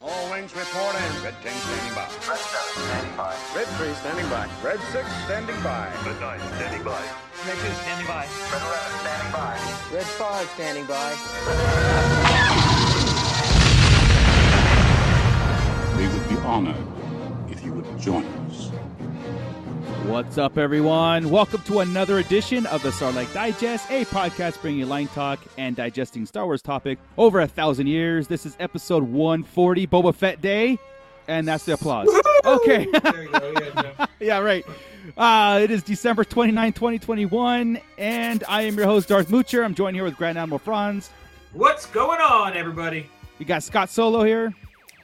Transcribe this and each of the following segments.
All wings reporting. Red 10 standing by. Red 7 standing by. Red 3 standing by. Red 6 standing by. Red 9 standing by. Red 2 standing by. Red 11 standing by. Red 5 standing by. We would be honored if you would join us. What's up, everyone? Welcome to another edition of the Starlight Digest, a podcast bringing you line talk and digesting Star Wars topic over a thousand years. This is episode 140, Boba Fett Day, and that's the applause. Okay. yeah, right. Uh, it is December 29, 2021, and I am your host, Darth Moocher. I'm joined here with Grand Animal Franz. What's going on, everybody? You got Scott Solo here,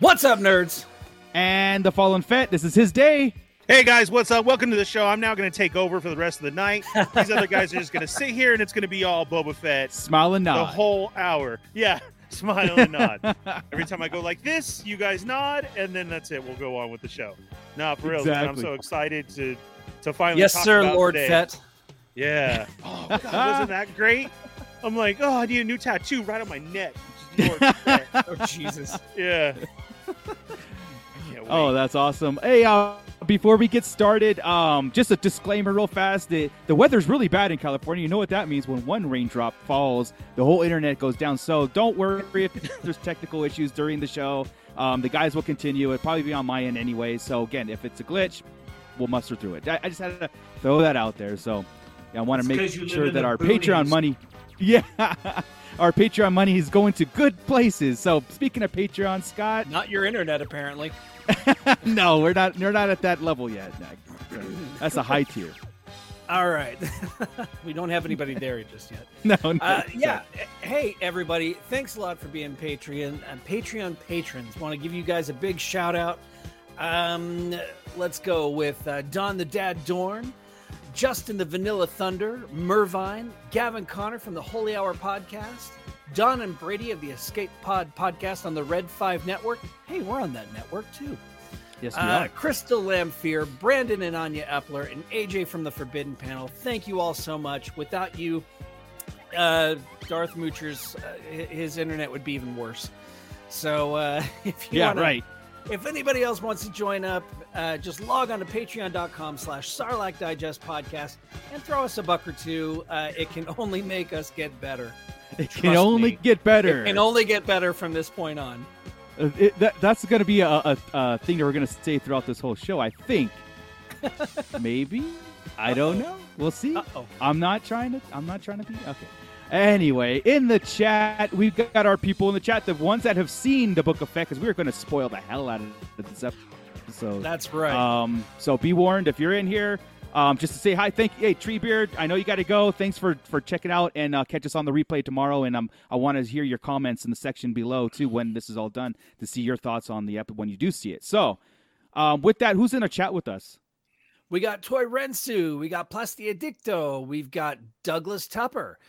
What's up, nerds? and the Fallen Fett. This is his day. Hey guys, what's up? Welcome to the show. I'm now going to take over for the rest of the night. These other guys are just going to sit here and it's going to be all Boba Fett Smile and nod. the whole hour. Yeah, smile and nod. Every time I go like this, you guys nod, and then that's it. We'll go on with the show. Nah, for real. man, I'm Exactly. so excited to to finally. Yes, talk sir, about Lord today. Fett. Yeah. Oh, God, wasn't that great? I'm like, oh, I need a new tattoo right on my neck. Lord Fett. Oh, Jesus. Yeah. I can't Oh, wait. that's awesome. Hey, uh, before we get started, um, just a disclaimer real fast. The, the weather's really bad in California. You know what that means. When one raindrop falls, the whole internet goes down. So don't worry if there's technical issues during the show. Um, the guys will continue. It'll probably be on my end anyway. So, again, if it's a glitch, we'll muster through it. I, I just had to throw that out there. So, yeah, I want to It's make 'cause you live sure in that the our boonies. Patreon money. Yeah. Our Patreon money is going to good places. So, speaking of Patreon, Scott, Not your internet, apparently. no, we're not. We're not at that level yet. Nick. That's a high tier. All right. we don't have anybody there just yet. No. no Uh, yeah. Hey, everybody. Thanks a lot for being Patreon. Uh, Patreon patrons. Want to give you guys a big shout out. Um, let's go with uh, Don the Dad Dorn, Justin the Vanilla Thunder, Mervine, Gavin Connor from the Holy Hour Podcast, Don and Brady of the Escape Pod Podcast on the Red 5 Network. Hey, we're on that network too. Yes, we Uh, are. Crystal Lamphere, Brandon and Anya Epler, and AJ from the Forbidden Panel. Thank you all so much. Without you, uh, Darth Moocher's uh, hi- his internet would be even worse. So uh, if you Yeah. wanna- Right. if anybody else wants to join up, uh, just log on to patreon.com slash Sarlacc Digest Podcast and throw us a buck or two. Uh, it can only make us get better. It can trust only me. get better. It can only get better from this point on. Uh, it- that, that's going to be a, a, a thing that we're going to say throughout this whole show. I think. Maybe. I don't know. We'll see. Uh-oh. I'm not trying to. I'm not trying to be. Okay. Anyway, in the chat, we've got our people in the chat, the ones that have seen the Book of Fett, because we're going to spoil the hell out of this episode. That's right. Um, so be warned if you're in here. Um, just to say hi, thank you, hey Treebeard. I know you got to go. Thanks for for checking out and uh, catch us on the replay tomorrow. And um, I want to hear your comments in the section below too when this is all done to see your thoughts on the episode when you do see it. So, um, with that, who's in a chat with us? We got Toy Rensu. We got Plasti Addicto. We've got Douglas Tupper.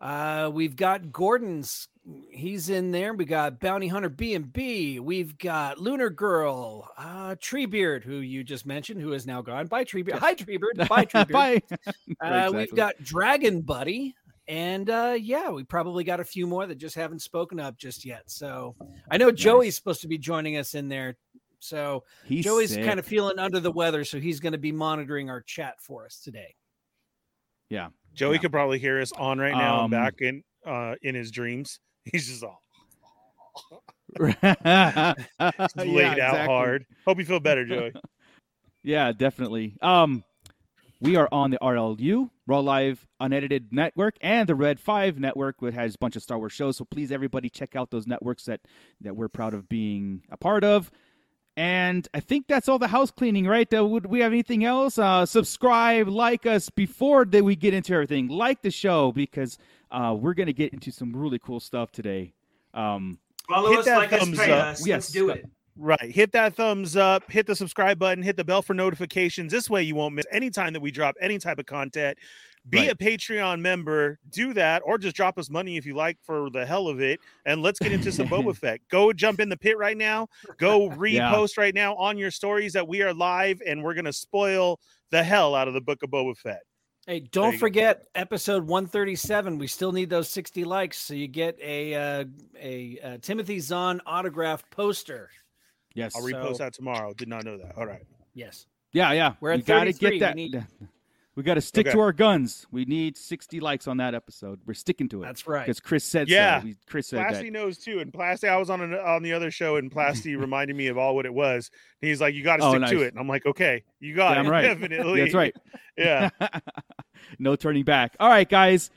Uh, we've got Gordon's. He's in there. We got Bounty Hunter B and B. We've got Lunar Girl, uh, Treebeard, who you just mentioned, who is now gone. Bye, Treebeard. Hi, Treebeard. Bye, Treebeard. Bye. Uh, Exactly. we've got Dragon Buddy, and uh, yeah, we probably got a few more that just haven't spoken up just yet. So I know Joey's supposed to be joining us in there. So He's Joey's sick. kind of feeling under the weather, so he's going to be monitoring our chat for us today. Joey Yeah. could probably hear us on right now Um, and back in uh in his dreams. He's just all Uh, Yeah, laid out exactly. hard. Hope you feel better, Joey. Yeah, definitely. Um, we are on the RLU, Raw Live Unedited Network, and the Red Five Network, which has a bunch of Star Wars shows. So please, everybody, check out those networks that that we're proud of being a part of. And I think that's all the house cleaning, right? Uh, would we have anything else? Uh, subscribe, like us before that we get into everything. Like the show because uh, we're gonna get into some really cool stuff today. Um, Follow Hit us that like us, thumbs pay up. us. Yes, Let's do Scott. it. Right. Hit that thumbs up, hit the subscribe button, hit the bell for notifications. This way you won't miss any time that we drop any type of content. Be a Patreon member, do that, or just drop us money if you like for the hell of it. And let's get into some Boba Fett. Go jump in the pit right now. Go Yeah. repost right now on your stories that we are live and we're gonna spoil the hell out of the book of Boba Fett. Hey, you don't go. forget episode 137. We still need those 60 likes, so you get a uh, a uh, Timothy Zahn autographed poster. Yes. I'll re- repost So- that tomorrow. Did not know that. All right. Yes. yeah, yeah. We're at we gotta 33. get that. We need- We got to stick Okay. to our guns. We need 60 likes on that episode. We're sticking to it. That's right. Because Chris said Yeah. so. We, Chris said that. Plasty knows too, and Plasty. I was on an, on the other show, and Plasty reminded me of all what it was. And he's like, "You got to Oh, stick nice. to it." And I'm like, "Okay, you got Damn it, right. definitely." That's right. Yeah. no turning back. All right, guys.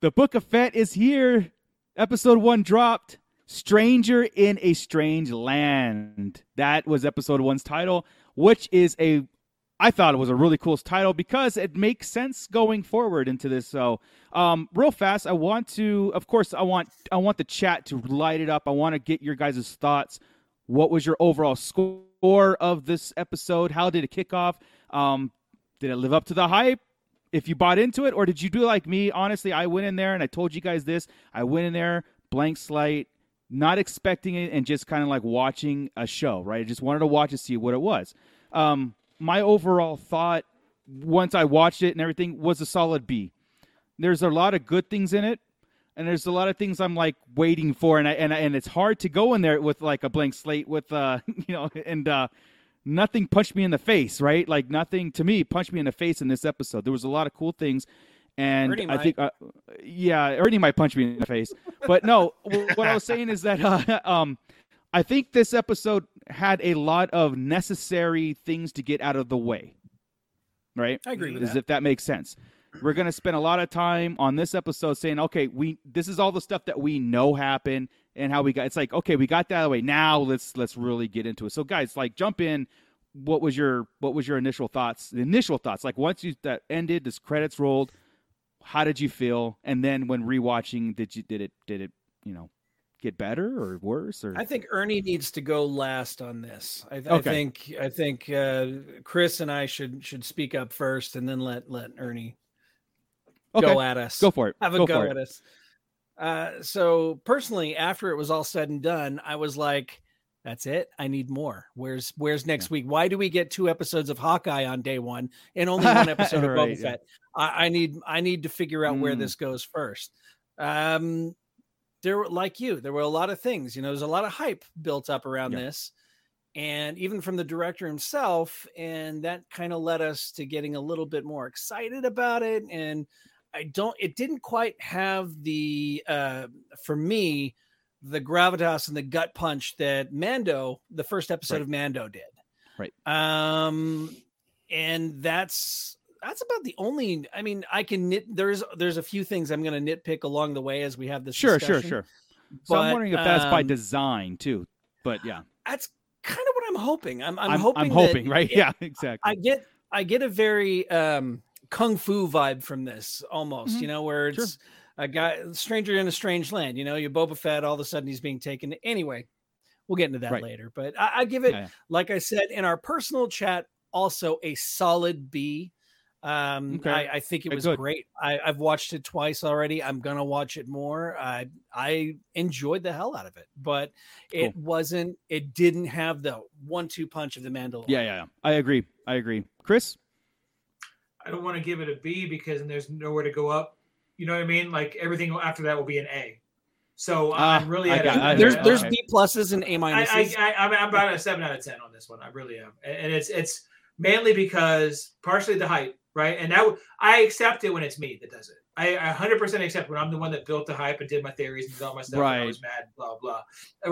The Book of Fett is here. Episode one dropped. Stranger in a Strange Land. That was episode one's title, which is a I thought it was a really cool title because it makes sense going forward into this. So, um, real fast, I want to, of course, I want I want the chat to light it up. I want to get your guys' thoughts. What was your overall score of this episode? How did it kick off? Um, did it live up to the hype? If you bought into it, or did you do like me? Honestly, I went in there and I told you guys this. I went in there blank slate, not expecting it, and just kind of like watching a show. Right, I just wanted to watch and see what it was. Um, my overall thought once I watched it and everything was a solid B. There's a lot of good things in it, and there's a lot of things I'm like waiting for, and I, and I, and it's hard to go in there with like a blank slate with uh you know and uh nothing punched me in the face, right? Like nothing to me punched me in the face in this episode. There was a lot of cool things, and Ernie I might. think uh, yeah, Ernie might punch me in the face, but no. wh- what I was saying is that uh, um. I think this episode had a lot of necessary things to get out of the way. Right? I agree with As that. if that makes sense. We're going to spend a lot of time on this episode saying, "Okay, we this is all the stuff that we know happened and how we got." It's like, "Okay, we got that out of the way. Now let's let's really get into it." So guys, like jump in. What was your what was your initial thoughts? The initial thoughts like once you that ended, this credits rolled, how did you feel? And then when rewatching, did you did it did it, you know, get better or worse or I think Ernie needs to go last on this. I, I Okay. think I think uh, Chris and I should should speak up first, and then let let Ernie go at us. Go for it. have a go go for at us. Uh, so personally, after it was all said and done, I was like, "That's it. I need more. Where's Where's next week? Why do we get two episodes of Hawkeye on day one and only one episode of Right, Boba yeah. Fett? I, I need I need to figure out where Mm. this goes first. Um, there, were like you, there were a lot of things. You know, there's a lot of hype built up around Yeah. this, and even from the director himself, and that kind of led us to getting a little bit more excited about it and I don't it didn't quite have the uh for me the gravitas and the gut punch that Mando the first episode Right. of Mando did. Right. Um and that's that's about the only I mean I can nit there's there's a few things I'm going to nitpick along the way as we have it. this Sure, sure, discussion, sure. So I'm but, wondering if that's by um, design too. But yeah, That's kind of what I'm hoping. I'm I'm, I'm hoping I'm that hoping, right? it- yeah, exactly. I get I get a very um kung fu vibe from this almost, you know, where it's Mm-hmm. Sure. a guy stranger in a strange land, you know, you Boba Fett, all of a sudden he's being taken. Anyway, we'll get into that Right. later. But I, I give it, Yeah, yeah. like I said in our personal chat, also a solid B. Um, Okay. I, I think it Okay, was good. great. I, I've watched it twice already. I'm gonna watch it more. I I enjoyed the hell out of it, but it wasn't. It didn't have the one-two punch of the Mandalorian. yeah, yeah, yeah. I agree. I agree. Chris, I don't want to give it a B because there's nowhere to go up. You know what I mean? Like everything after that will be an A. So Ah, I'm really I at got- a, I there's got- there's okay. B pluses and A I, minuses. I, I, I'm- I'm about a seven out of ten on this one. I really am, and and it's it's mainly because partially the hype, right? And that I accept it when it's me that does it. I 100 percent accept when I'm the one that built the hype and did my theories and did all my stuff. And I Right. was mad, blah blah.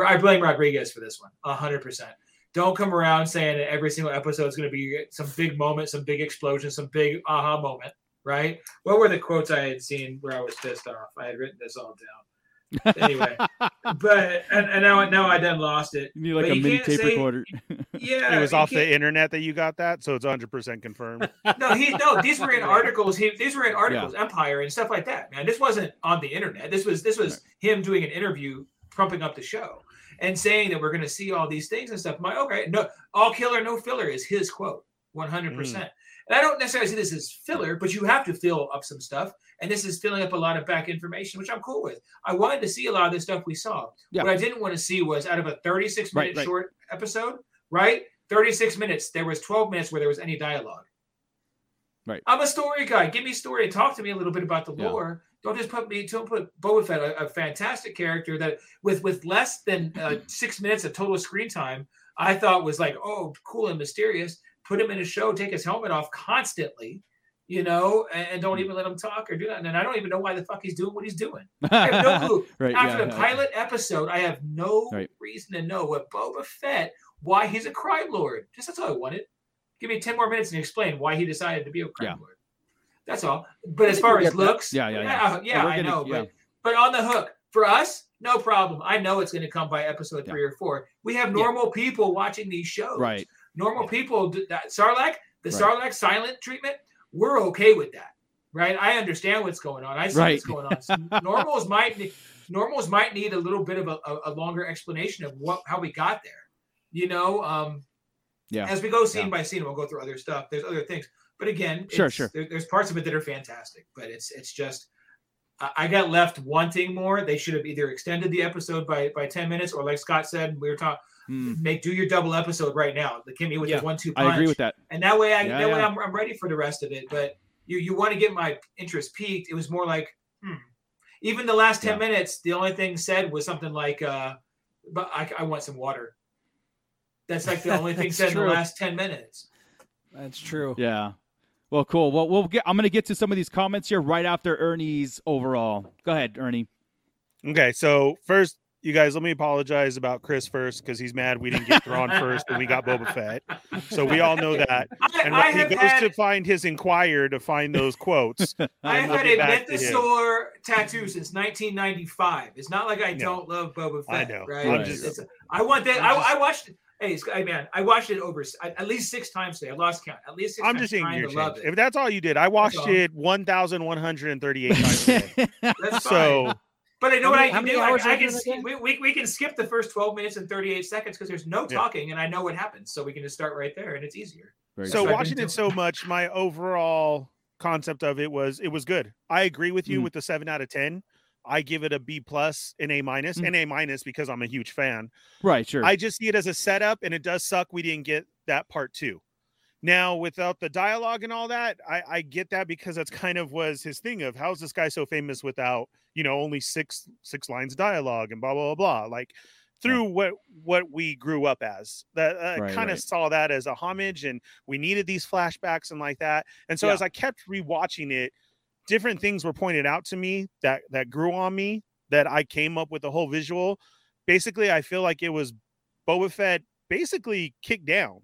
I blame Rodriguez for this one, 100. percent Don't come around saying that every single episode is going to be some big moment, some big explosion, some big aha moment, right? What were the quotes I had seen where I was pissed off? I had written this all down. Anyway, but and, and now now I done lost it you need like But a you mini can't tape say- recorder. yeah, It was you off the can't- internet that you got that, so it's 100 percent confirmed. No, he no. These were in articles. He, these were in articles, Empire and stuff like that. Man, this wasn't on the internet. This was this was him doing an interview, pumping up the show, and saying that we're going to see all these things and stuff. I'm like, okay, no, all killer, no filler is his quote, 100. percent And I don't necessarily see this as filler, but you have to fill up some stuff, and this is filling up a lot of back information, which I'm cool with. I wanted to see a lot of this stuff we saw. Yeah. What I didn't want to see was out of a 36 Right, minute right. short episode, right? 36 minutes. There was 12 minutes where there was any dialogue Right. I'm a story guy. Give me a story and talk to me a little bit about the Yeah. lore. Don't just put me. Don't put Boba Fett, a, a fantastic character that with with less than uh, six minutes of total screen time, I thought was like, oh, cool and mysterious. Put him in a show, take his helmet off constantly, you know, and, and Hmm. don't even let him talk or do that. And I don't even know why the fuck he's doing what he's doing. I have no clue. right. After yeah, the yeah. pilot episode, I have no Right. reason to know what Boba Fett, why he's a crime lord. Just that's all I wanted. Give me 10 more minutes and explain why he decided to be a crime Yeah. lord. That's all. But as think we far as get that. looks, uh, Yeah, yeah, yeah. yeah, yeah, we're I gonna- know. yeah. But, but on the hook, for us, no problem. I know it's going to come by episode Yeah. three or four. We have normal people watching these shows. Right. Normal people, do that Sarlacc, the Right. Sarlacc silent treatment, we're okay with that. Right. I understand what's going on. I see Right. what's going on. So normals might need, normals might need a little bit of a, a, a longer explanation of what how we got there. You know, um, Yeah. As we go scene Yeah. by scene, we'll go through other stuff. There's other things, but again, Sure, it's- sure. There, there's parts of it that are fantastic, but it's it's just I, I got left wanting more. They should have either extended the episode by by ten minutes, or like Scott said, we were talking Mm, make do your double episode right now. The Kimmy with Yeah, his one two punch I agree with that. and that way I Yeah, that way yeah. I'm, I'm ready for the rest of it. But you you want to get my interest peaked. It was more like hmm. even the last ten minutes, the only thing said was something like, uh, "But I, I want some water." That's like the only thing That's said in true. the last ten minutes. That's true. Yeah. Well, cool. Well, we'll get. I'm gonna get to some of these comments here right after Ernie's overall. Go ahead, Ernie. Okay, so first, you guys, let me apologize about Chris first because he's mad we didn't get Thrawn first and we got Boba Fett. So we all know that. I, And I when he have goes had to find his Inquirer to find those quotes, I then have we'll had get a back to him. Mythosaur tattoo since 1995. It's not like I No. don't love Boba I Fett. know. Right? I'm It's- just- it's- I want that. I'm I, just- I watched. it. Hey, it's- hey, man, I watched it over s- at at least six times today. I lost count. At least six I'm times just eating trying your to love change. it. If that's all you did, I watched all. it 1,138 times. today. That's fine. So But I know How what many- I how can many do. I, hours I are can there s- again? we, we, we can skip the first 12 minutes and 38 seconds because there's no Yeah. talking and I know what happens. So we can just start right there and it's easier. Very so I've good. been watching doing. it so much, my overall concept of it was it was good. I agree with you Mm. with the seven out of ten. I give it a B plus and A minus, Mm. and A minus because I'm a huge fan. right, sure. I just see it as a setup, and it does suck we didn't get that part two. Now, without the dialogue and all that, I, I get that because that's kind of was his thing of how's this guy so famous without you know only six six lines of dialogue and blah blah blah, blah. like through what what we grew up as that uh, Right, kind of right. saw that as a homage and we needed these flashbacks and like that and so Yeah. as i kept rewatching it different things were pointed out to me that that grew on me that i came up with the whole visual basically i feel like it was boba fett basically kicked down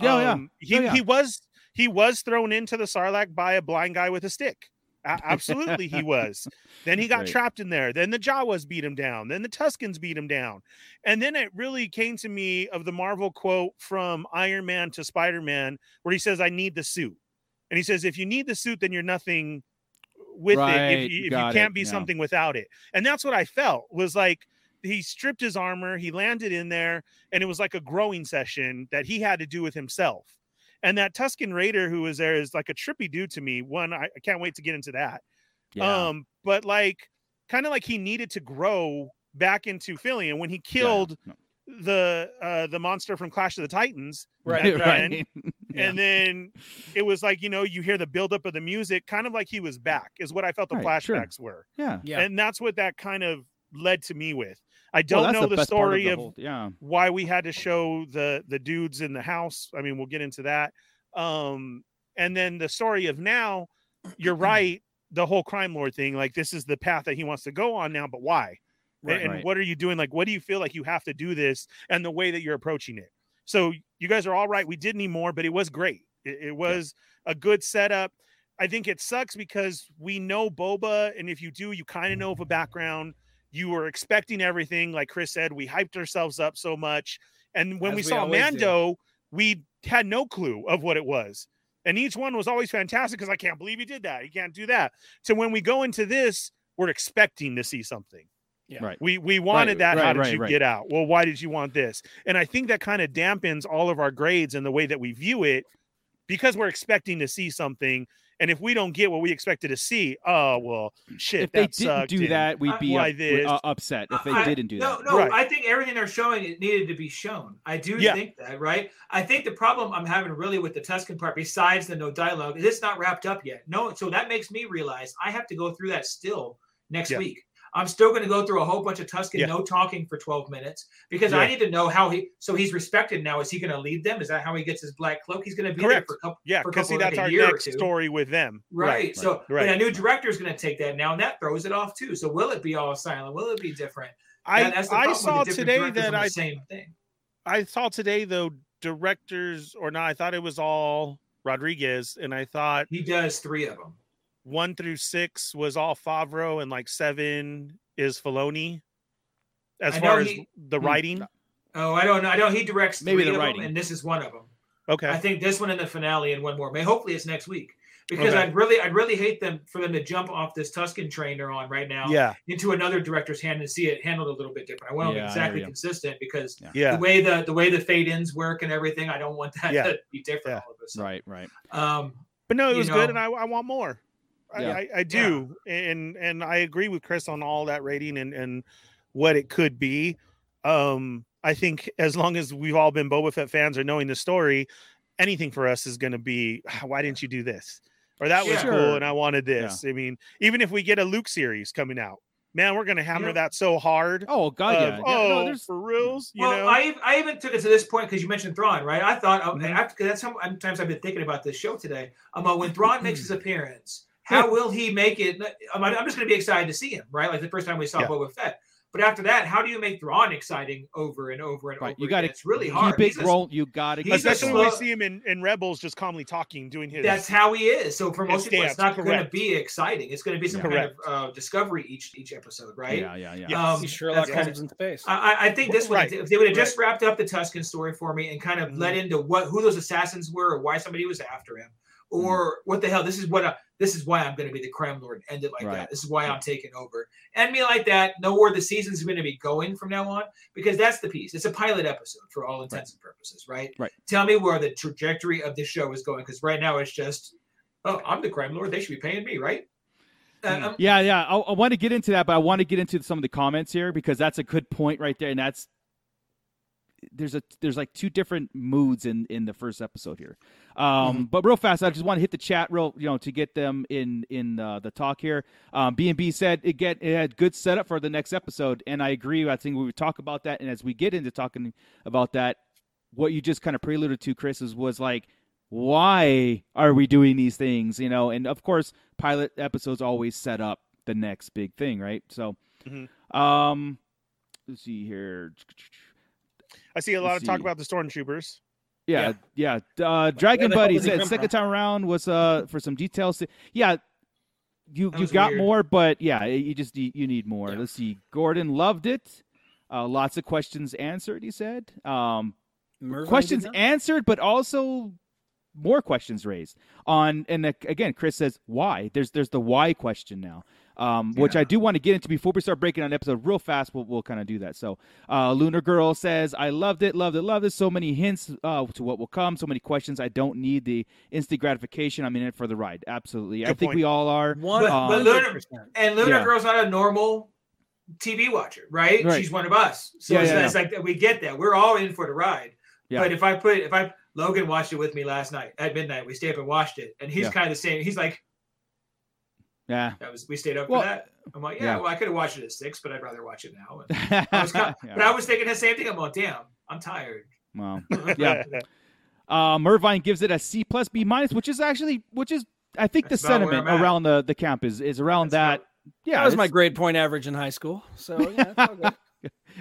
Um, Yeah, yeah. he, Oh, yeah. he was he was thrown into the sarlacc by a blind guy with a stick. A- absolutely, he was. Then he got Right. trapped in there. Then the Jawas beat him down. Then the Tuscans beat him down. And then it really came to me of the Marvel quote from Iron Man to Spider Man, where he says, "I need the suit," and he says, "If you need the suit, then you're nothing with it. Right, If you, if you got it, can't be yeah. something without it." And that's what I felt was like he stripped his armor, he landed in there, and it was like a growing session that he had to do with himself. And that Tuscan Raider who was there is like a trippy dude to me. One, I, I can't wait to get into that. yeah. Um, but like kind of like he needed to grow back into Philly. And when he killed no. the uh the monster from Clash of the Titans, Right, at the right. end, and then it was like, you know, you hear the buildup of the music, kind of like he was back, is what I felt the Right, sure. flashbacks were. yeah. Yeah. And that's what that kind of led to me with. I Well, don't that's know the, best part story the of, whole- yeah. why we had to show the the dudes in the house. I mean, we'll get into that. Um, and then the story of now, you're right, the whole crime lord thing, like this is the path that he wants to go on now, but why? A- Right. and Right. what are you doing? Like, what do you feel like you have to do this and the way that you're approaching it? So you guys are all right. We did need more, but it was great. It, it was a good setup. I think it sucks because we know Boba, and if you do, you kind of know of a background. You were expecting everything, like Chris said. We hyped ourselves up so much, and when As we we saw always do. Mando, we had no clue of what it was, and each one was always fantastic. Because I can't believe he did that. He can't do that. So when we go into this, we're expecting to see something. Yeah. Right. We we wanted that. right, How did right, you right. get out? Well, why did you want this? And I think that kind of dampens all of our grades and the way that we view it because we're expecting to see something And if we don't get what we expected to see, oh well, shit. if that they didn't sucked, do and that, we'd be why up- this? uh, upset. If they I- didn't do no, that, No, Right. I think everything they're showing it needed to be shown. I do Yeah. think that, right? I think the problem I'm having really with the Tuscan part, besides the no dialogue, is it's not wrapped up yet. No, so that makes me realize I have to go through that still next Yeah. week. I'm still going to go through a whole bunch of Tuscan Yeah. no talking for 12 minutes because Yeah. I need to know how he. So he's respected now. Is he going to lead them? Is that how he gets his black cloak? He's going to be Correct. there for a couple. Yeah, for a because see, couple, like, that's a our year or next two. story with them. Right. So right. and a new director is going to take that now, and that throws it off too. So will it be all silent? Will it be different? I Yeah, that's the I problem with saw the different today directors that on the I same thing. I saw today though directors or not. I thought it was all Rodriguez, and I thought He does three of them. one through six was all Favreau, and like seven is Filoni. As I know far as he- the Hmm. writing, Oh, I don't know. I know he directs Maybe the three of 'em, writing. and this is one of them. I okay, think this one in the finale and one more. May hopefully it's next week because Okay. I'd really, I'd really hate them for them to jump off this Tuscan train they're on right now yeah, into another director's hand and see it handled a little bit different. I Yeah, I want them hear exactly you. consistent because yeah. the way the the way the fade ins work and everything, I don't want that Yeah. to be different Yeah. all of a sudden. right, right. Um, But no, it you was good, know. and I, I want more. I, Yeah. I, I do, and and I agree with Chris on all that rating and and what it could be. Um, I think as long as we've all been Boba Fett fans or knowing the story, anything for us is going to be "Ah, why didn't you do this or that was cool Sure. and I wanted this. I mean, even if we get a Luke series coming out, man, we're going to hammer Yeah. that so hard. Oh God, of, yeah. yeah. oh, no, there's for reals, you well, know? I ev- I even took it to this point because you mentioned Thrawn, right? I thought okay, after, that's how many times I've been thinking about this show today. Um, uh, when Thrawn makes his appearance, how will he make it? I'm, I'm just going to be excited to see him, right? Like the first time we saw Yeah. Boba Fett. But after that, how do you make Thrawn exciting over and over and right. over? You got got to It's really hard. Keep He's it a- roll. You got to. he's a especially slow- when we see him in, in Rebels just calmly talking, doing his. that's how he is. So for His most people, it's stance, not going to correct. be exciting. It's going to be some Yeah. kind of uh, discovery each each episode, right? Yeah, yeah, yeah. Yes. Um, See Sherlock that's- Holmes in space. I, I- I think this one, Right. if they would have just wrapped up the Tuscan story for me and kind of Mhm. led into what who those assassins were or why somebody was after him, or what the hell this is what I, this is why I'm going to be the crime lord. End it like Right. that. This is why I'm taking over. End me like that. Know where the season's going to be going from now on because that's the piece. It's a pilot episode for all intents and purposes, right? Right. Tell me where the trajectory of the show is going because right now it's just, oh, I'm the crime lord. They should be paying me, right? Uh, Mm. um, Yeah, yeah. I, I want to get into that, but I want to get into some of the comments here because that's a good point right there, and that's there's a there's like two different moods in in the first episode here. Um, But real fast, I just want to hit the chat real you know to get them in in uh, the talk here. Um, B and B said it get it had good setup for the next episode, and I agree. I think we would talk about that, and as we get into talking about that, what you just kind of preluded to, Chris, is was like why are we doing these things you know and of course pilot episodes always set up the next big thing right so Mhm. um let's see here I see a lot Let's of talk see. about the stormtroopers. yeah yeah, uh dragon the hell buddy did he said come second time around was uh for some details yeah you That you was got weird. more but yeah you just need, you need more Yeah. let's see gordon loved it uh lots of questions answered he said um Mervyn did questions not? answered, but also more questions raised on. And ag- again, Chris says why. There's there's the why question now, um, which I do want to get into before we start breaking on episode real fast. We'll, we'll kind of do that. So, uh, Lunar Girl says I loved it, loved it, loved it. So many hints uh, to what will come. So many questions. I don't need the instant gratification. I'm in it for the ride. Absolutely. I Good think point. we all are. One But- hundred but percent. And Luna Yeah. Girl's not a normal TV watcher, right? Right. She's one of us. So Yeah, it's, yeah, it's like that we get that. We're all in for the ride. Yeah. But if I put if I Logan watched it with me last night at midnight, we stayed up and watched it, and he's Yeah. kind of the same. He's like, Yeah. "That was we stayed up Well, for that." I'm like, "Yeah, yeah. well, I could have watched it at six, but I'd rather watch it now." And I was kind- But I yeah. was thinking the same thing. I'm like, "Damn, I'm tired." Wow. Yeah. Um, Irvine gives it a C plus B minus, which is actually which is I think That's the about where sentiment I'm at. around the the camp is is around that. That's yeah, that was my it's- grade point average in high school. So yeah, it's all good. not-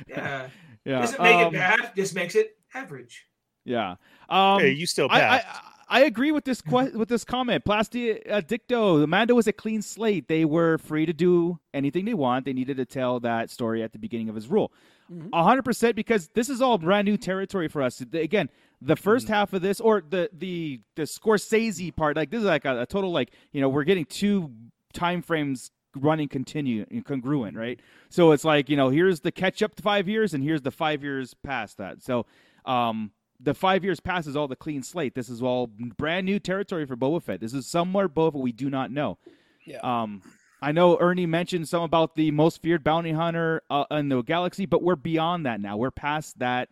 yeah. yeah. Doesn't make um, it bad. Just makes it average. Yeah. Um, hey, you still I, I passed. I agree with this que- with this comment. Plasti Addicto, Amanda was a clean slate. They were free to do anything they want. They needed to tell that story at the beginning of his rule. Mhm. A hundred percent, because this is all brand new territory for us. The- Again, the 1st half of this, or the the the Scorsese part, like this is like a, a total like you know we're getting two time frames running continue congruent, right? So it's like you know here's the catch up to five years, and here's the five years past that. So um, the five years passes all the clean slate. This is all brand new territory for Boba Fett. This is somewhere Boba we do not know. Yeah. Um, I know Ernie mentioned some about the most feared bounty hunter uh, in the galaxy, but we're beyond that now. We're past that.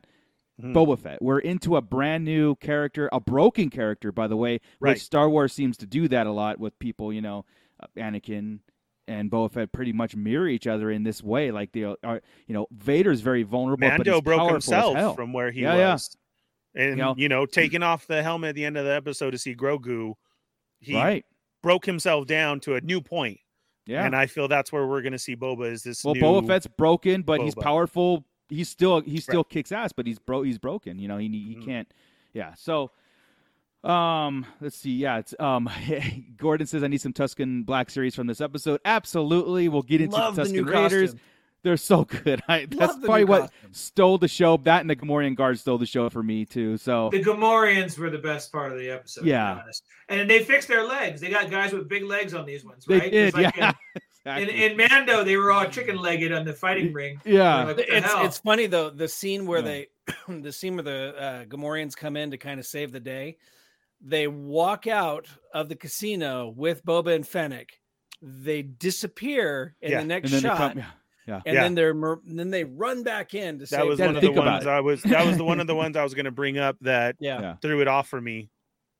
Mhm. Boba Fett. We're into a brand new character, a broken character, by the way. Right. Which Star Wars seems to do that a lot with people. You know, uh, Anakin and Boba Fett pretty much mirror each other in this way. Like they are, you know, Vader's very vulnerable. but Mando he's broke powerful as himself hell. from where he Yeah, yeah. was. And You know- you know, taking off the helmet at the end of the episode to see Grogu, he right. broke himself down to a new point. Yeah. And I feel that's where we're going to see Boba is this Well, new Boba Fett's broken, but he's Boba. powerful. He's still he still kicks ass, but he's bro he's broken. You know, he he Mhm. can't. Yeah. So, um, let's see. Yeah, it's um, Gordon says I need some Tuscan Black series from this episode. Absolutely, we'll get into Love the Tuscan new Raiders. costume. They're so good. I, that's the new probably what costume. stole the show. That and the Gamorrean Guard stole the show for me too. So The Gamorreans were the best part of the episode. to be Yeah. honest. And they fixed their legs. They got guys with big legs on these ones, they right? did. It's like yeah. in, Exactly. in, in Mando, they were all chicken legged on the fighting ring. yeah. Like, what the It's hell? it's funny though the scene where Yeah. they the scene where the uh, Gamorreans come in to kind of save the day. They walk out of the casino with Boba and Fennec. They disappear in Yeah. the next And then they shot, come. Yeah. and Yeah. then they're mer- then they run back in to That save. was Dad, one of the think about ones it. I was. That was the one of the ones I was going to bring up that yeah, Yeah. threw it off for me.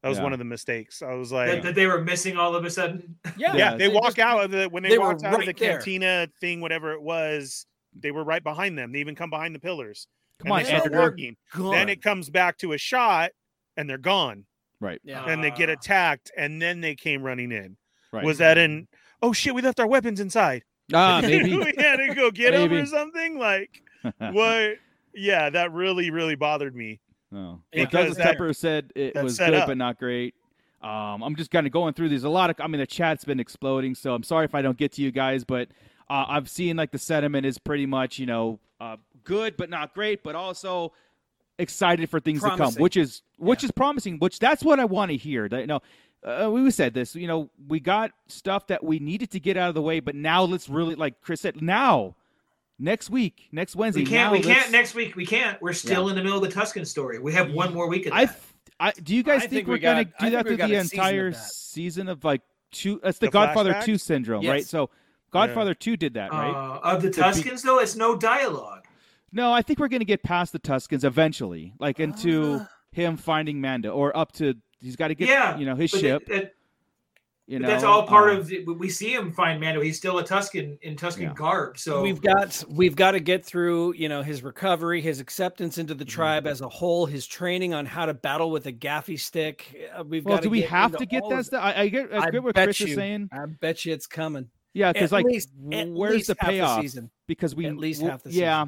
That was Yeah. one of the mistakes. I was that, like, that they were missing all of a sudden. yeah. yeah, they, walk just- out of the when they, they were walked out of the right there. cantina thing, whatever it was. They were right behind them. They even come behind the pillars. Come on, and they start Andrew. walking. Gone. Then it comes back to a shot, and they're gone. Right. yeah. and they get Ah. attacked, and then they came running in. Right. Was that in? Oh shit, we left our weapons inside. Ah, maybe. we had to go get 'em Maybe. Uh-huh. or something. Like what? Yeah, that really, really bothered me. No. Yeah. Well, Douglas Because that- Pepper said it that's was set good up. but not great. Um, I'm just kind of going through these. A lot of, I mean, the chat's been exploding, so I'm sorry if I don't get to you guys, but uh, I've seen like the sentiment is pretty much, you know, uh, good but not great, but also excited for things to come, Promising. which is which is promising. Which that's what I want to hear. That, you know, uh, we said this. You know, we got stuff that we needed to get out of the way, but now let's really, like Chris said, now, next week, next Wednesday, We now can't. We can't let's- next week. We can't. We're still in the middle of the Tuscan story. We have one more week of that. I, th- I do you guys I think, think we're we gonna got- I do that think we through got the a season of entire that. season of like two? That's the, The Godfather flashbacks? two syndrome, right? Yes. So Godfather two did that, right? Uh, of the be- Tuscans, though, it's no dialogue. no, I think we're gonna get past the Tuscans eventually, like into Ah. him finding Manda, or up to he's got to get Yeah, you know his But ship. that- that- you but know, that's all part um, of. The, we see him find Mando. He's still a Tuscan in Tuscan Yeah. garb. So we've got we've got to get through you know his recovery his acceptance into Mm-hmm. the tribe as a whole his training on how to battle with a gaffy stick Uh, we've Well, got do we have to get that that stuff? I, I get, I I get what bet Chris is you. saying. i bet you it's coming Yeah, because At like, least- at where's least the half payoff? season because we At least w- half the yeah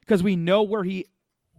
because we know where he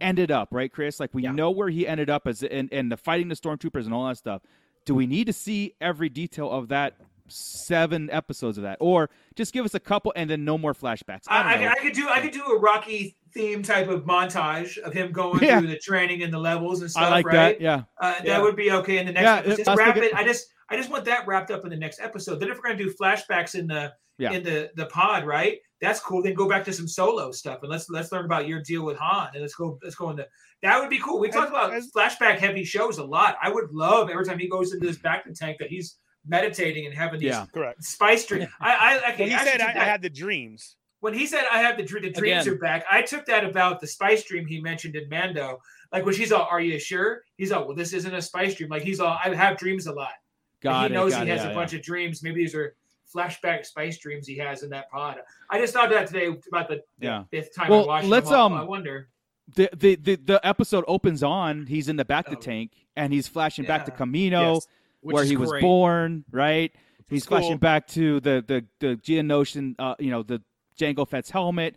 ended up right chris like we Yeah. know where he ended up as and, and the fighting the stormtroopers and all that stuff do we need to see every detail of that seven episodes of that or just give us a couple and then no more flashbacks I, i, don't I, know. I could do. I could do a Rocky theme type of montage of him going Yeah. through the training and the levels and stuff. I like right? that yeah Uh, Yeah. That would be okay in the next. Yeah, episode. it- just that's the wrap good- it. I just, I just want that wrapped up in the next episode. Then if we're gonna do flashbacks in the, Yeah. in the the pod, right? That's cool. Then go back to some solo stuff and let's let's learn about your deal with Han and let's go let's go into that would be cool. We talked about as- flashback heavy shows a lot. I would love every time he goes into this back to tank that he's meditating and having these Yeah. Correct. spice dreams. I, I okay. Well, he actually said took I, I that- had the dreams. when he said I have the, dr- the dreams Again. are back, I took that about the spice dream he mentioned in Mando. Like when she's all, "Are you sure?" He's all, "Well, this isn't a spice dream." Like he's all, "I have dreams a lot." And got he it, knows got he it, has yeah, a yeah. bunch of dreams. Maybe these are flashback spice dreams he has in that pod. I just thought that today about the the Yeah. fifth time Well, I watched. let's, them. all, um, I wonder. the, the the the episode opens on he's in the back to Oh. tank and he's flashing back to Yeah. camino Yes. which where is he was great. born, right? He's flashing cool. back to the the the Geonosian, uh, you know, the Django Fett's helmet.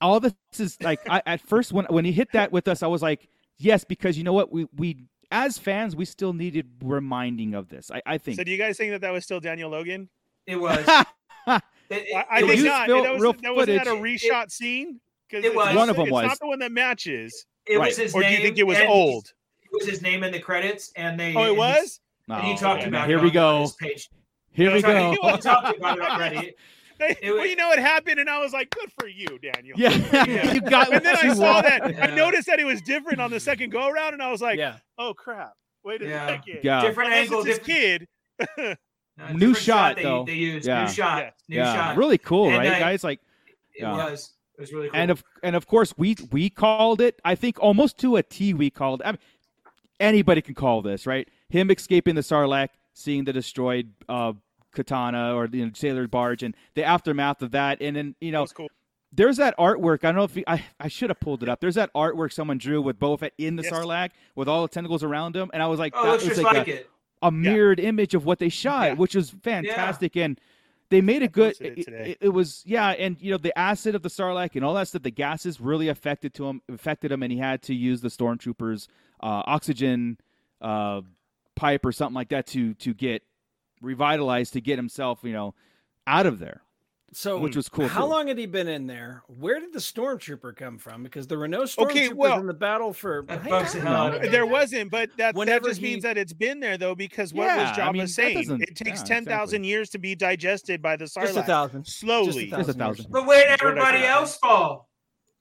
All this is like I, at first when when he hit that with us, I was like, yes, because you know what, we we as fans we still needed reminding of this. I, I think. Oh, So do you guys think that that was still Daniel Logan? It was. It- it- I, I it was- think You not. built That was real that wasn't that a footage. reshot scene. Because It was. One of 'em it's was. not the one that matches. It Right. was his Or do name. you think it was and- old? It was his name in the credits, and they. Oh, it and he's- was. And he Oh, talked man, about. it Here we on- on go. his page. Here we Sorry, go. we talked about it already. It well, was- you know, it happened, and I was like, "Good for you, Daniel." Yeah, Yeah. you got. And then what I you saw want. that. I Yeah. noticed that it was different on the second go around, and I was like, yeah. "Oh crap! Wait a Yeah. second! Yeah. different Unless angle, it's his different kid." uh, New different shot, they, though. They used Yeah. new shot, Yeah. new yeah, shot. really cool, And right, I- guys? Like, It Yeah. was. It was really cool. and of and of course, we we called it. I think almost to a T, we called. I mean, anybody can call this, right? Him escaping the Sarlacc, seeing the destroyed uh, katana or the you know, sailor barge, and the aftermath of that, and then you That know, was cool. there's that artwork. I don't know if you, I I should have pulled it up. There's that artwork someone drew with Boba Fett in the Yes. Sarlacc with all the tentacles around him, and I was like, oh, it that looks was just like, like, a- it. a mirrored image of what they shot, Yeah. which was fantastic. And they made I a good. posted it It, today. it- it was yeah, and you know the acid of the Sarlacc and all that stuff. The gases really affected to him, affected him, and he had to use the stormtroopers' uh, oxygen uh, pipe or something like that to to get revitalized to get himself you know out of there, So Mm. which was cool. How too. long had he been in there? Where did the stormtrooper come from? Because there were no stormtroopers Okay, well- in the battle for. That I bugs the don't hell out know. of me. There wasn't, but that that Whenever just he- means that it's been there though, because what Yeah, was I Jabba mean, that saying? doesn't- It takes yeah, ten thousand years to be digested by the Just a Sarlacc thousand. Just a slowly. Just a thousand. thousand. years. But where'd Jordan, I everybody forgot. else fall?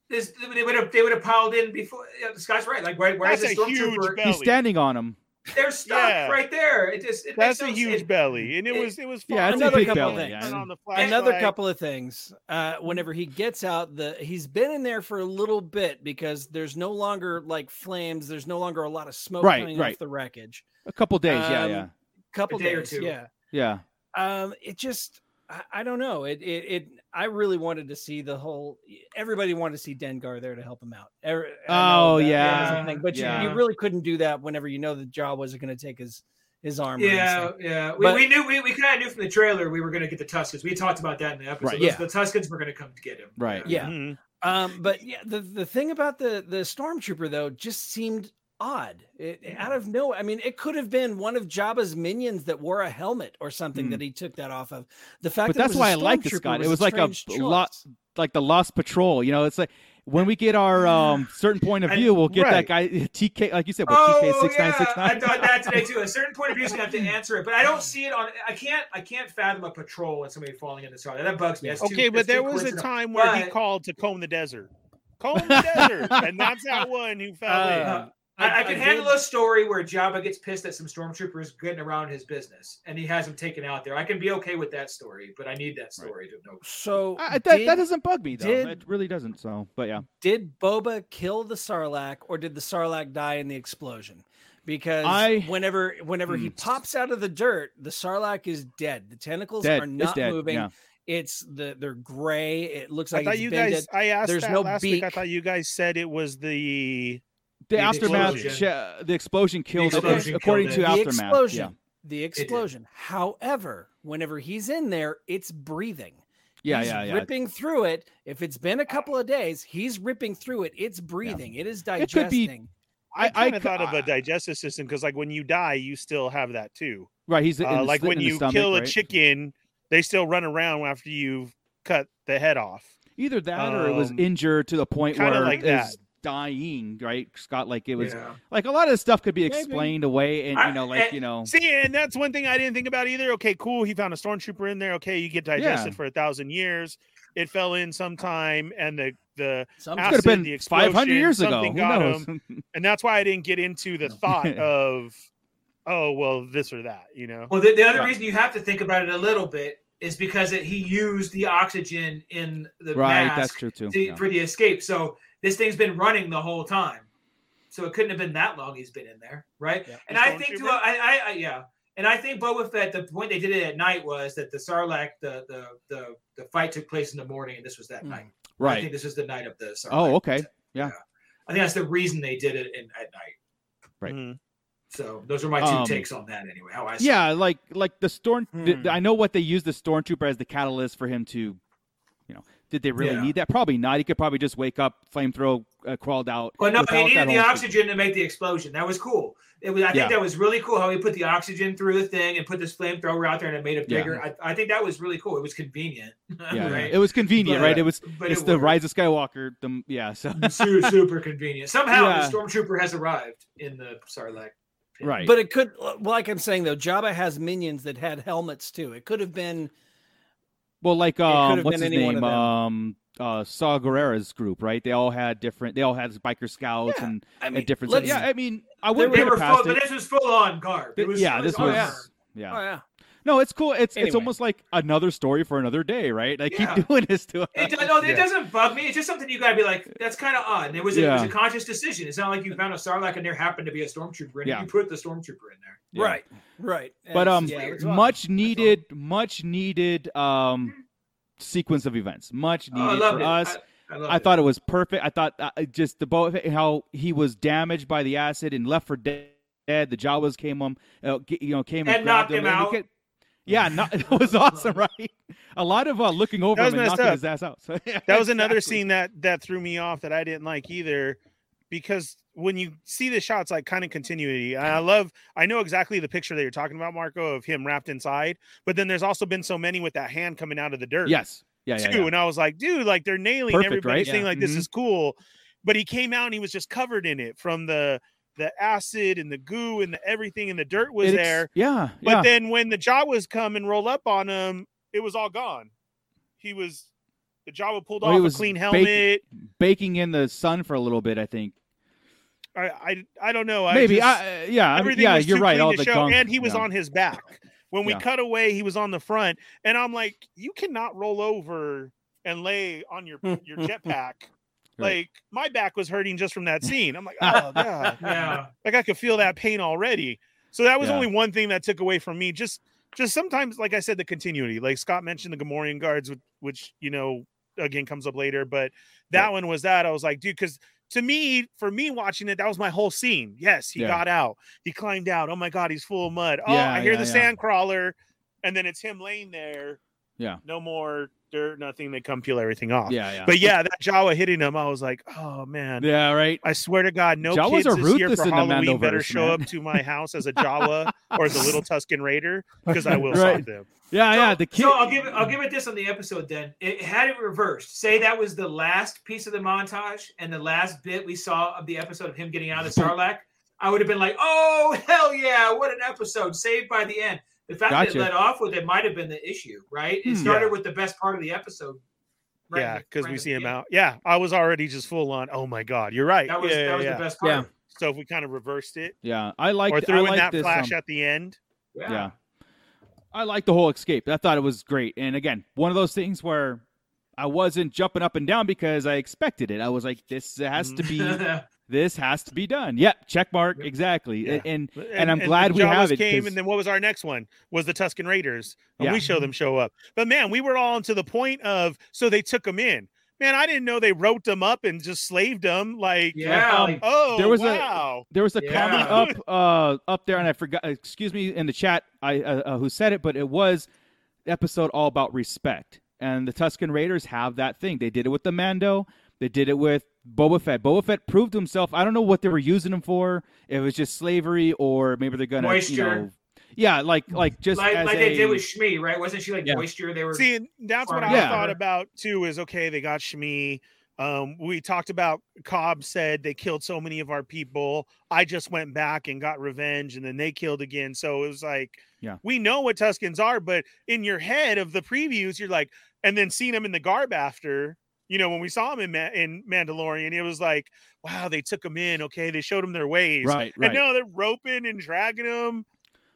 This, they would have they would have piled in before. Yeah, Scott's right. Like where, where is That's the a huge stormtrooper? belly. He's standing on him. They're stuck Yeah. right there. It just it That's a makes no huge sense. belly, and it It- was it was fun. Yeah, it's Another a big couple of belly. things. yeah. Turn on the Another flashlight. couple of things. Uh, whenever he gets out, the he's been in there for a little bit because there's no longer like flames. There's no longer a lot of smoke Right, coming right. off the wreckage. A couple days. yeah, Um, yeah, Couple day or days, two. yeah. yeah. um it just I, I don't know it, it it i really wanted to see the whole everybody wanted to see dengar there to help him out Every- I know that- that Oh, was the yeah, thing, but you- you, yeah. really couldn't do that whenever you know the jaw wasn't going to take his his armor and Yeah, stuff. yeah. We, But- we knew we, we kind of knew from the trailer we were going to get the Tuskens. We talked about that in the episode. Right. Those- Yeah. The Tuskens were going to come to get him. Right. yeah Mhm. um but yeah the the thing about the the stormtrooper though just seemed odd it, it- out of nowhere i mean it could have been one of jabba's minions that wore a helmet or something Mm. that he took that off of the fact But that it that's was a why I liked it, stormtrooper Scott. It a was like a strange lot- choice. like the Lost Patrol. You know, it's like when we get our um, certain point of I- view, we'll get that right. guy TK, like you said, with TK Oh six nine yeah, six I nine. thought that today too. A certain point of view is gonna have to answer it, but I don't see it on. I can't. I can't fathom a patrol and somebody falling in the car. That bugs me. That's too- Okay, that's but there too was a coincidental. time where he But- called to comb the desert. Comb the desert, and that's that one who fell in. Uh, I, I can handle did- a story where Jabba gets pissed at some stormtroopers getting around his business, and he has them taken out there. I can be okay with that story, but I need that story to know. So I- that, did, that doesn't bug me though. did- it really doesn't. So, but yeah, did Boba kill the Sarlacc, or did the Sarlacc die in the explosion? Because I- whenever whenever he Hmm. pops out of the dirt, the Sarlacc is dead. The tentacles dead. are it's not dead. moving. Yeah. It's the they're gray. It looks I like thought it's you been guys. dead. I asked There's that no last week. I beak. thought you guys said it was the The, The aftermath, explosion. cha- the explosion killed, it, explosion killed according it. to the aftermath. explosion. The did. explosion. However, whenever he's in there, it's breathing. Yeah, He's yeah, yeah, yeah. Ripping through it. If it's been a couple of days, he's ripping through it. It's breathing. It is It could be- digesting. I, kind c- of thought of I- a digestive system because, like, when you die, you still have that too. right. He's in Uh, the like slit when in the you stomach, kill a right? chicken, they still run around after you've cut the head off. Either that, or it was Um, injured to the point kinda where like it was that. dying. Right, Scott. Like it was Yeah. like a lot of this stuff could be Maybe. explained away, and I- you know, like eh, you know, See, and that's one thing I didn't think about either. Okay, cool. He found a stormtrooper in there. Okay, you get digested for a thousand years. It fell in sometime, and the the Something. Ow. it could have acid, been the five hundred explosion, years ago. something Who got knows? and that's why I didn't get into the thought of, oh well, this or that. You know, Well, the, the other Right. reason you have to think about it a little bit is because it, he used the oxygen in the right, mask that's true too. to- yeah. for the escape. So this thing's been running the whole time. So it couldn't have been that long he's been in there, right? Yeah. And The I think, too, stormtrooper? I, I, I, yeah. And I think Boba Fett, the point they did it at night was that the Sarlacc, the the the, the fight took place in the morning, and this was that Mm. night. I Right. think this is the night of the Sarlacc. Oh, okay. I think that's the reason they did it in, at night. Right. Mhm. So those are my two Um, takes on that, anyway. How I saw it. Yeah, like like the storm. th- Hmm. I know what they used the stormtrooper as the catalyst for him to, you know, did they really Yeah. need that? Probably not. He could probably just wake up, flamethrower uh, crawled out. Well, no, without he that needed the whole- oxygen to make the explosion. That was cool. It was, I think Yeah. that was really cool how he put the oxygen through the thing and put this flamethrower out there and it made it Yeah. bigger. I, I think that was really cool. It was convenient. Yeah, right? it was convenient, But- right? It was. but it's it the worked. Rise of Skywalker. The yeah, so Su- super convenient. Somehow Yeah. the stormtrooper has arrived in the Sarlacc. pit. right. But it could, like I'm saying though, Jabba has minions that had helmets too. It could have been Well, like um, have what's been his any one of name? them. Um, uh, Saw Guerrera's group, right? They all had different. They all had biker scouts Yeah, and, I and mean, different. let's- Yeah, I mean, I wouldn't They put were it full, past but it. this was full on garb. It was, yeah, it this oh, was. yeah. armor. Yeah. Oh yeah. No, it's cool. It's Anyway. it's almost like another story for another day, right? Like Yeah. keep doing this to us. It, do- no, it Yeah. doesn't bug me. It's just something you gotta be like, that's kind of odd. And it was, a, it was Yeah. a conscious decision. It's not like you found a Sarlacc and there happened to be a stormtrooper, and Yeah. you put the stormtrooper in there. Yeah. Right. Right. But It's- um, yeah, it's wild. much needed, much needed um, sequence of events. Much Oh, I needed loved for it. us. I, I, loved I thought it was perfect. I thought uh, it just the both how he was damaged by the acid and left for dead. The Jawas came um, uh, g- you know, came and, And knocked grabbed him him and he out. kept- yeah, no, it was awesome, right? A lot of uh, looking over That was him and messed knocking up. his ass out. So, yeah, that was another exactly. scene that that threw me off that I didn't like either because when you see the shots like kind of continuity and I love I know exactly the picture that you're talking about Marco of him wrapped inside but then there's also been so many with that hand coming out of the dirt Yes. Yeah. Yeah. too yeah. and I was like dude like they're nailing Perfect, everybody right? saying Yeah. like this Mhm. is cool but he came out and he was just covered in it from the the acid and the goo and the everything and the dirt was It ex- there Yeah. but yeah. then when the Jawas come and roll up on him, it was all gone. He was the Jawa pulled Well, he off was a clean baking- helmet. Baking in the sun for a little bit, I think. I, I I don't know. I Maybe. just- I, uh, yeah. I mean, everything yeah. was You're too right. clean All to the show, gunk. and he was yeah. on his back. When we Yeah. cut away, he was on the front, and I'm like, you cannot roll over and lay on your your jetpack. Right. Like my back was hurting just from that scene. I'm like, oh god. it. Yeah. like I could feel that pain already. So that was Yeah. only one thing that took away from me. Just just sometimes, like I said, the continuity. Like Scott mentioned the Gamorrean guards, which, which you know again comes up later, but that one was that I was like, dude, because to me, for me watching it, that was my whole scene. Yes, he Yeah. got out, he climbed out. Oh my god, he's full of mud. Oh, Yeah, I hear yeah, the yeah. sand crawler, and then it's him laying there. Yeah. No more dirt, nothing. They come peel everything off. Yeah. Yeah. But yeah, that Jawa hitting him, I was like, oh man. yeah. Right. I swear to God, no Jawas kids are this year ruthless for in the Halloween better Mandoverse, show man. up to my house as a Jawa or as a little Tuscan Raider because I will Right. stop them. Yeah. So- yeah. The kid. So I'll give it. I'll give it this on the episode. Then it had it reversed. Say that was the last piece of the montage and the last bit we saw of the episode of him getting out of the Sarlacc. I would have been like, "Oh hell yeah! What an episode! Saved by the end." The fact that Gotcha. it let off with it might have been the issue, right? It Hmm. started with the best part of the episode. right yeah, in the- because right in we the see him beginning. out. Yeah, I was already just full on. Oh my God, you're right. That was yeah, that was yeah, the yeah. best part. Yeah. So if we kind of reversed it yeah. I like. or threw I in like that this, flash um, at the end, Yeah. yeah. I like the whole escape. I thought it was great. And again, one of those things where I wasn't jumping up and down because I expected it. I was like, this has to be, this has to be done. Yep, check mark. Mm. Yep. Exactly. Yeah. And, and and, I'm glad the we have Jawas it, Came 'cause- and then what was our next one? Was the Tuscan Raiders, and Yeah. we show them show up. But man, we were all to the point of so they took them in. Man, I didn't know they wrote them up and just slaved them. Like, Yeah, Um, like- oh, There was a- wow. there was a Yeah. comment up, uh, up there, and I forgot. Excuse me in the chat, I uh, uh, who said it, but it was episode all about respect. And the Tuscan Raiders have that thing. They did it with the Mando. They did it with Boba Fett. Boba Fett proved himself. I don't know what they were using him for. If it was just slavery, or maybe they're gonna, you Moisture. know, yeah, like like just like, as like they did a- with Shmi, right? Wasn't she like Yeah. moisture? They were See, and that's what I Yeah. thought about too. Is okay, they got Shmi. Um, we talked about Cobb said they killed so many of our people. I just went back and got revenge, and then they killed again. So it was like, Yeah. we know what Tuscans are, but in your head of the previews, you're like, and then seeing him in the garb after. You know, when we saw him in Ma- in Mandalorian, it was like, wow, they took him in. Okay, they showed him their ways. right, right. And now they're roping and dragging him.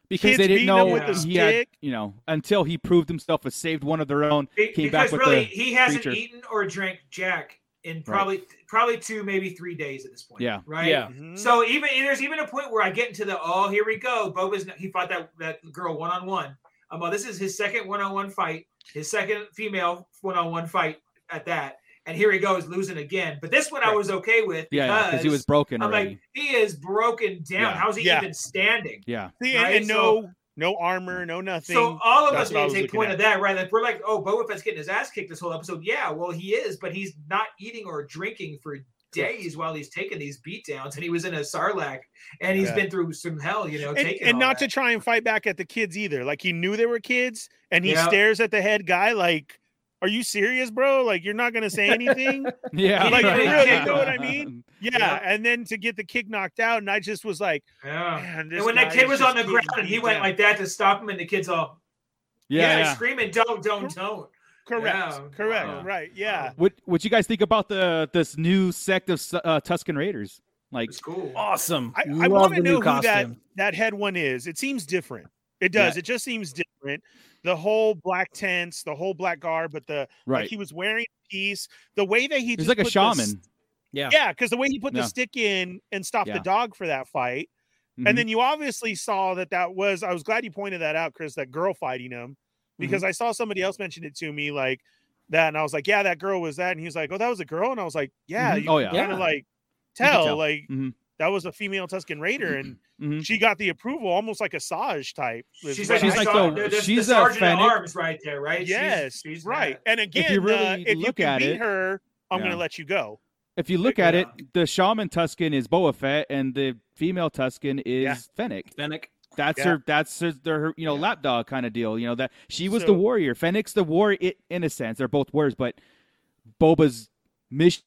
because kids they didn't beating know him with the he had, stick. you know, until he proved himself as saved one of their own. Be- came back because with really the he hasn't creature. eaten or drank jack in probably probably two maybe three days at this point Yeah. right Yeah. Mhm. so even and there's even a point where i get into the oh here we go boba's he fought that that girl one-on-one um well, this is his second one-on-one fight his second female one-on-one fight at that and here he goes losing again but this one i was okay with Yeah, yeah, because because he was broken i'm already. like he is broken down Yeah. how's he Yeah. even standing yeah, See, and- right? and So- no no armor, no nothing. So all of That's us what I made a was take looking point at. of that, right? Like we're like, oh, Boba Fett's getting his ass kicked this whole episode. Yeah, well, he is, but he's not eating or drinking for days while he's taking these beatdowns, and he was in a sarlacc, and he's Yeah. been through some hell, you know. and, taking and all not to that. try and fight back at the kids either. Like he knew they were kids, and he Yeah. stares at the head guy like, "Are you serious, bro? Like you're not gonna say anything." yeah, Like, right. for real, you know what I mean? yeah. and then to get the kid knocked out, and I just was like, Yeah. "Man, this And when that guy kid is was just on the getting ground and he beat went down." like that to stop him, and the kid's all Yeah, screaming, don't, don't, don't. Correct. Yeah. Correct. Wow. Right. Yeah. What What you guys think about the this new sect of uh, Tuscan Raiders? Like, It's cool. Awesome. I, I Love want the to new know who that, costume. that head one is. It seems different. It does. It just seems different. The whole black tents, the whole black garb, but the right? like he was wearing a piece. The way that he He's just like a put the shaman. s- Yeah. yeah, because the way he put Yeah. the stick in and stopped Yeah. the dog for that fight. Mhm. And then you obviously saw that that was, I was glad you pointed that out, Chris, that girl fighting him, Mm-hmm. because I saw somebody else mention it to me like that. And I was like, yeah, that girl was that. And he was like, oh, that was a girl. And I was like, yeah, Mhm. you Oh, can yeah. kind of like You could tell, tell. like Mhm. that was a female Tuscan Raider. And Mhm. she got the approval almost like a Saj type. is She's what like, She's I like the, saw. the- ser- the, the, she's a the sergeant at fennec. arms right there, right? She's- Yes, she's right. that. And again, uh, really if you look can at beat it- her, I'm Yeah. going to let you go. If you look Figure at it it, the shaman Tuscan is Boa Fett, and the female Tuscan is Yeah. Fennec. Fennec. That's Yeah. her. That's her. Their her, you know lapdog kind of deal. You know that she was the So- warrior. Fennec's the warrior i- in a sense. They're both warriors, but Boba's mission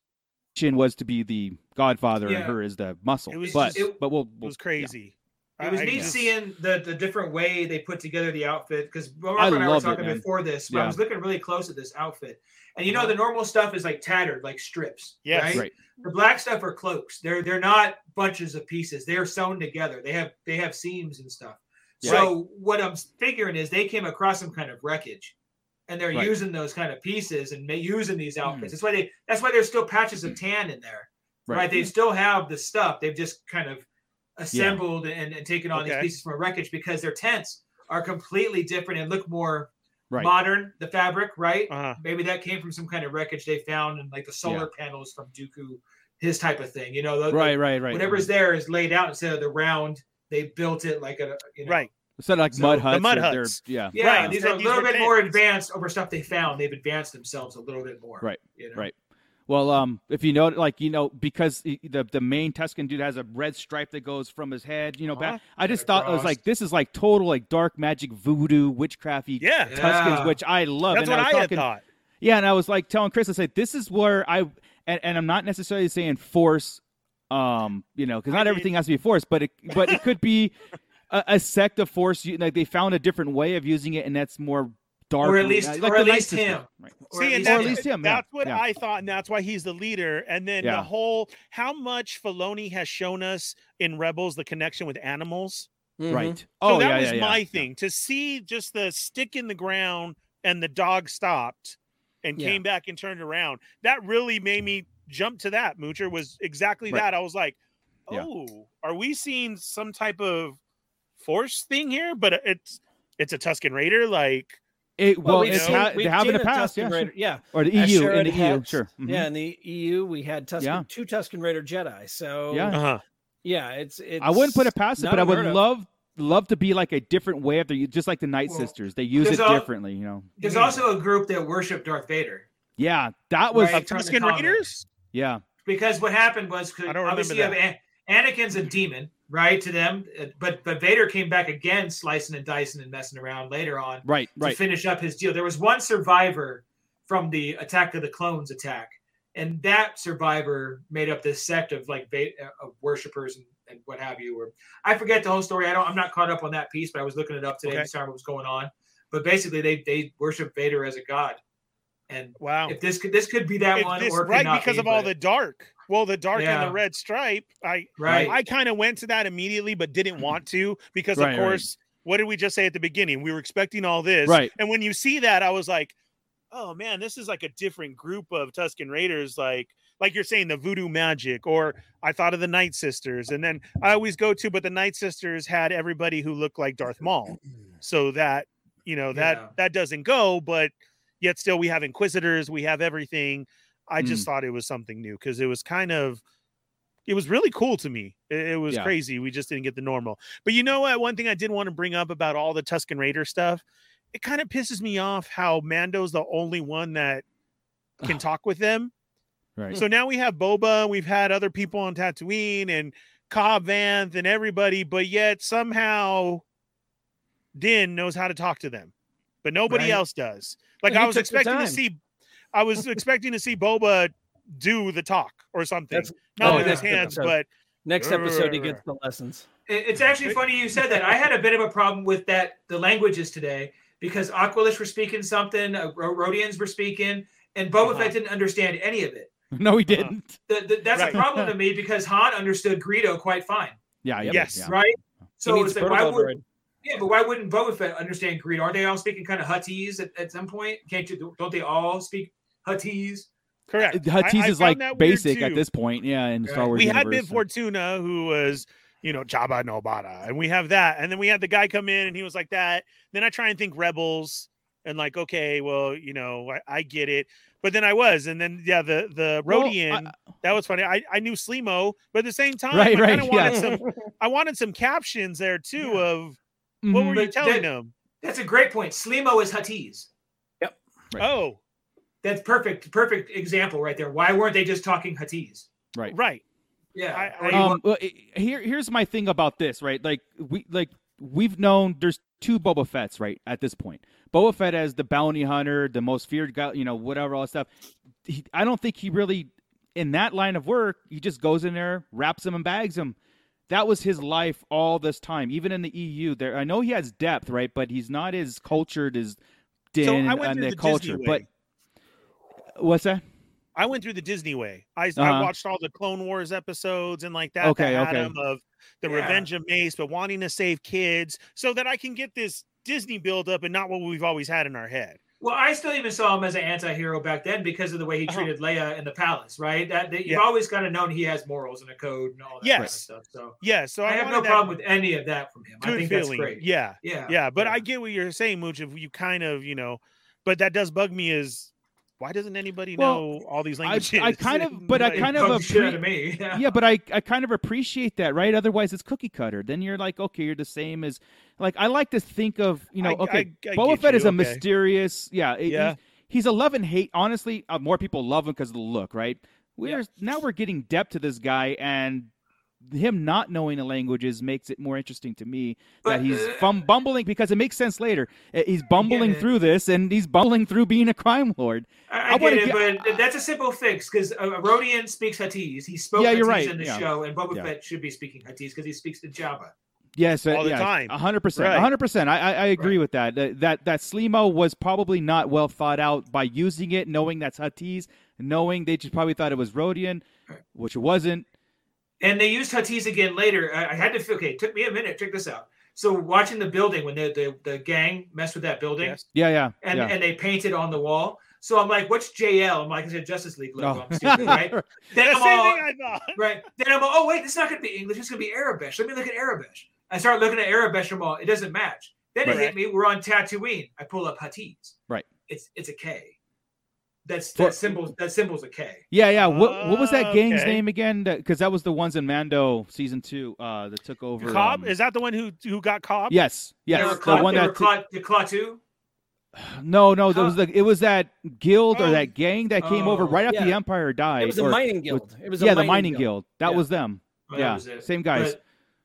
was to be the godfather, Yeah. and her is the muscle. It was but just- it- but we'll, It we'll was crazy. I- It was I neat just- seeing the the different way they put together the outfit because Robert I and I were loved it, talking man. before this, but Yeah. I was looking really close at this outfit. And you know the normal stuff is like tattered, like strips. Yes. right? Right. The black stuff are cloaks. They're they're not bunches of pieces. They're sewn together. They have they have seams and stuff. Yeah. So what I'm figuring is they came across some kind of wreckage, and they're Right. Hmm. using those kind of pieces and ma- using these outfits. That's why they that's why there's still patches of tan in there right? They still have the stuff. They've just kind of assembled and, and taken on Okay. these pieces from wreckage because their tents are completely different and look more Right. modern. The fabric, right? Uh-huh. Maybe that came from some kind of wreckage they found and like the solar panels from Dooku, his type of thing. You know, the, the- right, right, right. whatever's there is laid out instead of the round. They built it like a you know. Right. instead of like So, mud the huts. mud or they're- huts. Yeah, Yeah, Right, these instead are a these little were bit more tents. advanced over stuff they found. They've advanced themselves a little bit more. Right, you know? right. Well, um, if you know, like you know, because the the, the main Tuscan dude has a red stripe that goes from his head, you know, back. I just thought I was Across. like, this is like total like dark magic voodoo witchcrafty Yeah. Yeah. Tuscans, which I love. That's what and Oh, I, I was had talking- thought. Yeah, and I was like telling Chris, I said, this is where I and, and I'm not necessarily saying force, um, you know, because not mean- everything has to be force, but it but it could be a, a sect of force. You, like they found a different way of using it, and that's more dark, uh, at least- like or the at Night least Sister, him. Right. Or See, and at least or that's, at least him, yeah, that's what yeah. I thought, and that's why he's the leader. And then Yeah. the whole how much Filoni has shown us in Rebels the connection with animals. Mm-hmm. Right. So oh, that yeah, was yeah, yeah. my thing to see just the stick in the ground and the dog stopped and Yeah. came back and turned around. That really made me jump to that. Moocher was exactly Right. that. I was like, Yeah. oh, are we seeing some type of force thing here? But it's it's a Tuscan Raider, like It well, we've it's seen- ha- we've they have in seen the a Tusken past, yeah, Raider- sure. yeah. or the EU Asher in the and EU, Hex. sure. Mhm. Yeah, in the EU we had Tuscan Yeah. two Tuscan Raider Jedi. So Yeah. uh-huh. yeah, it's it's I wouldn't put it past it, not but I would unheard of. love love to be like a different way of the just like the Night Well, Sisters. They use it there's a- differently, you know. There's also a group that worship Darth Vader. Yeah, that was right, from the Tusken comics. Raiders? yeah, because what happened was 'cause I don't remember obviously you have An- Anakin's a demon, right? To them, uh, but but Vader came back again, slicing and dicing and messing around later on right, to right. finish up his deal. There was one survivor from the Attack of the Clones attack, and that survivor made up this sect of like va- uh, of worshippers and, and what have you. Or I forget the whole story. I don't. I'm not caught up on that piece, but I was looking it up today Okay. to see what was going on. But basically, they they worship Vader as a god, and Wow. if this could this could be that If one, this- or it could right not because be, of all but- the dark. Well, the dark and Yeah. the red stripe. I right. I kind of went to that immediately, but didn't want to because Right, right. of course, what did we just say at the beginning? We were expecting all this, Right. And when you see that, I was like, oh man, this is like a different group of Tuscan Raiders, like like you're saying the voodoo magic or i thought of the night sisters and then i always go to but the night sisters had everybody who looked like darth maul so that you know that Yeah. that doesn't go but yet still we have inquisitors we have everything i just thought it was something new because it was kind of it was really cool to me it, it was Yeah. crazy we just didn't get the normal but you know what one thing i did want to bring up about all the tuscan raider stuff it kind of pisses me off how mando's the only one that can talk with them Right. Mm. so now we have Boba, we've had other people on Tatooine and Cobb Vanth and everybody, but yet somehow Din knows how to talk to them, but nobody Right. else does. Like Well, he I was took the expecting to time. see, I was expecting to see Boba do the talk or something, That's- not oh, with his yeah. hands, Episode. but next episode he gets the lessons. It- It's actually funny you said that. I had a bit of a problem with that. The languages today because Aquilish were speaking something, uh, Ro- Rhodians were speaking, and Boba Uh-huh. Fett didn't understand any of it. No, uh, he didn't. The, the, that's Right. a problem to me because Han understood Greedo quite fine, Yeah. yeah Yes. yeah. right? he So needs it's to like, why fertilizer would it. yeah, but why wouldn't Boba Fett understand Greedo? Aren't they all speaking kind of Huttese at, at some point? Can't you? Don't they all speak Huttese? Correct. I- I Huttese Uh, found is like that weird, basic too. at this point. Yeah, in Star Right. Wars. we had universe. Bib Fortuna, who was, you know, Jabba Nobara, and we have that. And then we had the guy come in and he was like that. Then I try and think Rebels and like, okay, well, you know, I, I get it. But then I was, and then yeah, the the Well, Rodian, I- that was funny. I, I knew Slimo, but at the same time, Right, I right, kinda yeah. wanted some I wanted some captions there too Yeah. of what Mhm. were you But telling that- them? That's a great point. Slimo is Huttese. Right. Oh, That's perfect, perfect example right there. Why weren't they just talking Huttese? Right. right. Yeah. I- or I- you um, well, i- here, here's my thing about this, right? Like we, like we've known there's two Boba Fett's, right? At this point, Boba Fett as the bounty hunter, the most feared guy, you know, whatever, all that stuff. He, I don't think he really, in that line of work, he just goes in there, wraps him and bags him. That was his life all this time, even in the EU. There, I know he has depth, right? But he's not as cultured as Din So I and, went and through the the Disney culture. way. But what's that? I went through the Disney way. I, I Uh-huh. watched all the Clone Wars episodes and like that. Okay, that okay. Adam of the Yeah. Revenge of Mace, but wanting to save kids so that I can get this Disney buildup and not what we've always had in our head. Well, I still even saw him as an anti-hero back then because of the way he Uh-huh. treated Leia in the palace, right? That, that you've Yeah. always kind of known he has morals and a code and all that Yes. kind of stuff. So Yeah, so I, I have wanted no that problem with any of that from him. I Good think feeling. that's great. Yeah, Yeah. yeah, but yeah. I get what you're saying, Mooch. If you kind of, you know, but that does bug me is why doesn't anybody Well, know all these I- I languages? kind of- but I Like, kind It of bugs a the shit out pre- of me. Yeah. yeah, but I, I kind of appreciate that, right? Otherwise, it's cookie cutter. Then you're like, okay, you're the same as, like, I like to think of, you know, I- okay, I- I Boba get Fett you, is a okay. mysterious, yeah, it- Yeah. He's, he's a love and hate. Honestly, uh, more people love him because of the look, right? We're now we're getting depth to this guy, and him not knowing the languages makes it more interesting to me that But, he's uh, bum- bumbling because it makes sense later. Uh, He's bumbling it. through this, and he's bumbling through being a crime lord. I, I I wanna get it, get- but that's a simple fix because uh, Rodian speaks Huttese. He spoke Yeah, you're Huttese right, in the yeah. show, and Boba Yeah. Fett should be speaking Huttese because he speaks the Java. Yes, uh, all the yes, time. A hundred percent, Right. a hundred percent. I I, I agree with that. That that, that Slimo was probably not well thought out by using it, knowing that's Huttese, knowing they just probably thought it was Rodian, which it wasn't. And they used Huttese again later. I, I had to feel okay. It took me a minute. Check this out. So watching the building when the the, the gang messed with that building, Yes. Yeah, yeah, and yeah. and they painted on the wall. So I'm like, what's JL? I'm like, it's a Justice League logo. No. I'm stupid, right? Then the I'm same all thing I thought. right. Then I'm all, oh wait, it's not gonna be English. It's gonna be Arabish. Let me look at Arabish. I start looking at Arabish. I'm all, it doesn't match. Then it Right. hit me. We're on Tatooine. I pull up Hatties. Right. It's it's a K. That's For- that symbol. That symbol's a K. yeah, yeah. What what was that gang's Oh, Okay. name again? Because that was the ones in Mando season two uh, that took over. Cobb um, is that the one who who got Cobb? yes, They were yes, the Cla- one they were that. Cla- the Klaatu. no, no, that was the, it was that guild or Oh. that gang that came over Oh. right after Yeah. the Empire died. It was a or- mining guild. It was a yeah, the mining guild. That Yeah. was them. Oh, that yeah, was it. same guys.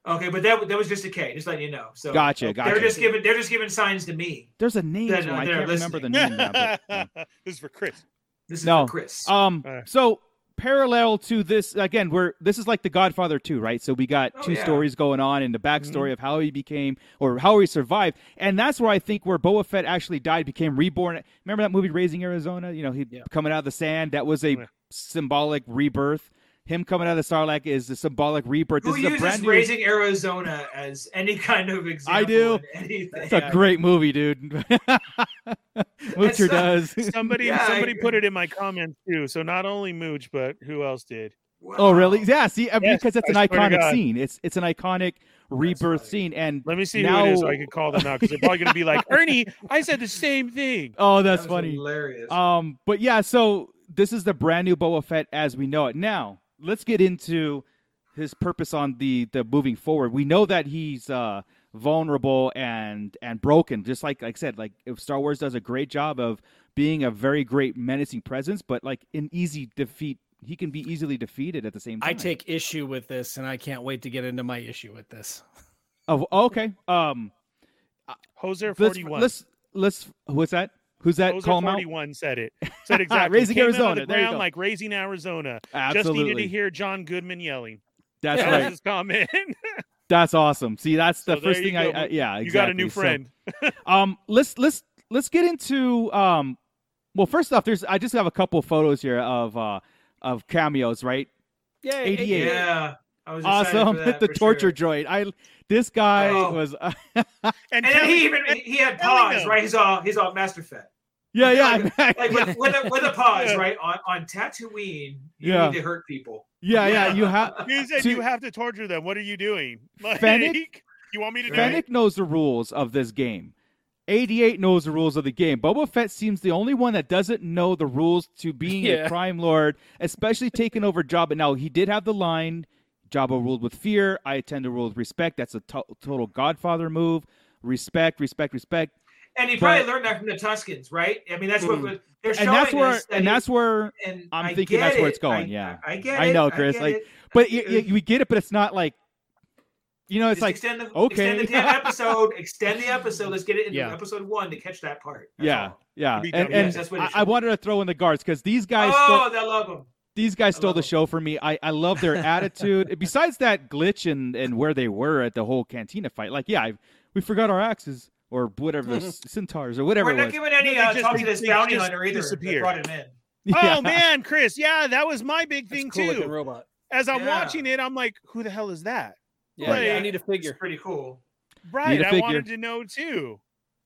But- okay, but that that was just a K. Just letting you know. So Gotcha, They're gotcha. just giving they're just giving signs to me. There's a name. That- to 'em. I they're can't remember the listening. name. now, but, yeah. this is for Chris. This is No. for Chris. Um, All right. so parallel to this again, we're this is like The Godfather 2, right? So we got Oh, two yeah. Mm-hmm. stories going on and the backstory of how he became or how he survived, and that's where I think where Boa Fett actually died became reborn. Remember that movie Raising Arizona? You know, he Yeah. coming out of the sand. That was a Yeah. symbolic rebirth. Him coming out of the Sarlacc is the symbolic rebirth. Who this is a uses brand new. raising Arizona as any kind of example? do. in anything? It's a great movie, dude. Witcher not- does. Somebody Yeah, I- somebody put it in my comments too. So not only Mooch, but who else did? Oh, really? Wow. Yeah. See, I mean, Yes, because it's an I swear to iconic God. scene. It's it's an iconic rebirth funny. scene, and Let me see who it is so I Now- can call them out because they're probably gonna be like, Ernie, I said the same thing. oh, That that's was funny. Hilarious. Um, but yeah, so this is the brand new Boba Fett as we know it. Now, let's get into his purpose on the the moving forward. We know that he's uh vulnerable and and broken, just like like I said, like if Star Wars does a great job of being a very great menacing presence, but like an easy defeat, he can be easily defeated at the same time. I take issue with this, and I can't wait to get into my issue with this. oh, okay. Um, Hoser let's forty one. let's let's what's that? Who's that? Hoser Call him out. 41 said it. Said exactly. Raising Came out of the Arizona, there you ground go. Like raising Arizona. Absolutely. Just needed to hear John Goodman yelling. That's that was right. his comment. That's awesome. See, that's the So there first you thing I, go. I yeah. you got a new exactly. So, friend. um, let's let's let's get into um well first off there's I just have a couple photos here of uh of cameos, right? Yay, 88. Yeah. I was excited for Awesome. that, the for torture sure. joint. I this guy Oh. was And, And then Kelly- he even he had Telling paws, him. right? He's all he's all Master Fett. Yeah, yeah. Like with with a, with a paws, Yeah. right? On on Tatooine, you Yeah. need to hurt people. yeah, yeah, you have You said To- you have to torture them. What are you doing? Like, Fennec? you want me to do it? Fennec knows the rules of this game. 88 knows the rules of the game. Boba Fett seems the only one that doesn't know the rules to being a Yeah. crime lord, especially taking over Jabba. Now, he did have the line Jabba ruled with fear. I tend to rule with respect. That's a to- total Godfather move. Respect, respect, respect. And he But- probably learned that from the Tuscans, right? I mean, that's what what they're Mm. showing And that's where us. that and he- that's where and I'm I thinking that's get where it's it. going, I- yeah. I get I it, know, Chris, get like- it. but y- Uh, y- we get it, but it's not like you know, it's Just like extend the, okay. extend the damn episode, extend the episode. Let's get it into Yeah. episode one to catch that part. That's yeah, all. yeah. Be And, done. Yes, and that's what it I, should I be. wanted to throw in the guards because these guys still- oh, they love him. these guys I stole love the them. show for me. I, I love their attitude. Besides that glitch and, and where they were at the whole cantina fight, like yeah, I, we forgot our axes or whatever the s- centaurs or whatever We're it not was. giving any They uh, just- talk to this they bounty just hunter either. That disappear. brought him in. Yeah. Oh man, Chris, yeah, that was my big That's thing cool looking too. robot. As I'm Yeah. watching it, I'm like, who the hell is that? Yeah, Right. I need a It's figure. pretty cool. Right, a I figure. wanted to know too.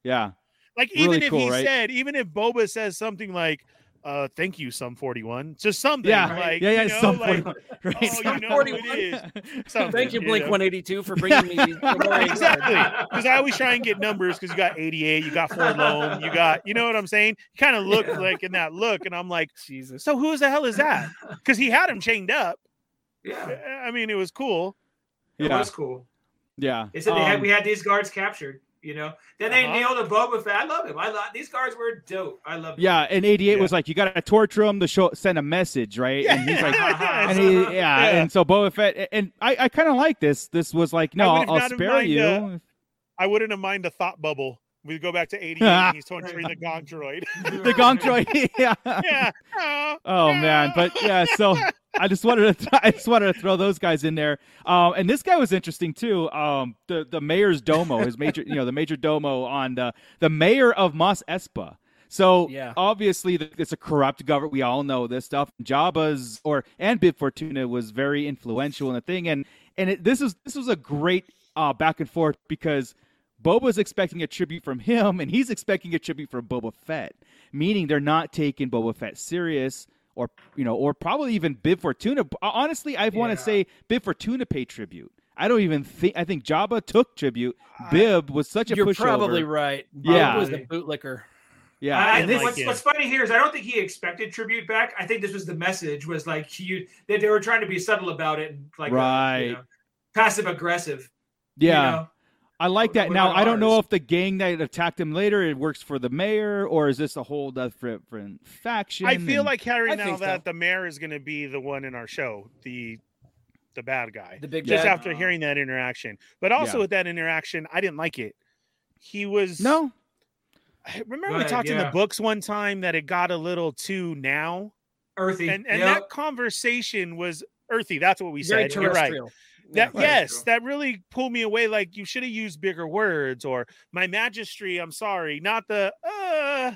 yeah, Like Really even if cool, he right? said, even if Boba says something like, uh, thank you, some 41, just something. Yeah. like, yeah, yeah. you know, some like, 41, right? oh, you some know who 41. it is. Something, Thank you, you Blink know. 182, for bringing me these. Right, exactly. Because I always try and get numbers because you got 88, you got Ford Loan, you got, you know what I'm saying? You kind of look Yeah. like in that look, and I'm like, Jesus. so who the hell is that? Because he had him chained up. Uh, Yeah, I mean, it was cool. it Yeah, was cool. yeah. They said they had Um, we had these guards captured. You know, then they Uh-huh. nailed a Boba Fett. I love him. I love these guards were dope. I Um, love. yeah, and 88 Yeah. was like, you got to torture him to show, send a message, right? And he's like, and he, yeah, Yeah. and so Boba Fett, and I, I kind of like this. This was like, no, I would I'll, not I'll have spare mind, you. uh, I wouldn't have mind a thought bubble. We go back to 88 and he's torturing the gong droid. the gong droid, yeah. yeah. Oh, Oh man, but yeah, so I just wanted to I just wanted to throw those guys in there. Um, and this guy was interesting too. Um, the the mayor's domo, his major, you know, the major domo on the the mayor of Mos Espa. So Yeah. obviously th- it's a corrupt government. We all know this stuff. Jabba's or and Bib Fortuna was very influential in the thing, and and it, this is this was a great uh, back and forth because Boba's expecting a tribute from him, and he's expecting a tribute from Boba Fett, meaning they're not taking Boba Fett serious, or you know, or probably even Bib Fortuna. uh, Honestly, I want Yeah. to say Bib Fortuna paid tribute. I don't even think I think Jabba took tribute. Bib was such a You're pushover. probably right. Yeah. Bob was a bootlicker. yeah. I, and think this- like what's, it. what's funny here is I don't think he expected tribute back. I think this was the message was like you that they were trying to be subtle about it and like uh, you Right. know, passive aggressive. you yeah. know? I like that. What Now about I don't know ours? if the gang that attacked him later it works for the mayor or is this a whole different different faction? I feel and- like Harry I now think so. that the mayor is going to be the one in our show, the the bad guy. The big Just bad- after hearing that interaction, but also Yeah. with that interaction, I didn't like it. He was no. I Remember we Right, talked in yeah. the books one time that it got a little too now, Earthy. and and Yep. that conversation was earthy. That's what we Very said. You're right. terrestrial. That Right. yes, that really pulled me away. Like you should have used bigger words or my magistry. I'm sorry, not the. uh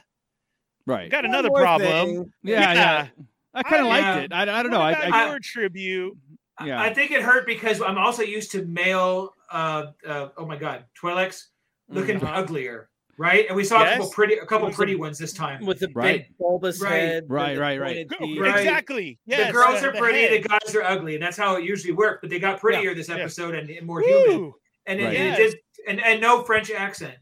Right. Got One another more problem. thing. Yeah, yeah. Yeah. I kind of I- liked Yeah. it. I, I don't What know. I, about I- your tribute. I- Yeah. I think it hurt because I'm also used to male. Uh, uh, oh my God, Twi'leks looking Mhm. uglier, right? And we saw a couple Mm-hmm. Yes. pretty, a couple was a- pretty ones this time. With the Right. big bulbous Right. head. with Right, the right, right. pointed Go- teeth. Right. Exactly. Yes. the girls uh, are pretty, the, head. guys are ugly, and that's how it usually worked. But they got prettier this yeah. episode and, and more human, Woo! and it, Right. and it Yes. just and and no French accent,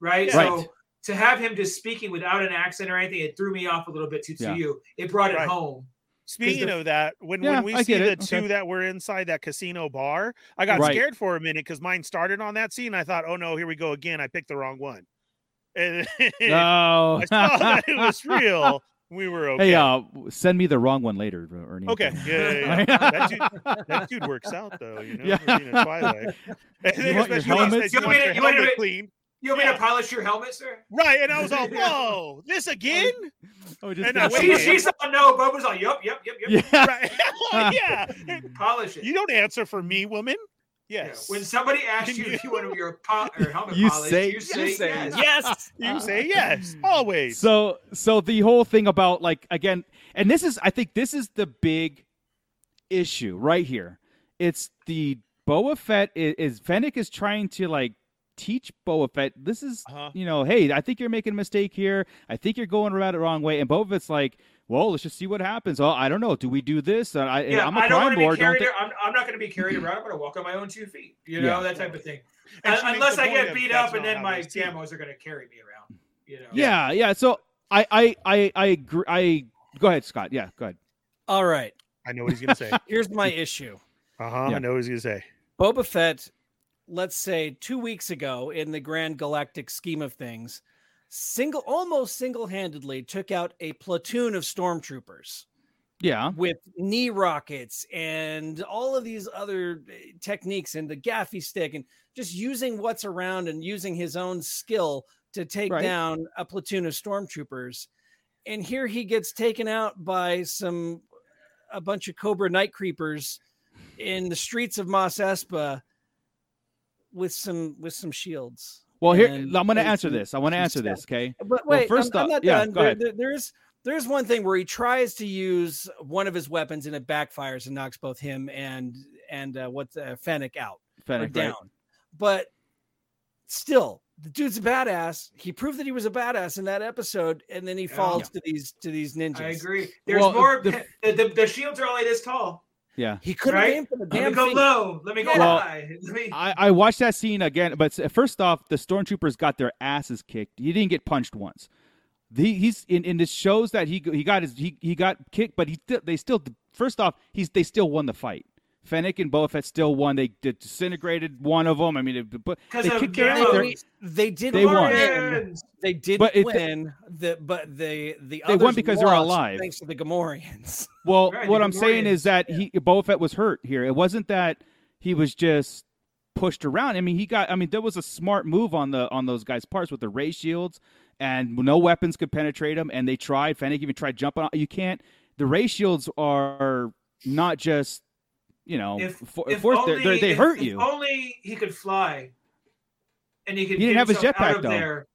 right? Yeah. Right. So to have him just speaking without an accent or anything, it threw me off a little bit. To, to Yeah. you, it brought it Right. home. Speaking the- of that, when, Yeah, when we I see get the it. Okay. two that were inside that casino bar, I got Right. scared for a minute because mine started on that scene. I thought, oh no, here we go again. I picked the wrong one. And no. I saw that it was real. We were okay. Hey, uh, send me the wrong one later, Ernie. okay. Yeah, yeah, yeah. that, dude, that dude works out though, you know, Yeah. for being in Twilight. And You then want especially your when he said, helmets? You want You want your it- you want helmet it- clean. You want me Yeah. to polish your helmet, sir? Right. And I was all, Yeah. whoa, this again? Oh, just And I got waited. She, some- wait. she saw no. Boba's all, yep, yep, yep, yep. yeah. Right. yeah. Polish it. You don't answer for me, woman. Yes. When somebody asks you if you want to wear a po- or helmet You polish, say- you you say, say yes. Yes. you say yes, always. So so the whole thing about like again, and this is I think this is the big issue right here. It's the Boa Fett is, is Fennec is trying to like teach Boa Fett. This is Uh-huh. you know, hey, I think you're making a mistake here. I think you're going around it wrong way. And Boba Fett's like, well, let's just see what happens. Oh, I don't know. Do we do this? Uh, I, Yeah, I'm I'm a I do not want crime to be lord. carried. don't I'm, I'm not going to be carried around. I'm going to walk on my own two feet. You know Yeah. that type of thing. And Un- she makes unless the I point get of beat that's up and not then how my it is, too. camos are going to carry me around. You know. yeah, yeah. So I I I I agree. I go ahead, Scott. Yeah, go ahead. All right. I know what he's gonna say. Here's my issue. Uh huh. Yeah. I know what he's gonna say. Boba Fett, let's say two weeks ago, in the grand galactic scheme of things, single almost single-handedly took out a platoon of stormtroopers Yeah. with knee rockets and all of these other uh, techniques and the gaffy stick and just using what's around and using his own skill to take Right. down a platoon of stormtroopers. And here he gets taken out by some a bunch of Cobra night creepers in the streets of Mos Espa with some with some shields. Well, here I'm And going to it's- answer this. I want to it's answer that. this. Okay. But Well, wait, first I'm, I'm off- not yeah, done. go There- ahead. there- there is there is one thing where he tries to use one of his weapons and it backfires and knocks both him and and uh, what's uh, Fennec out or Fennec, down. right? But still, the dude's a badass. He proved that he was a badass in that episode, and then he Yeah. falls to these to these ninjas. I agree. There's Well, more. the- The, the, the shields are only this tall. Yeah. He couldn't Right? aim for the Let me damn go thing. low. Let me go Well, high. Let me. I, I watched that scene again, but s- first off, the stormtroopers got their asses kicked. He didn't get punched once. The, he's in, in this shows that he he got his he, he got kicked, but he still they still first off he's they still won the fight. Fennec and Boba Fett still won. They did- disintegrated one of them. I mean, it, but 'Cause they of kicked their their ass. They're- own- They did They won. win. They did But it- win. The but the the They won others because they were lost alive. thanks to the Gamorreans. Well, Right, what the I'm saying is Gamorreans, that he Boba Fett was hurt here. It wasn't that he was just pushed around. I mean, he got. I mean, there was a smart move on the on those guys' parts with the ray shields, and no weapons could penetrate them. And they tried. Fennec even tried jumping. on You can't. The ray shields are not just you know If- for, If force- they're- only- they're- they if- hurt if you. Only he could fly, and he could. He didn't get have his himself out jetpack, of though. There.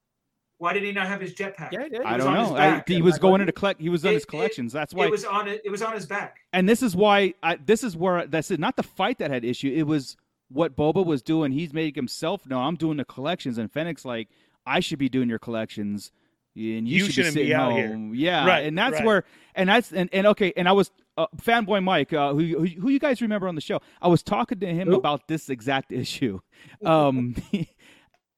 Why did he not have his jetpack? Yeah, I was don't on his know. I, back. he was Like, going into collect. He was on It- his it- collections. That's why It was on. It was on his back. and this is why I, this is where that's it, not the fight that had issue. It was what Boba was doing. He's making himself. No, I'm doing the collections, and Fennec's like, I should be doing your collections, and you, You should shouldn't be sitting out here." home. Yeah, Right, and that's right. where, and that's and, and okay, and I was uh, fanboy Mike, uh, who, who who you guys remember on the show. I was talking to him Who? about this exact issue. Um,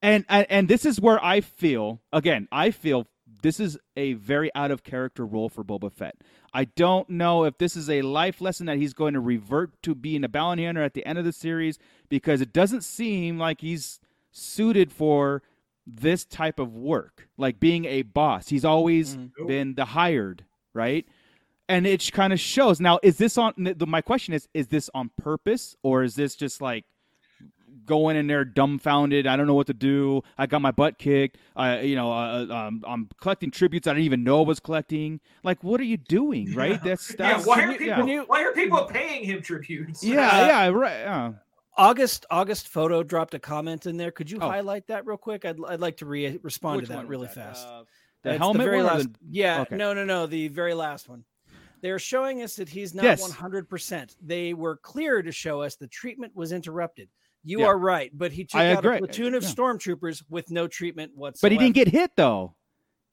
and, and and this is where I feel again. I feel this is a very out of character role for Boba Fett. I don't know if this is a life lesson that he's going to revert to being a bounty hunter at the end of the series because it doesn't seem like he's suited for this type of work, like being a boss. He's always Mm-hmm. been the hired, right? And it kind of shows. Now, is this on? The, my question is: Is this on purpose, or is this just like going in there dumbfounded? I don't know what to do. I got my butt kicked. I, you know, uh, um, I'm collecting tributes I didn't even know I was collecting. Like, what are you doing? Right? That's Yeah. that's Why are yeah. people? Why are people paying him tributes? Yeah, yeah, right. Yeah. August August photo dropped a comment in there. Could you Oh. highlight that real quick? I'd, I'd like to re- respond to that really fast. Uh, the It's helmet very one or last. the- Yeah, okay. no, no, no. The very last one. They're showing us that he's not Yes. one hundred percent. They were clear to show us the treatment was interrupted. You Yeah. are right, but he took I out agree. a platoon of Yeah. stormtroopers with no treatment But whatsoever. he didn't get hit though.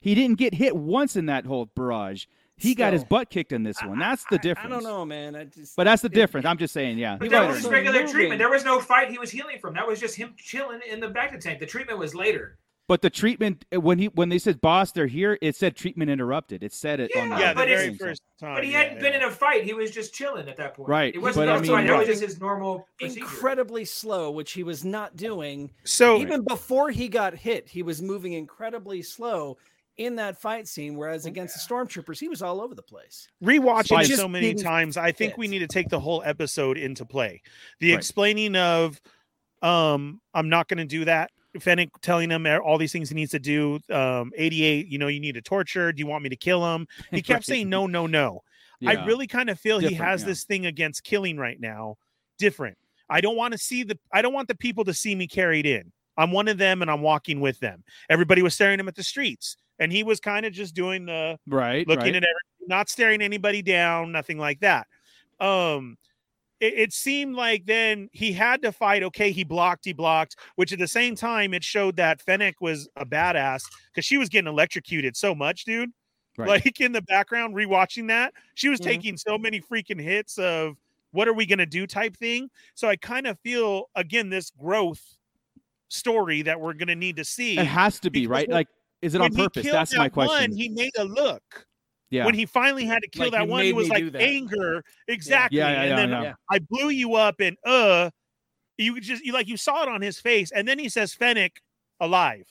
He didn't get hit once in that whole barrage. He got his Still. butt kicked in this one. That's the difference. I don't know, man. I just But that's the it- difference. I'm just saying, yeah. But You're that right, was just Ernie. regular Moving. treatment. There was no fight he was healing from. That was just him chilling in the back of the tank. The treatment was later. But the treatment when he when they said boss, they're here. It said treatment interrupted. It said it on Yeah, the yeah, the but it's- very first time. But he Oh, yeah, hadn't been yeah. in a fight. He was just chilling at that point. Right, It wasn't but I that's mean- why that was just his normal procedure. incredibly slow, which he was Oh. not doing. So Even before he got hit, he was moving incredibly slow in that fight scene. Whereas against the stormtroopers, he was all over the place. rewatching It it just so many didn't times, I think we fit. need to take the whole episode into play. The Right. explaining of, um, I'm not going to do that. Fennec telling him all these things he needs to do. Um, 88, you know, you need to torture. Do you want me to kill him? He kept Right. saying no, no, no. I Yeah. really kind of feel he Different, has yeah. this thing against killing right now, different. I don't want to see the I don't want the people to see me carried in. I'm one of them and I'm walking with them. Everybody was staring him at the streets. And he was kind of just doing the Right. looking right. at everything, not staring anybody down, nothing like that. Um, it, it seemed like then he had to fight. Okay, he blocked, he blocked, which at the same time it showed that Fennec was a badass because she was getting electrocuted so much, dude. Right. Like in the background, rewatching that, she was Mhm. taking so many freaking hits of what are we gonna do type thing. So I kind of feel again this growth story that we're gonna need to see. It has to be because right. when- Like, is it When on he purpose? killed That's my that one, question. he made a look yeah. when he finally had to kill Like, that you one, he made was me do like that. anger, exactly. yeah, yeah, and then yeah. yeah. I blew you up, and uh, you could just you like you saw it on his face, and then he says Fennec alive.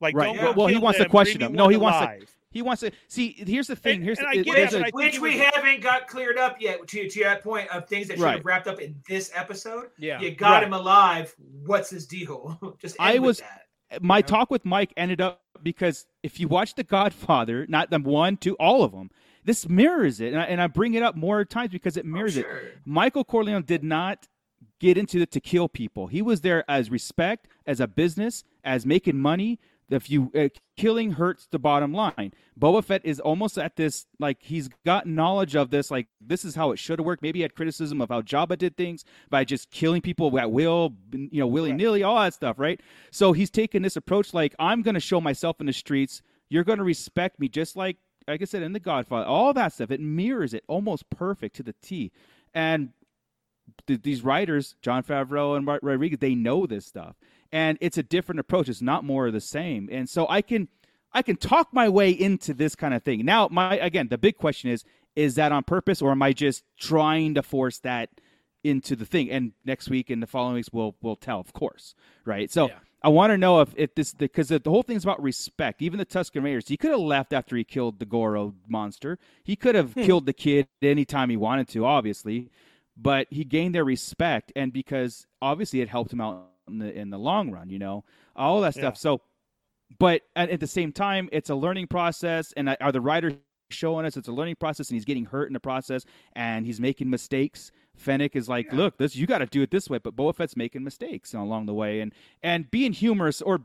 Like Right. don't Yeah. go Well, he kill wants to them, question bring me him. No, one he wants to- alive. He wants to see. Here's the thing. And- Here's and the, I it- get there's it, a- but I think Which it we was- haven't got cleared up yet. To to that point of things that should Right. have wrapped up in this episode. Yeah. You got Right. him alive. What's his deal? Just end I with was- that. my Yeah. talk with Mike ended up because if you watch The Godfather, not them one, two, all of them, this mirrors it, and I, and I bring it up more times because it Oh, mirrors it. sure. Michael Corleone did not get into it to kill people. He was there as respect, as a business, as making money. If you uh, killing hurts the bottom line. Boba Fett is almost at this like he's got knowledge of this. Like this is how it should have worked. Maybe he had criticism of how Jabba did things by just killing people at will, you know, willy nilly, all that stuff, right? So he's taking this approach like I'm going to show myself in the streets. You're going to respect me, just like like I said in The Godfather. All that stuff it mirrors it almost perfect to the T. And th- these writers, John Favreau and Ro- Rodriguez, they know this stuff, and it's a different approach. It's not more of the same. And so I can, I can talk my way into this kind of thing. Now, my again, the big question is: Is that on purpose, or am I just trying to force that into the thing? And next week and the following weeks, we'll we'll tell, of course, right? So. Yeah. I want to know if, if this because the, the whole thing's about respect. Even the Tuscan Raiders, he could have left after he killed the Goro monster. He could have killed the kid anytime he wanted to, obviously but he gained their respect and because obviously it helped him out in the in the long run you know all that stuff Yeah. so but at, at the same time it's a learning process and I- are the writers showing us it's a learning process and he's getting hurt in the process and he's making mistakes Fennec is like, look, this you got to do it this way, but Boba Fett's making mistakes along the way, and and being humorous or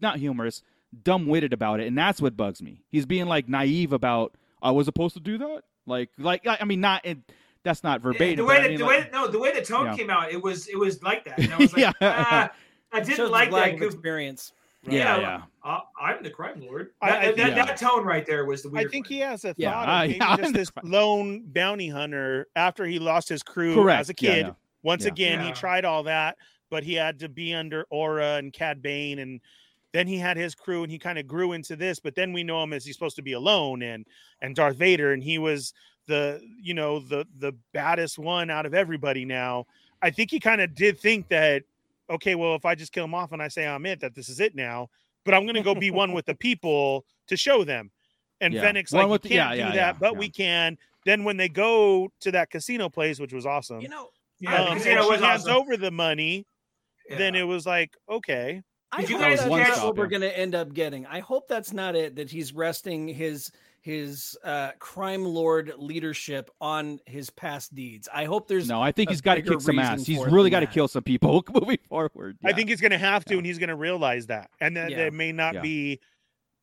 not humorous, dumb witted about it, and that's what bugs me. He's being like naive about I was supposed to do that, like like I I mean not in, that's not verbatim. The but way I that mean, the like- way that, no, the way the tone Yeah. came out, it was it was like that. And I was like, Yeah. ah, I didn't Shows like his lack that. of goof- experience. yeah, yeah, yeah. Uh, I'm the crime lord. I- That, I that, think- that tone right there was the I weird. think one. he has a thought Yeah, of I- maybe I'm just the this cri- lone bounty hunter after he lost his crew Correct. as a Yeah, kid. no. Once Yeah. again, he Yeah. tried all that, but he had to be under Aura and Cad Bane, and then he had his crew, and he kind of grew into this. But then we know him as he's supposed to be alone, and and Darth Vader, and he was the you know the the baddest one out of everybody. Now, I think he kind of did think that, okay, well, if I just kill him off and I say I'm it, that this is it now. But I'm gonna go be one with the people to show them. And Yeah. Fennec's One like, with we the- yeah, can't do yeah, that, yeah, but yeah. we can. Then when they go to that casino place, which was awesome, You know, yeah, um, because, and you know, it she was hands awesome. over the money. Then Yeah. it was like, okay, I Did you hope guys that's not catch- Stop, what we're yeah. going to end up getting. I hope that's not it. That he's resting his his uh, crime lord leadership on his past deeds. I hope there's No, I think a he's got to bigger kick some reason ass. He's for it really than got to that. kill some people moving forward. I think he's gonna have to, and he's gonna realize that, and that, Yeah. that may not Yeah. be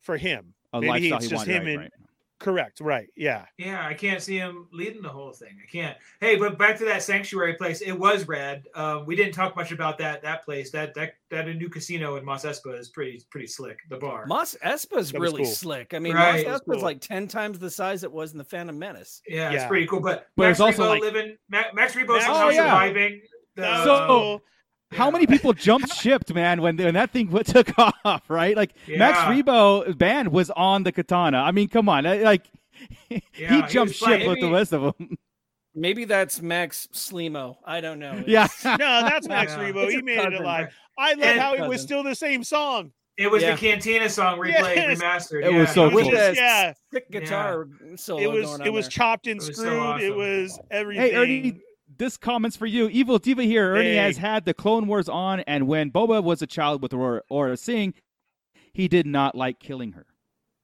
for him. a maybe lifestyle it's he just wanted, him right, and- right. Correct, right? Yeah, Yeah, I can't see him leading the whole thing. I can't. Hey, but back to that sanctuary place. It was rad. Um, we didn't talk much about that. That place. That that that new casino in Mos Espa is pretty pretty slick. The bar. Mos Espa's That was really cool. slick. I mean, Right. That Mos was Espa's cool. like ten times the size it was in the Phantom Menace. yeah, it's Yeah. pretty cool. But, But Max it's also Rebo like- living. Ma- Max Rebo's Max- somehow Oh, yeah. surviving. The, So- How Yeah. many people jumped shipped, man, when, when that thing took off, right? Like Max Yeah. Rebo band was on the katana. I mean, come on, I- like Yeah, he he was jumped ship playing- with the rest of them. Maybe that's Max Slimo. I don't know. yeah, no, that's Max Yeah. Rebo. It's He his made it cousin. alive. I love And- how it was Cousin. still the same song. It was Yeah. the Cantina song replayed, Yes. remastered. It yeah. was so It was cool. just- yeah, sick Yeah. guitar solo it was going on it was there. chopped and It was so screwed. It awesome. was everything. Hey, Ernie, this comment's for you. Evil Diva here. Ernie Hey. has had the Clone Wars on, and when Boba was a child with Aurora, Aurora Singh, he did not like killing her.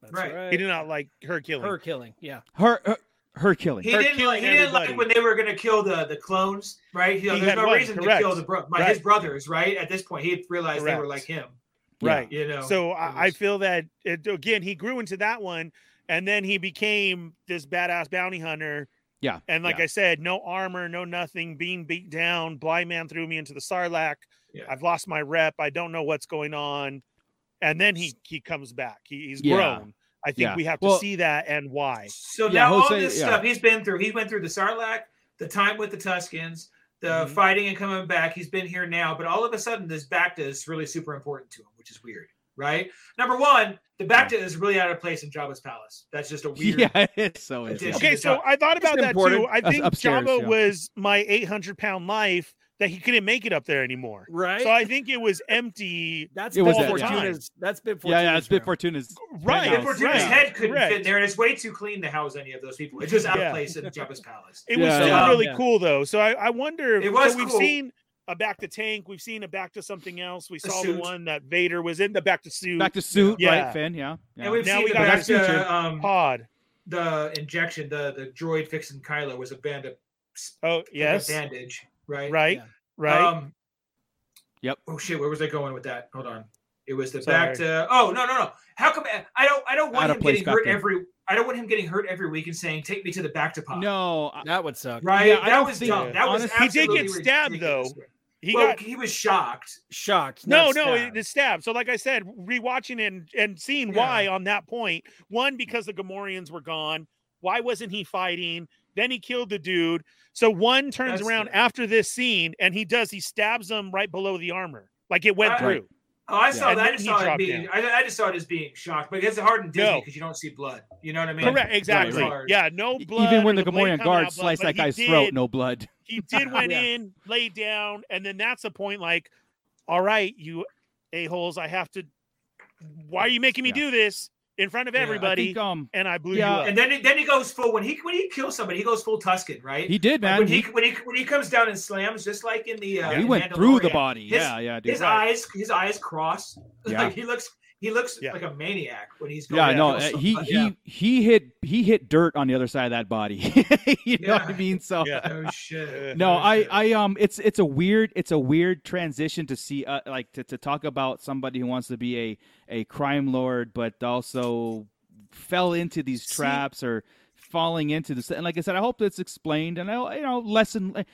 That's Right. He did not like her killing. Her killing. Yeah. Her her, her killing. He They're didn't. Like, killing he didn't everybody. like when they were going to kill the the clones, right? You know, He there's had no one, reason correct. to kill the bro- my, his brothers, right? At this point, he had realized they were Correct. like him. right. You know. So I, I it was- feel that it, again, he grew into that one, and then he became this badass bounty hunter. Yeah, And like yeah. I said, no armor, no nothing, being beat down. Blind man threw me into the sarlacc. Yeah. I've lost my rep. I don't know what's going on. And then he he comes back. He, he's Yeah. grown. I think Yeah. we have to Well- see that and why. So Yeah, now all Jose- this yeah. stuff he's been through. He went through the Sarlacc, the time with the Tuscans, the Mhm. fighting and coming back. He's been here now, but all of a sudden this Bacta is really super important to him, which is weird, right? Number one, the Bacta is really out of place in Jabba's palace. That's just a weird. Yeah, it's so is. yeah. addition. Okay, It's so not- I thought about that important. too. I That's think upstairs, Jabba yeah. was my 800 pound life that he couldn't make it up there anymore. Right. So I think it was empty. that's It it was was that, yeah. Fortuna's. That's Bib Yeah, Fortuna's. yeah, it's Bit room. Fortuna's. Right. Penthouse. Bib Fortuna's right, head couldn't correct. fit in there, and it's way too clean to house any of those people. It's just out Yeah. of place in Jabba's palace. It was Yeah, still yeah. really Yeah. cool though. So I, I wonder. It so was we've cool. seen a back to tank. We've seen a back to something else. We The saw suit. the one that Vader was in the back to suit Back to suit, Yeah. right, Finn? Yeah. yeah. And we've Now seen we the got our Bacta, future. um, pod. the injection, the the droid fixing Kylo was a band of Oh yes, bandage, right? right, Yeah. right. Um, Yep. Oh shit, where was I going with that? Hold on. It was the Sorry. back to. Oh no no no. How come I don't I don't want Out of him place getting hurt back then. every. I don't want him getting hurt every week and saying take me to the back to pop. No, I- That would suck. Right. Yeah, I that don't was think- dumb. That was honestly- He did get absolutely stabbed, ridiculous. he well, got he was shocked. Shocked. no, not no, it, stabbed. the stab. So like I said, rewatching and and seeing why on that point. One because the Gamorreans were gone. Why wasn't he fighting? Then he killed the dude. So one turns That's around the- after this scene and he does. He stabs him right below the armor, like it went I- through. Oh, I saw And that. I then just he saw it dropped being. I, I just saw it as being shocked, but it's hard in Disney No. because you don't see blood. You know what I mean? Correct. Exactly. hard. Yeah. No e- blood. even or when the blade Gamorrean coming guard out blood, sliced but that he guy's throat, did- no blood. He did went Yeah. in, laid down, and then that's the point. Like, all right, you a holes. I have to. Why are you making me Yeah. do this in front of Yeah, I I everybody? think um and I blew Yeah. you up. And then he- then he goes full when he when he kills somebody he goes full Tuscan right. he did, Like, man. when He, he when he when he comes down and slams, just like in the uh, he in went through the Mandalorian, body. His- yeah, yeah, dude. His eyes his eyes cross. Yeah. Like he looks he looks Yeah. like a maniac when he's going Yeah, to no, kill uh, he somebody. Yeah. he he hit he hit dirt on the other side of that body. you know what I Yeah. mean? So Yeah. Oh shit. no, Oh, I shit. I um, it's it's a weird it's a weird transition to see uh, like to, to talk about somebody who wants to be a a crime lord, but also fell into these See- traps or falling into this. And like I said, I hope it's explained and I you know lesson. eh,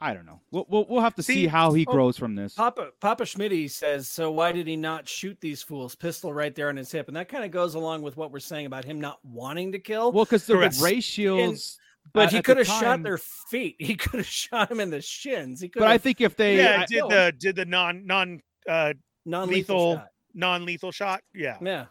I don't know. We'll we'll, we'll have to see, See, how he oh, grows from this. Papa Papa Schmitty says, so why did he not shoot these fools? Pistol right there on his hip. And that kind of goes along with what we're saying about him not wanting to kill. Well, because the Correct. ratios, but uh, he at the could have shot time- their feet. He could have shot him in the shins. He could But I have think if they, yeah, I- did Oh. the did the non non uh non lethal- lethal shot. non lethal shot? Yeah, Yeah.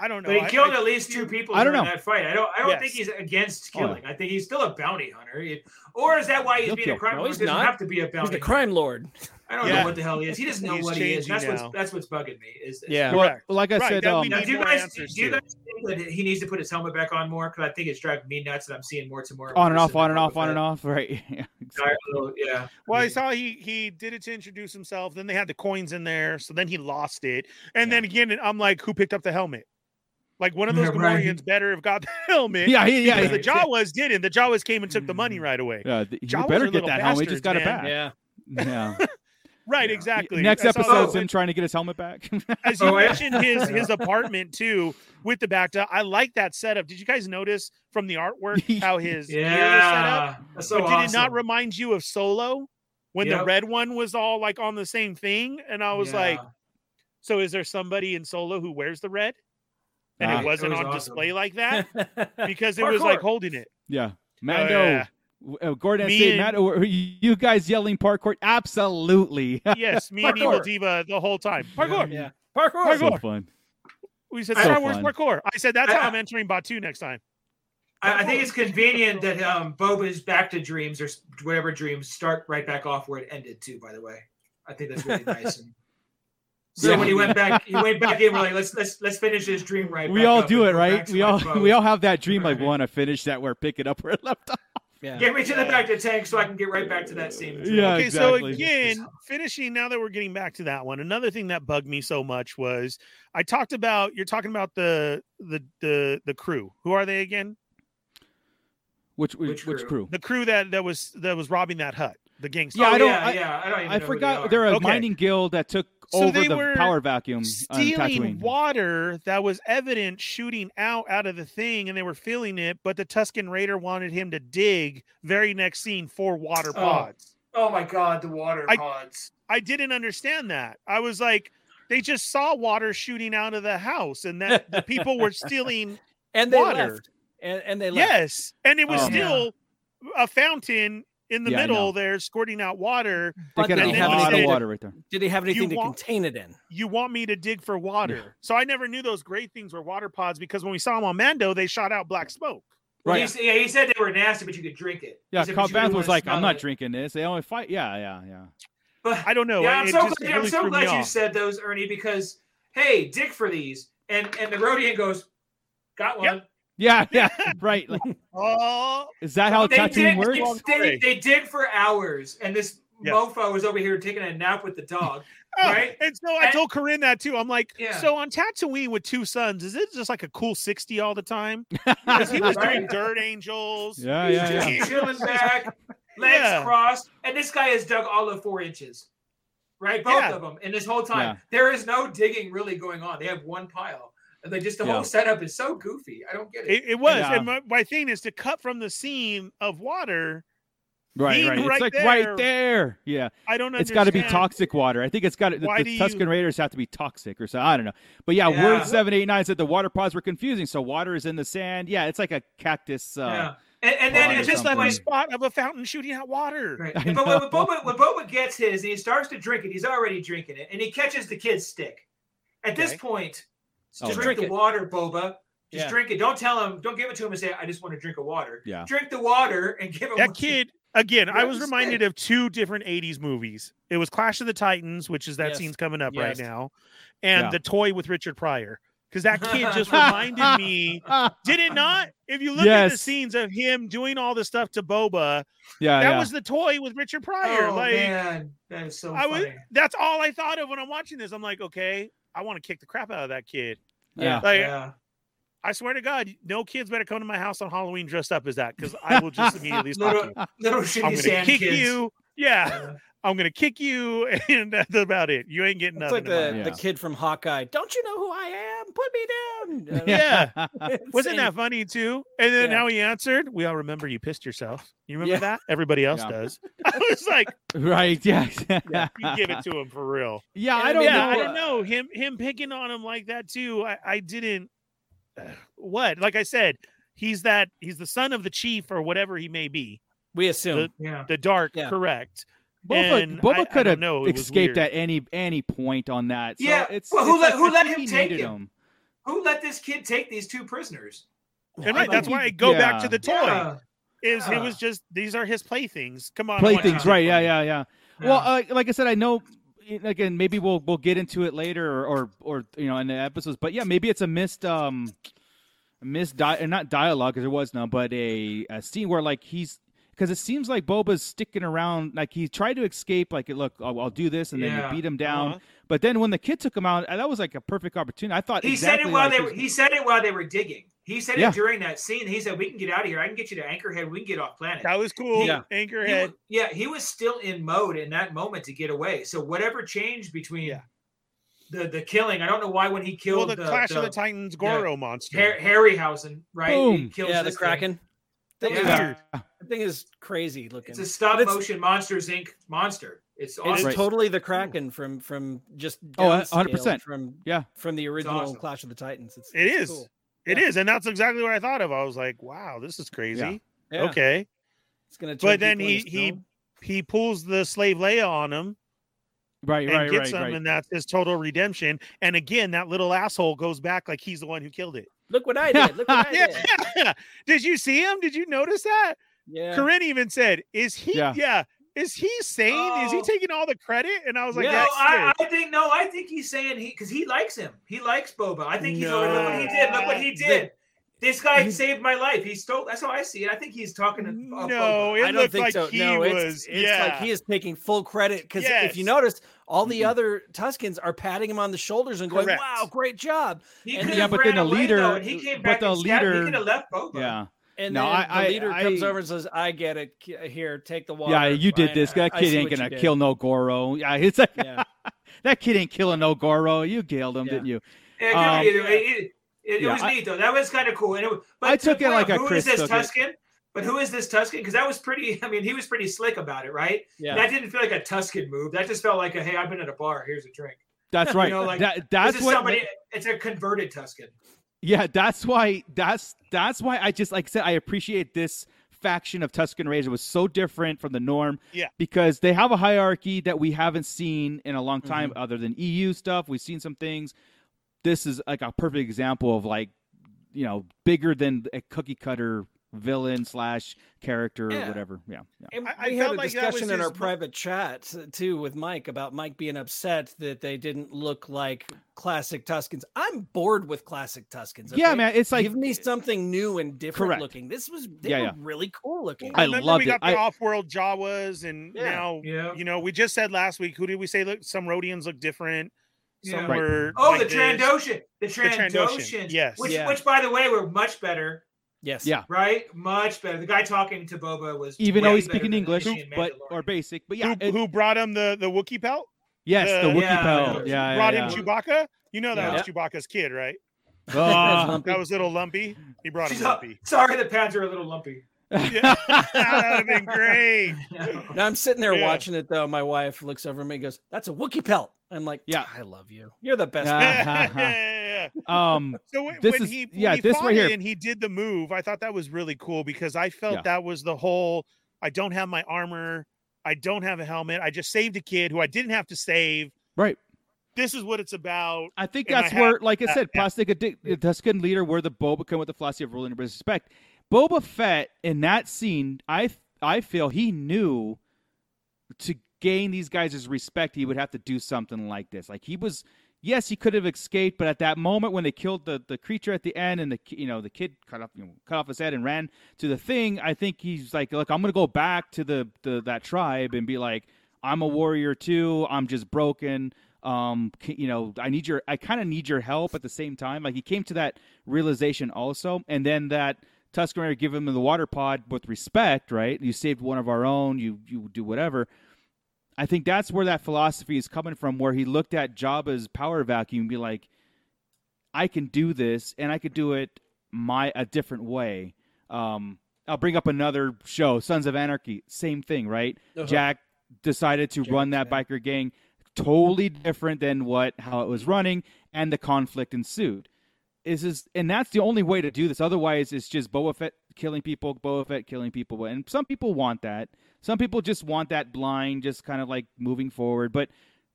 I don't know. But he I- killed I- at least two people I don't during know. that fight. I don't. I don't Yes. think he's against Oh, yeah. killing. I think he's still a bounty hunter. He- Or is that why he's He'll being kill. a crime? No, lord? he's He doesn't not. have to be a He's bounty. the hunter. crime lord. I don't Yeah. know what the hell he is. He doesn't know He's what he is. changing That's now. what's that's what's bugging me. Is is- Yeah. Well, Correct. like I Right, said, then we um, need- Now, do you more guys answers do you to guys think that he needs to put his helmet back on more? Because I think it's driving me nuts, and I'm seeing more and more. on and clips off, of on that and off, on and Boba off. Right. Yeah. Fett. Entire little- Yeah. well, I saw he he did it to introduce himself. Then they had the coins in there, so then he lost it. And then again, and I'm like, who picked up the helmet? Like one of those Yeah, right. Gamorreans better have got the helmet. Yeah. He, yeah. because He, the Jawas didn't. The Jawas came and took the money Mm. right away. yeah th- you Jawas better are get little that helmet. He just got it bastards, back. man. Yeah. Yeah. Right, Yeah. exactly. Next I saw that episode's with- him trying to get his helmet back. as you Oh, yeah. mentioned his Yeah. his apartment too with the back to I like that setup. Did you guys notice from the artwork how his yeah. gear was set up? Yeah. That's so but did awesome. it not remind you of Solo when the Yep. red one was all like on the same thing? And I was like, Yeah. so is there somebody in Solo who wears the red? And Ah. it wasn't was on awesome. display like that because it was Parkour. like holding it. yeah. Oh, Mando. yeah. w- Uh, Gordon Me said, and- Mando, were you you guys yelling parkour? Absolutely. Yes, me and Evil Parkour. Diva the whole time. Parkour. Yeah. Oh Parkour. so Parkour. fun. We said So Star Wars fun. parkour. I said that's I- how I'm entering Batu next time. I, I think it's convenient that um, Boba's back to dreams or s- whatever dreams start right back off where it ended too. By the way, I think that's really nice. And so when he went back, he went back in. We're like, let's let's let's finish this dream right. We back all up do and it, go right? back to We my all boat. we all have that dream like Right. want to finish that we're picking up where it left off. Yeah. Get me to the back to tank so I can get right back to that scene. Yeah, okay, exactly. so again, finishing now that we're getting back to that one, another thing that bugged me so much was I talked about you're talking about the the the the crew. Who are they again? Which which, Which which crew? crew? The crew that that was that was robbing that hut, the gangster. Yeah, I don't- Oh, yeah, I- yeah, I don't even I know who forgot they they're a Okay. mining guild that took So over they the were power vacuum on stealing um, Tatooine. water that was evident shooting out out of the thing, and they were feeling it. But the Tuscan Raider wanted him to dig. Very next scene, four water Oh. pods. Oh my god, the water I- pods. I didn't understand that. I was like, they just saw water shooting out of the house, and that the people were stealing. and they Water. left. And, and they left. yes, and it was Oh. Yeah. still a fountain in the Yeah, I know. middle there, squirting out water. They But got then a they lot of said- water right there. Did they have anything to want- contain it in? you want me to dig for water. So I never knew those gray things were water pods because when we saw them on Mando, they shot out black smoke. Right. Right. He, s- yeah, he said they were nasty, but you could drink it. Oh. Yeah, He said, but Carl you really Bath was wanna like, smell "I'm not it." drinking this. They only fight." Yeah, yeah, yeah. But I don't know. yeah, I'm it so just glad, I'm really so threw me glad you off. said those, Ernie, because hey, dig for these. And and the Rodian goes, got one. Yep. Yeah, yeah, right. Like, Oh, is that how they tattooing dig, works? They, they, they dig for hours, and this Yes. mofo is over here taking a nap with the dog. oh, Right? And so I And- told Corinne that too. I'm like, Yeah. so on Tatooine with two sons, is it just like a cool 60 all the time? Because he was doing Right. dirt angels. Yeah, He's yeah, just yeah. chilling back, legs Yeah. crossed, and this guy has dug all of four inches. Right, both Yeah. of them, and this whole Yeah. time there is no digging really going on. They have one pile, and they just the Yeah. whole setup is so goofy. I don't get it. It, it was. Yeah. And my, my thing is to cut from the seam of water. Right, Being right. It's right like there. right there. Yeah. I don't it's got to be toxic water. I think it's got to Why the, do the you- Tuscan Raiders have to be toxic or so. I don't know. But yeah, Yeah. word seven eight nine said the water pods were confusing. So water is in the sand. Yeah, it's like a cactus. Uh, yeah, and, and then Or it's just like something. when Spot of a fountain shooting out water. Right. I And- But when, know. when, Boba, when Boba gets his and he starts to drink it, he's already drinking it, and he catches the kid's stick. At this Okay. point, just Oh, drink, drink the it. water, Boba. Just Yeah. drink it. Don't tell him. Don't give it to him and say, "I just want a drink of water." Yeah. Drink the water and give him that what you- kid again i Yeah, was he's reminded dead. of two different 80s movies it was clash of the titans which is that Yes. scene's coming up right Yes. now and Yeah. the toy with richard pryor because that kid just reminded me ah, did it not if you look at the Yes. scenes of him doing all the stuff to boba yeah, that yeah. was the toy with richard pryor Oh like man, that is so i was funny. that's all i thought of when i'm watching this i'm like okay i want to kick the crap out of that kid yeah. like yeah. i swear to god no kids better come to my house on halloween dressed up as that because i will just immediately stop you Little, little i'm shitty gonna sand kick kids. you yeah Yeah. I'm gonna kick you, and that's about it. You ain't getting It's nothing. like the, in my Yeah. the kid from Hawkeye. Don't you know who I am? Put me down. Yeah. Uh, Wasn't insane. that funny too? And then Yeah. how he answered, "We all remember you pissed yourself. You remember Yeah. that? Everybody else Yeah. does." I was like, right. Yeah. yeah, "You give it to him for real." Yeah, I And don't yeah, know. I don't uh, know him. Him picking on him like that too. I, I didn't. uh, What? Like I said, he's that. He's the son of the chief or whatever he may be. We assume. Yeah. The dark, Yeah. correct? Boba, And Boba I- I could don't have know, it was escaped weird. at any any point on that. So Yeah, It's, well, who it's let- like who I let think him he take needed him? Who let this kid take these two prisoners? And right, I that's think- why I go back to yeah. the toy. Yeah. Is it yeah. was just these are his playthings. Come on, I want Playthings, you. right? Yeah, yeah, yeah. Yeah. Well, uh, like I said, I know. Again, maybe we'll we'll get into it later, or or, or you know, in the episodes. But yeah, maybe it's a missed um, missed di- uh, not dialogue because there was none, but a, a scene where like he's because it seems like Boba's sticking around, like he tried to escape, like look, I'll, I'll do this, and then Yeah, you beat him down. uh-huh. But then when the kid took him out, uh, that was like a perfect opportunity. I thought He said exactly it while like they it were. was- He said it while they were digging. He said Yeah. it during that scene. He said, "We can get out of here. I can get you to Anchorhead. We can get off planet." That was cool. Yeah. He wa- Anchorhead. yeah, he was still in mode in that moment to get away. So whatever changed between Yeah. the the killing, I don't know why when he Well, killed the, the, Clash of the the Titans Goro monster. Har- Harryhausen, right? He Boom. kills yeah, the this thing. Kraken. Yeah. Thing is- That thing is crazy looking. It's a stop But it's- motion Monsters Inc. monster. It's It's awesome. Right. totally the Kraken from from just Oh, a- downscaled 100%. from Yeah. from the original awesome. Clash of the Titans. It's, It it's is. cool. It Yeah. is, and that's exactly what I thought of. I was like, "Wow, this is crazy." Yeah. Okay, It's gonna. But turn then people into he- he- stone. he pulls the slave Leia on him right, and right, gets right, him, right. and that's his total redemption. And again, that little asshole goes back like he's the one who killed it. look what I did. Look what I Yeah, did. did you see him? Did you notice that? Yeah. Corinne even said, "Is he? Yeah. Yeah, is he sane? Is he Oh. taking all the credit?" And I was like, Yeah. no, "That's I, it." I think no, I think he's saying he because he likes him. He likes Boba. I think he's like, look what he No. did. Look what he did. This guy He- saved my life. He stole. That's how I see it. I think he's talking to uh, No, Boba. it I don't looked think like so. he no, it's, was. it's yeah. like he is taking full credit because if you Yes. Mm-hmm. notice, all the Mhm. other Tuscans are patting him on the shoulders and going, Correct. "Wow, great job!" He And could yeah, have but then ran the away, leader- though, and he came but back the and stabbed him. leader- He could have left Boba. Yeah. And No, then I- I- the leader I- comes over and says, "I get it. K- Here, take the water." yeah, you did I- this. That I kid see ain't what you gonna did." kill no Goro. Yeah, it's like Yeah. that kid ain't killing no Goro. You killed him, Yeah. didn't you? Yeah, it could Um, be either way. It, it, it yeah, was I- neat though. That was kind of cool. And it, was- but I to the took it point like of a who Chris is this took it. Tuscan? But who is this Tuscan? Because that was pretty. I mean, he was pretty slick about it, right? Yeah. That didn't feel like a Tuscan move. That just felt like a hey, I've been at a bar. Here's a drink. That's right. know, like, that, This that's is what. somebody. It's a converted Tuscan. Yeah, that's why. That's that's why I just like I said I appreciate this faction of Tuscan Raiders. It was so different from the norm. Yeah. because they have a hierarchy that we haven't seen in a long time, Mm-hmm. other than EU stuff. We've seen some things. This is like a perfect example of like, you know, bigger than a cookie cutter villain slash character Yeah. or whatever. Yeah, yeah. And I- I we had felt a like that was discussion in our his mo- private chat uh, too with Mike about Mike being upset that they didn't look like classic Tuscans. I'm bored with classic Tuscans. Yeah, okay? man. It's like give me something new and different Correct. looking. This was they Yeah, were yeah. really cool looking. I Remember loved we it. got I- the off-world Jawas, and Yeah. now Yeah. you know we just said last week. Who did we say? Look, some Rhodians look different. Some Yeah. Right. were Oh, like the this. Trandoshan. The Trandoshan. Trandoshan, yes. Which, Yeah. which, by the way, were much better. yes. Yeah. Right, much better. The guy talking to Boba was even way though he's better speaking than English, the Mandalorian. but or basic, but yeah, who, it- who brought him the the Wookiee pelt? yes, the uh, Wookiee Yeah, Bell. yeah, Yeah, brought yeah, in Chewbacca. You know that uh, Yeah. was Chewbacca's kid, right? yeah. Ah. That was little Lumpy. He brought him She's- Lumpy. sorry, the pads are a little lumpy. Yeah. that would have been great. Now I'm sitting there Yeah. watching it though. My wife looks over at me and goes, "That's a Wookiee pelt." I'm like, Yeah. I love you. You're the best." Yeah. Yeah, yeah, yeah. um, So when, This when is- he when yeah, he this fought right here. it and he did the move, I thought that was really cool because I felt Yeah. that was the whole I don't have my armor, I don't have a helmet, I just saved a kid who I didn't have to save. Right. This is what it's about. I think And I that's have where, like I that, said, yeah. plastic addict, the Tuscan leader, where the Boba come with the philosophy of ruling and respect. Boba Fett in that scene, I I feel he knew to gain these guys' respect, he would have to do something like this. Like he was, yes, he could have escaped, but at that moment when they killed the, the creature at the end and the ki- you know the kid cut off you know, cut off his head and ran to the thing, I think he's like, look, I'm gonna go back to the, the that tribe and be like, I'm a warrior too. I'm just broken. Um, c- you know, I need your, I kind of need your help at the same time. Like he came to that realization also, and then that Tusken Raider give him the water pod with respect, right? You saved one of our own. You you do whatever. I think that's where that philosophy is coming from, where he looked at Jabba's power vacuum and be like, I can do this, and I could do it my a different way. Um, I'll bring up another show, Sons of Anarchy. Same thing, right? Uh-huh. Jack decided to Jack, run that yeah. biker gang totally different than what how it was running, and the conflict ensued. This is and that's the only way to do this. Otherwise, it's just Boba Fett killing people, Boba Fett killing people. And some people want that. Some people just want that blind, just kind of like moving forward. But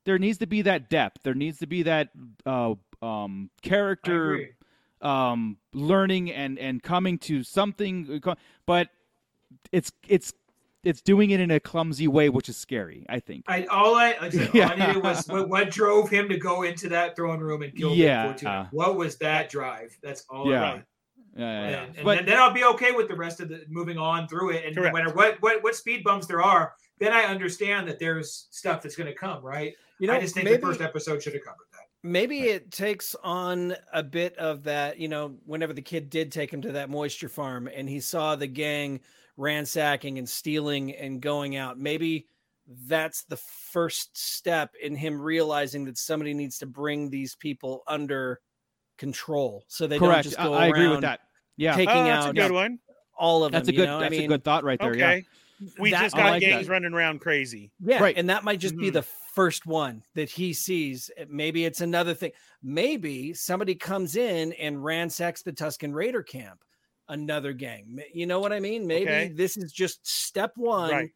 there needs to be that depth. There needs to be that uh, um, I character agree. um, learning and and coming to something. uh, But it's it's it's doing it in a clumsy way, which is scary. I think. I all I like I said, all I Yeah. needed was what, what drove him to go into that throne room and kill Yeah. yeah. What was that drive? That's all Yeah. I wanted. Yeah, yeah, yeah. And, and Uh, But then, then I'll be okay with the rest of the moving on through it. And no Correct. matter what what what speed bumps there are, then I understand that there's stuff that's going to come. Right? You know, I just think maybe, the first episode should have covered that. maybe it takes on a bit of that you know whenever the kid did take him to that moisture farm and he saw the gang ransacking and stealing and going out maybe that's the first step in him realizing that somebody needs to bring these people under control so they correct. don't just I, go I agree with around that. Yeah, taking oh, that's out a good one. all of that's a them good. you know? That's I mean, a good thought right there. Yeah. Okay. We that- just I got like that. gangs running around crazy. Yeah, Right. and that might just be Mhm. the first one that he sees. Maybe it's another thing. Maybe somebody comes in and ransacks the Tuscan Raider camp, another gang. M- You know what I mean? Maybe Okay. this is just step one, Right.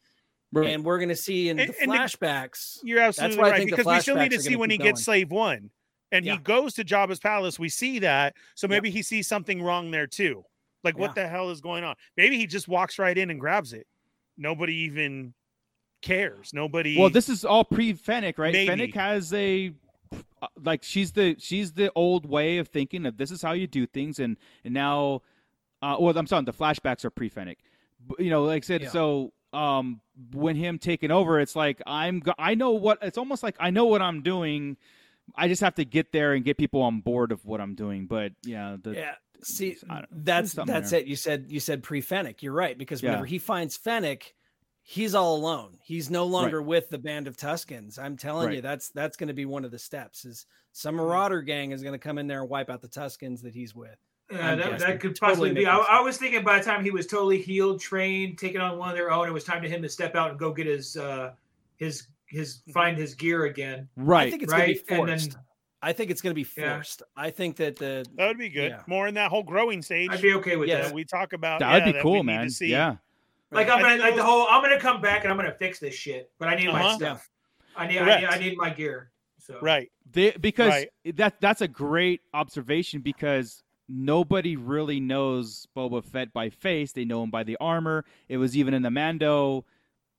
Right. and we're gonna see in And- the and the- flashbacks. You're absolutely why I right think the because we still need flashbacks to are see gonna when he keep gets going. slave one, and Yeah. he goes to Jabba's palace. We see that, so Yeah. maybe he sees something wrong there too. Like what the hell is going on? Maybe he just walks right in and grabs it. Nobody even cares. Nobody. Well, this is all pre Fennec, right? Maybe. Fennec has a uh, like she's the she's the old way of thinking of this is how you do things, and and now, uh, well, I'm sorry, the flashbacks are pre Fennec. But, You know, like I said, Yeah. so um, when him taking over, it's like I'm go- I know what it's almost like I know what I'm doing. I just have to get there and get people on board of what I'm doing. But yeah, the, Yeah, See, I don't- that's something that's there. it. You said you said pre Fennec. You're right because Yeah. whenever he finds Fennec, he's all alone. He's no longer with the band of Tuscans. I'm telling you, Right. Mm-hmm. that's that's going to be one of the steps. Is some marauder gang is going to come in there and wipe out the Tuscans that he's with. Yeah, I'm that, guessing. that could Totally possibly be. making I, sense. I was thinking by the time he was totally healed, trained, taken on one of their own, it was time to him to step out and go get his uh his his find his gear again. Right. I think Mm-hmm. it's right, going to and be then- forced. I think it's going to be Yeah. forced. I think that the That would be good. Yeah. More in that whole growing stage I'd be okay with Yes. that that. we talk about. that would yeah, be we cool, need to man. see. yeah. Like I'm I gonna think like it the was- whole I'm gonna come back and I'm gonna fix this shit, but I need my Uh-huh. stuff. I need, I Correct. need I need my gear. So Right. They, because Right. that that's a great observation because nobody really knows Boba Fett by face. They know him by the armor. It was even in the Mando.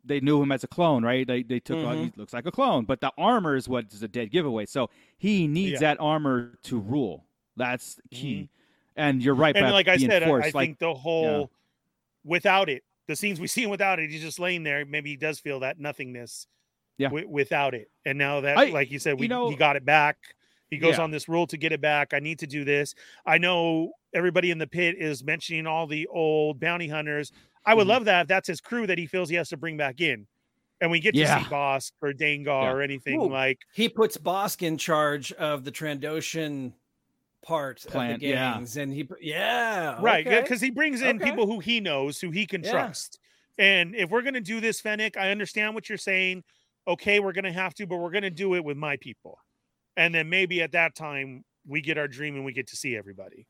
They knew him as a clone, right? They they took Mm-hmm. on, he looks like a clone, but the armor is what is a dead giveaway. So he needs Yeah. Mm-hmm. that armor to rule. That's key. And you're right, And about like I being said, I, I forced. think like the whole without it, the scenes we see him without it, he's just laying there. Maybe he does feel that nothingness. Yeah. wi- without it, and now that, I- like you said, we you know- he got it back. He goes Yeah. on this rule to get it back. I need to do this. I know everybody in the pit is mentioning all the old bounty hunters. I would Mhm. love that if that's his crew that he feels he has to bring back in, and we get to Yeah. see Bosk or Dangar Yeah. or anything Ooh. like. he puts Bosk in charge of the Trandoshan part of Plant, the yeah. gangs, and he yeah right yeah okay. because he brings in Okay. people who he knows who he can Yeah. trust and if we're going to do this fennec i understand what you're saying okay we're going to have to but we're going to do it with my people and then maybe at that time we get our dream and we get to see everybody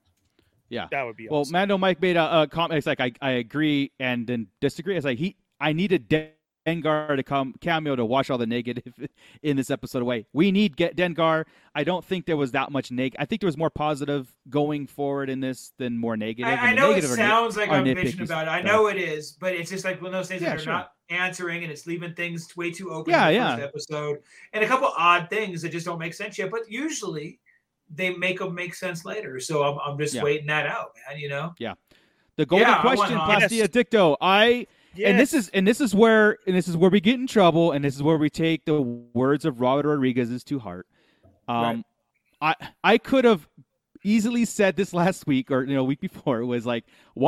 Yeah. that would be Well, awesome. Mando Mike made a, a comment. It's like I, I agree and then disagree. It's like he I needed Den- Dengar to come cameo to wash all the negative in this episode away. We need get Dengar. I don't think there was that much neg. I think there was more positive going forward in this than more negative. I, I and the know it negative are neg- sounds like are I'm nitpicky bitching about it. I stuff. know it is, but it's just like one of those things Yeah, that they're sure. not answering, and it's leaving things way too open. Yeah, in the yeah. First episode and a couple odd things that just don't make sense yet. But usually, they make them make sense later. So I'm, I'm just Yeah. waiting that out, man. You know. the golden Yeah, I want question, Han. Plastia Dicto. I and this is and this is where and this is where we get in trouble and this is where we take the words of robert rodriguez's to heart um i i could have easily said this last week or you know week before it was like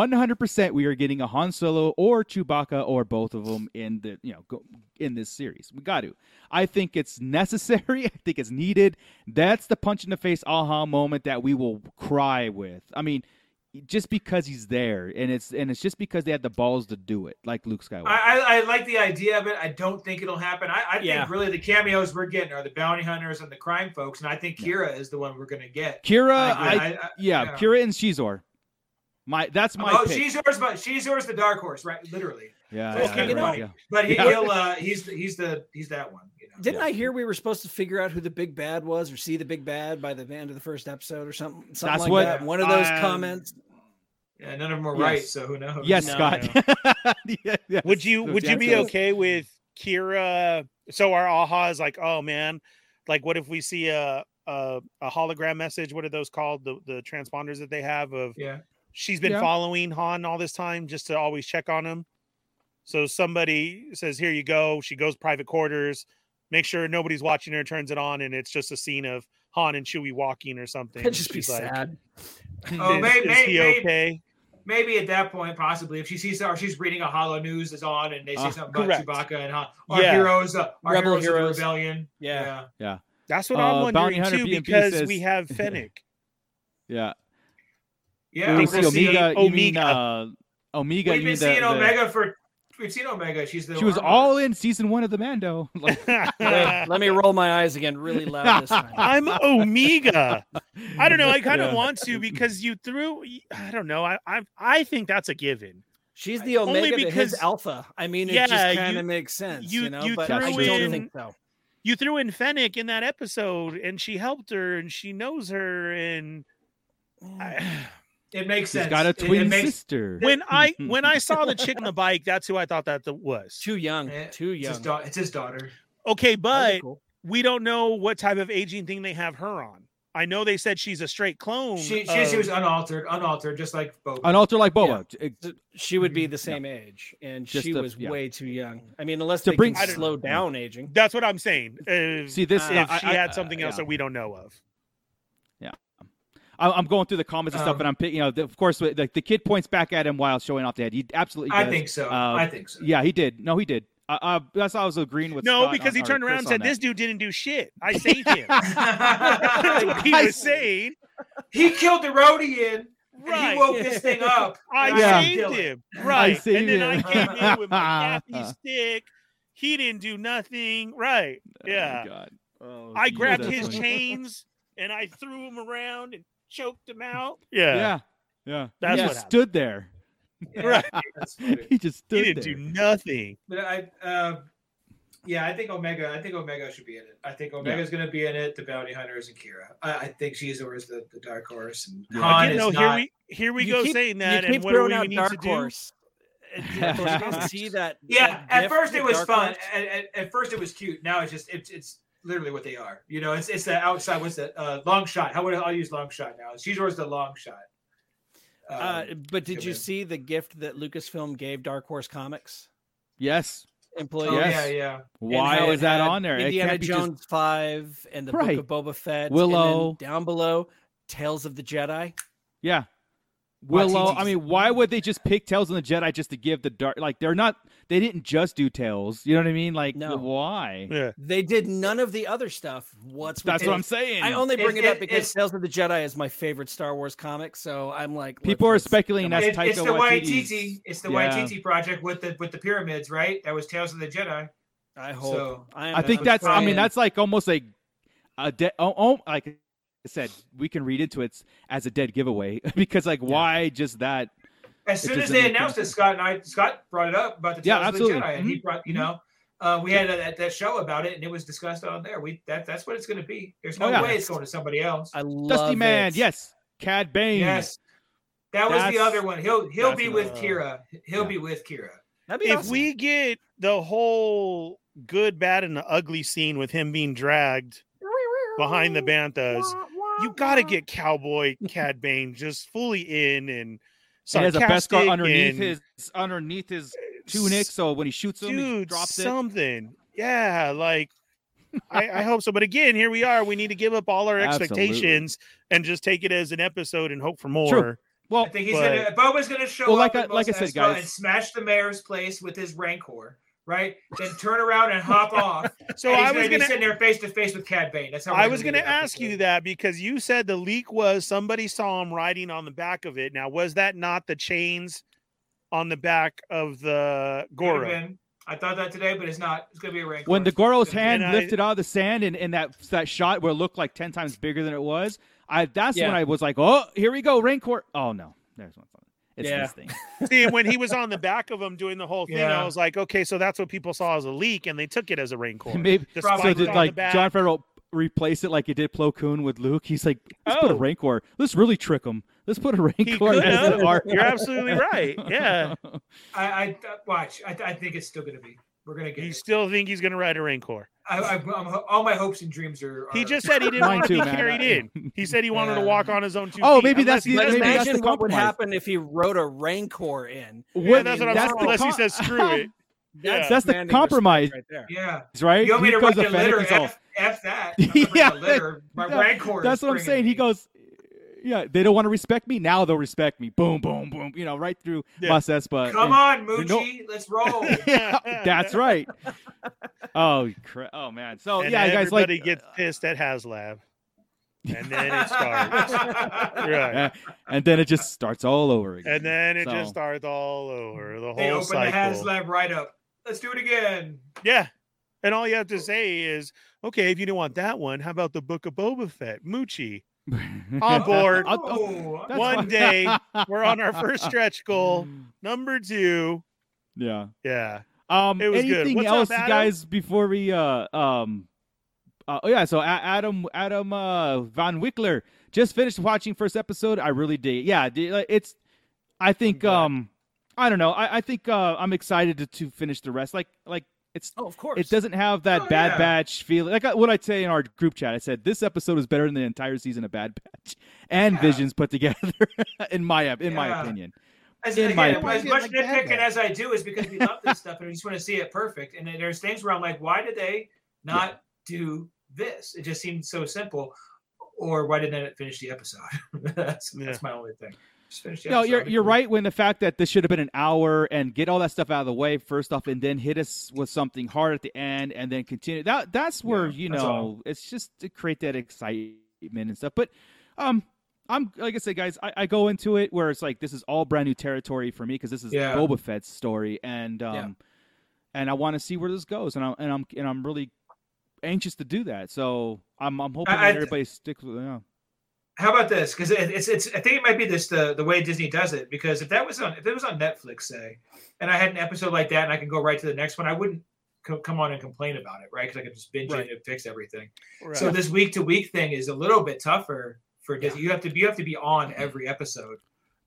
100% we are getting a han solo or chewbacca or both of them in the you know go, in this series we got to i think it's necessary i think it's needed that's the punch in the face aha moment that we will cry with i mean just because he's there and it's and it's just because they had the balls to do it like luke skywalker I, I, I like the idea of it. I don't think it'll happen. I, I Yeah. think really the cameos we're getting are the bounty hunters and the crime folks, and I think Kira is the one we're gonna get. kira I- I, I- I- yeah, yeah. kira and shizor my that's my oh, pick. she's yours, but she's yours, the dark horse, right? Literally. yeah, Well, yeah, you you're know- right, yeah. But he, Yeah. he'll uh, he's the, he's the he's that one. You know? Didn't I hear we were supposed to figure out who the big bad was or see the big bad by the end of the first episode or something? something That's like what- that. one of those Um, comments. Yeah, none of them were Yes. right, so who knows? Yes, No, Scott. Yeah, yes. would you would you be Jackson. okay with kira so our aha is like oh man like what if we see a a, a hologram message what are those called the the transponders that they have of Yeah. she's been Yeah. following Han all this time just to always check on him. So somebody says, "Here you go." She goes private quarters, make sure nobody's watching her, turns it on, and it's just a scene of Han and Chewie walking or something. That'd just be She's like, sad. Oh, is, may- is may- he may- okay? Maybe at that point, possibly, if she sees or she's reading a hollow news is on and they say Ah, something about correct. Chewbacca and how our Yeah. heroes, uh, our Rebel heroes, heroes. of the rebellion. Yeah. That's what Uh, I'm Bounty wondering Hunter too, B&B because says- we have Fennec. Yeah. yeah. we We'll We've see see Omega. You mean Omega. uh, Omega? been you mean the- seeing the- Omega for we've seen Omega. She's the She was armor. all in season one of the Mando. Like, Wait, let me roll my eyes again really loud this time. I'm Omega. I don't know. I kind of Yeah. want to because you threw. I don't know. I I, I think that's a given. She's the Only Omega to his because- alpha. I mean, it Yeah, just kind you- of makes sense, you, you- know, you but I threw don't in- think so. you threw in Fennec in that episode, and she helped her, and she knows her, and I, It makes She's sense. got a It- it twin makes- sister. when I when I saw the chick on the bike, that's who I thought that the, was. Too young. Yeah, Too It's his, young. da- it's his daughter. Okay, That'd be but cool. we don't know what type of aging thing they have her on. I know they said she's a straight Oh, clone. She, she, she of- was unaltered, unaltered, just like Boba. An altar like Boba. Th- she would be the Yeah. same age, and Just she the- was yeah. way too young. I mean, unless To they bring- I can don't slow know. down aging. That's what I'm saying. If, See this. Uh, if I- she I- had something uh, else yeah. that we don't know of, I- I'm going through the comments and stuff, Um, and I'm pick- you know, the, of course, the, the kid points back at him while showing off the head. He absolutely. I does. think so. Uh, I think so. Yeah, he did. No, he did. Uh, uh, that's how I was agreeing with. No, Scott because on- he or turned around and Chris said, on that. "This dude didn't do shit. I saved him." That's what he I was saying. he killed the Rhodian. And Right. he woke this thing up. I and Yeah. didn't kill saved it. him. Right. saved and then I him. came in with my Kathy stick. He didn't do nothing. Right. Yeah. Oh, God. Oh, I geez, grabbed that's his funny. chains and I threw him around and choked him out. Yeah. Yeah, yeah. That's he what just happened. stood there. Yeah, Right. that's weird. he just He stood didn't there. do nothing. But I, uh, yeah, I think Omega. I think Omega should be in it. I think Omega's going to be in it. The Bounty Hunters and Kira. I, I think she's always the, the dark horse. And Yeah. Han Again, is though, not. here we here we You go keep- saying that, you keep and what do throwing we out need Dark to do? Horse. And Dark Horse, I don't see that. yeah, that at gift first with it was Dark fun. Horse. At, at, at first it was cute. Now it's just it's it's literally what they are. You know, it's it's the outside. What's that? Uh, long shot. How would I I'll use long shot now? She's always the long shot. Um, Uh, but did come you in. see the gift that Lucasfilm gave Dark Horse Comics Yes. employees? oh, yes. Yeah, yeah. and Why how it is that had on there? it Indiana can't be just- Jones Five and the Right. Book of Boba Fett. and then Willow. down below, Tales of the Jedi. Yeah. Willow. I Waititi's- mean, why would they just pick Tales and the Jedi just to give the dark? Like they're not. They didn't just do Tales. You know what I mean? Like No. why? Yeah. They did none of the other stuff. What's with That's Tales- what I'm saying. I only It- bring it, it- up because it's- Tales of the Jedi is my favorite Star Wars comic, so I'm like People are let's- let's- speculating come that's It- Taika it's the Waititi's- YTT. It's the Yeah. YTT project with the with the pyramids, right? That was Tales of the Jedi. on. I hope. So, am- I think I'm that's. I mean, praying. that's like almost like a dead. Oh, oh, like I said, we can read into it as a dead giveaway because like why just that? As It soon as doesn't they make announced any it, Scott and I, Scott brought it up about the Yeah, Tales of the Jedi, absolutely. Mm-hmm. and he brought, you know, uh, we had a, that, that show about it, and it was discussed on there. We that that's what it's going to be. There's no Oh, yeah. way it's going to somebody else. I love Dusty Man. it. Yes. Cad Bane. yes, that was the That's- other one. He'll he'll that's be with another- Kira. He'll yeah. be with Kira. That'd be If awesome. we get the whole good, bad, and the ugly scene with him being dragged behind the banthas, you got to get Cowboy Cad Bane just fully in and He has a sarcastic Beskar underneath and- his underneath his tunic, so when he shoots him, he dude, drops it. something. Yeah, like I, I hope so. But again, here we are. We need to give up all our Absolutely. expectations and just take it as an episode and hope for more. Well, I think he's but- going to Boba's going to show Oh, Well, up like I- at like I Mos said, Espa and guys- smash the mayor's place with his rancor, right? Then turn around and hop off. So and he's I was gonna be gonna sitting there face to face with Cad Bane. That's how I we're was gonna gonna do that. ask you that because you said the leak was somebody saw him riding on the back of it. Now, was that not the chains on the back of the Could've Goro? been. I thought that today, but it's not. It's going to be a rancor. when the Goro's And hand I- lifted out of the sand and, and that that shot where it looked like ten times bigger than it was, I that's Yeah. when I was like, oh, here we go, Rancor. Oh no, there's one. It's Yeah. this thing. See, when he was on the back of him doing the whole thing, Yeah. I was like, okay, so that's what people saw as a leak, and they took it as a raincoat. Maybe The Probably so spikes did on the like back. John Favreau replace it like he did Plo Koon with Luke? He's like, let's put a Oh. Rancor. Let's really trick him. Let's put a He Rancor could as have. an art. You're absolutely right. Yeah. I, I uh, watch. I, I think it's still going to be. We're going to get. You It. still think he's going to ride a Rancor. I, I, I'm, ho- all my hopes and dreams are. He are- just said he didn't Mine want too, to be man. carried in. He said he wanted to Yeah. walk on his own two Oh, feet, maybe unless that's the- he But does maybe that. that's imagine the what would compromise. happen if he wrote a Rancor in. Yeah, that's what I'm that's saying. the Unless he com- says screw it. That's, Yeah. That's the commanding respect compromise. right there. Yeah. right? You want me He to goes write a offended, letter? he's all, F, F that. I'm gonna write Yeah, a letter. My yeah, rancor. That's is what I'm bringing saying. He me. goes, yeah, they don't want to respect me. Now they'll respect me. Boom, boom, boom. You know, right through Yeah. Mos Espa. Come on, Moochie. uh, know- Let's roll. Yeah, that's right. Oh, crap. Oh, man. So, And yeah, guys, like, everybody gets pissed at HasLab. And then it starts. right. right. uh, and then it just starts all over again. And then it So- just starts all over the They whole open the cycle. HasLab right up. Let's do it again. yeah. And all you have to say is, okay, if you don't want that one, how about the Book of Boba Fett? Moochie. On board. I'll- I'll- Oh, That's One fine. day, We're on our first stretch goal. Number two. Yeah. Yeah. Um, It was good. anything What's up, else, Adam? guys? Before we, uh, um, uh, oh yeah, so A- Adam, Adam, uh, Von Wickler just finished watching first episode. I really did. Yeah, d- like, it's. I think. glad. Um, I don't know. I, I think uh, I'm excited to, to finish the rest. Like, like it's. Oh, of course. It doesn't have that Oh, Bad yeah. Batch feeling. Like I- what I'd say in our group chat, I said this episode is better than the entire season of Bad Batch and Yeah. Visions put together. in my op- in my Yeah. opinion, As, In again, my as opinion. much Like that, nitpicking though. as I do is because we love this stuff and we just want to see it perfect. And then there's things where I'm like, why did they not do this? It just seemed so simple. or why didn't I finish the episode? that's, Yeah. that's my only thing. Just finish the No, episode. you're you're right when the fact that this should have been an hour and get all that stuff out of the way first off, and then hit us with something hard at the end, and then continue. That that's where you that's know all. it's just to create that excitement and stuff. But um, I'm like I said, guys, I, I go into it where it's like this is all brand new territory for me because this is Yeah. Boba Fett's story, and um, Yeah. and I want to see where this goes, and I'm and I'm and I'm really anxious to do that. So I'm I'm hoping I- that I- everybody sticks with yeah. How about this? Because it, it's it's I think it might be this the the way Disney does it. Because if that was on if it was on Netflix, say, and I had an episode like that, and I could go right to the next one, I wouldn't co- come on and complain about it, right? Because I could just binge Right. it and fix everything. Right. So this week to week thing is a little bit tougher for Disney. You have to you have to be on every episode,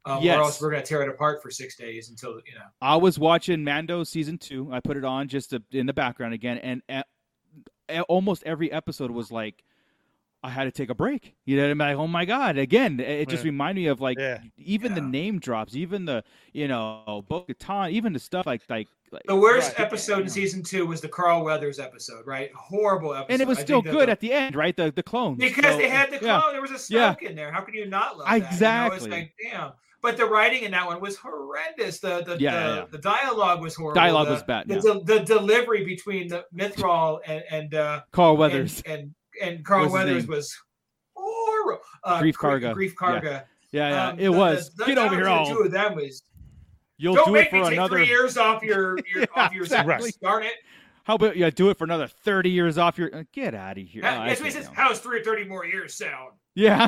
um, Mm-hmm. Yes. or else we're gonna tear it apart for six days until you know. I was watching Mando season two. I put it on just to, in the background again, and a- a- almost every episode was like, I had to take a break. You know, what I mean? like, oh my god, again, it it just Yeah. reminded me of like Yeah. even the Yeah. name drops, even the you know Bo Katan, even the stuff like like. like The worst Right. episode in season two was the Carl Weathers episode, right? Horrible episode. and it was I still think that good the- at the end, right? The the clones because So, they had the clone. yeah. There was a Yeah. Snoke in there. How can you not love that? You know, it's Exactly. like damn. But the writing in that one was horrendous. The the Yeah, the, yeah, yeah. the dialogue was horrible. Dialogue the, was bad, The, yeah. del- the delivery between the Mithral and and uh, Carl and- Weathers. and and, Carl What's his Weathers name? was horrible. Uh, Grief Gr- Karga. Grief Yeah. Karga. yeah, yeah, Um, it the- was. the- the Get over here, dialogue all. between the Two of them was. You'll Don't do make it for me take another. three years off your, your off your exactly. sentence. Darn it! How about yeah? Do it for another thirty years off your. uh, Get out of here. Oh, I That's what he see says. now. How's three or thirty more years sound? Yeah.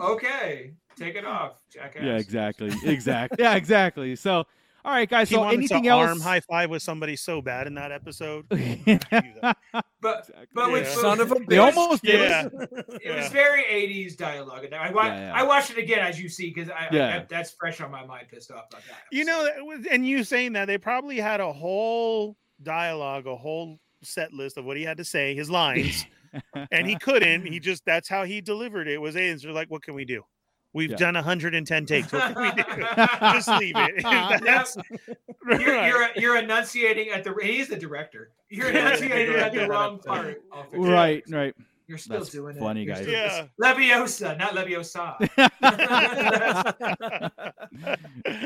Okay, take it off, jackass. Yeah, exactly. Exactly. yeah, exactly. So, all right, guys. he so wanted anything to else? arm high five with somebody so bad in that episode. But Exactly. but with Yeah. Son of a They bitch. almost did. Yeah. it. it Yeah. was very 80s dialogue and i wa- Yeah, yeah. i watched it again as you see because I, Yeah. I that's fresh on my mind pissed off about that You know, that was- and you saying that they probably had a whole dialogue, a whole set list of what he had to say, his lines, and he couldn't. He just that's how he delivered it. Was aliens are like, what can we do? We've Yeah. done 110 takes. What can we do? just leave it. Now, That's you're, right. you're, you're enunciating at the he's the director you're Yeah, he's the enunciating at the director. wrong part of the- Right, right. you're still That's doing funny, it You're guys. still- yeah. leviosa not leviosa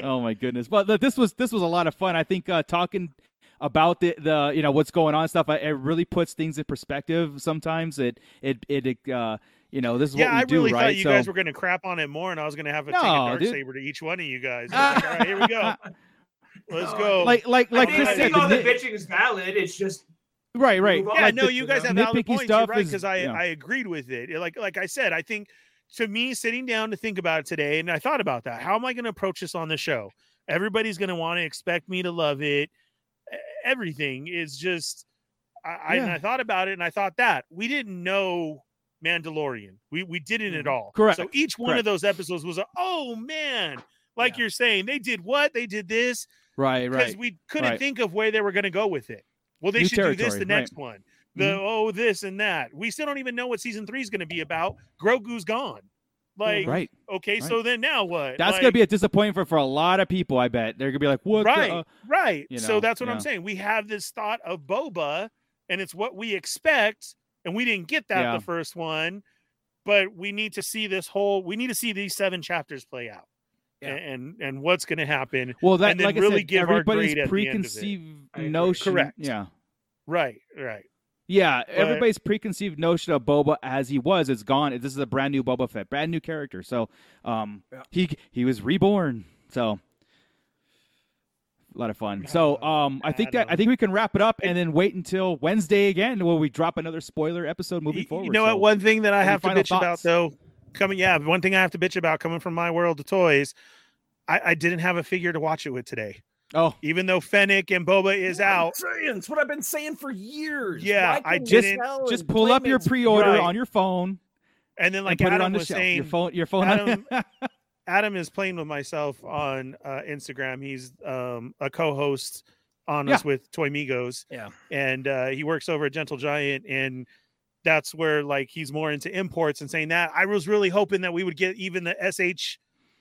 oh my goodness. But look, this was this was a lot of fun. I think uh, talking about the, the you know what's going on and stuff. I, it really puts things in perspective. Sometimes it it it uh you know this is Yeah, what we I do, really right? thought you so guys were going to crap on it more, and I was going to have a take a No, dark dude. saber to each one of you guys. I was like, All right, here we go. Let's No, go. like like I like think, Chris I said, think the all the nit- bitching is valid it's just right, right. Move on. yeah, like no, the- you guys the have valid nitpicky points. You're stuff right, is- because I yeah. I agreed with it. It- Like like I said, I think to me sitting down to think about it today, and I thought about that. How am I going to approach this on the show? Everybody's going to want to expect me to love it. E- Everything is just. I, I, and Yeah. I thought about it, and I thought that we didn't know Mandalorian. We we didn't at all. Mm-hmm. Correct, So each one correct. of those episodes was a oh man. Like Yeah. you're saying, they did what? They did this Right, because right. we couldn't right. think of where they were going to go with it. Well, they New should do this territory, the right. Mm-hmm. next one. The oh this and that. We still don't even know what season three is going to be about. Grogu's gone. Like Right. okay, so then now what? That's Like, gonna be a disappointment for, for a lot of people, I bet. They're gonna be like, What the- right, uh, right. you know, so that's what yeah. I'm saying. We have this thought of Boba, and it's what we expect, and we didn't get that Yeah. the first one. But we need to see this whole. We need to see these seven chapters play out, Yeah. and and what's going to happen. Well, that and then like I really said, give our everybody's grade at the end of it. preconceived I agree. notion. Correct. Yeah. Right, right. Yeah, everybody's everybody's preconceived notion of Boba as he was is gone. This is a brand new Boba Fett, brand new character. So, um, Yeah. he he was reborn. So, a lot of fun. So, um, I think that I Adam. think we can wrap it up and then wait until Wednesday again, where we drop another spoiler episode moving Y- forward. You know So- what? One thing that I Any have to final bitch thoughts? about though, coming yeah, one thing I have to bitch about coming from my world of toys, I, I didn't have a figure to watch it with today. Oh, Even though Fennec and Boba is out, It's what I've been saying for years. Yeah, Why I couldn't just- we tell just and pull up blame your it's- pre-order Right. on your phone and then like and put Adam it on the was shelf. your saying, phone, your phone. Adam- on, Adam is playing with myself on uh, Instagram. He's um, a co-host on Yeah. us with Toy Migos. Yeah. and uh, he works over at Gentle Giant, and that's where like he's more into imports and saying that. I was really hoping that we would get even the SH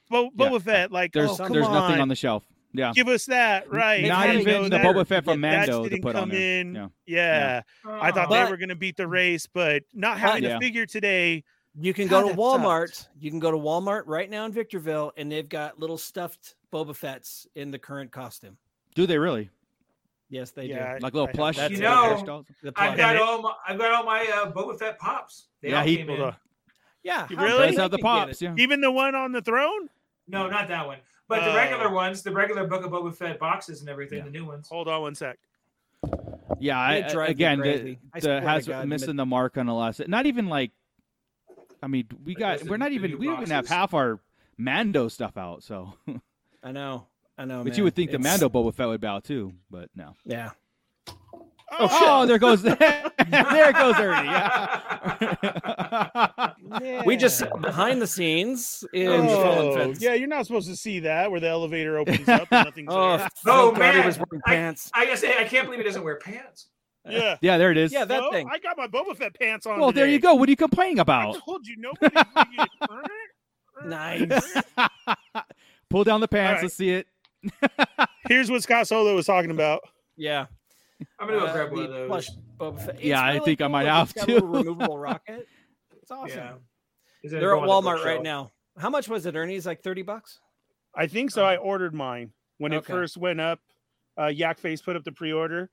Bo- Yeah. Boba Fett. Like, there's oh, come there's nothing on on the shelf. Yeah. give us that right. Not Let me know even the that Boba Fett from Yeah, that Mando to didn't put on come there. in. Yeah. Yeah. I thought Oh. they But- were going to beat the race, but not having Yeah. a figure today You can God, go that to Walmart. You can go to Walmart right now in Victorville, and they've got little stuffed Boba Fett's in the current costume. Do they really? Yes, they yeah, I- Like I little have plush? that You too. know, plush dolls? do. The I've plush. got all my I've got all my uh, Boba Fett pops. They Yeah, all he- came Hold in. on. Yeah, You how really? bad Those they are the can get pops. it. Yeah. Even the one on the throne? No, not that one. But the Oh. regular ones, the regular Book of Boba Fett boxes and everything, Yeah. the new ones. Hold on one sec. Yeah, They I, drive me again, the, crazy. I the swear to has God, mid- missing the mark on a lot. Not even like, I mean, we Like, got listen, we're not the even new we don't even have boxes. half our Mando stuff out. So, but I know. I know. you Oh, man. would think the It's- Mando Boba Fett would bow too, but no. Yeah. Oh, there goes there it goes Ernie. Yeah. We just behind the scenes in Oh, Fallen Fence. yeah, you're not supposed to see that where the elevator opens up and nothing's Oh, there. Oh, thank God he man. was wearing I- pants. I gotta say, I can't believe he doesn't wear pants. Yeah. yeah, there it is. yeah, that No, thing. I got my Boba Fett pants on. well, there you today. go. What are you complaining I about? told you nobody. would get- Nice. Pull down the pants. right. Let's see it. Here's what Scott Solo was talking about. yeah. I'm gonna go Uh, grab one the of those. plush Boba Fett. It's Yeah, I really think I cool. might It's have got a little to. removable rocket. It's awesome. Yeah. Is it They're at going on the Walmart right bookshelf? now. How much was it, Ernie? It's like 30 bucks. I think so. I ordered mine when it Oh. Okay. first went up. Uh, Yak Face put up the pre-order,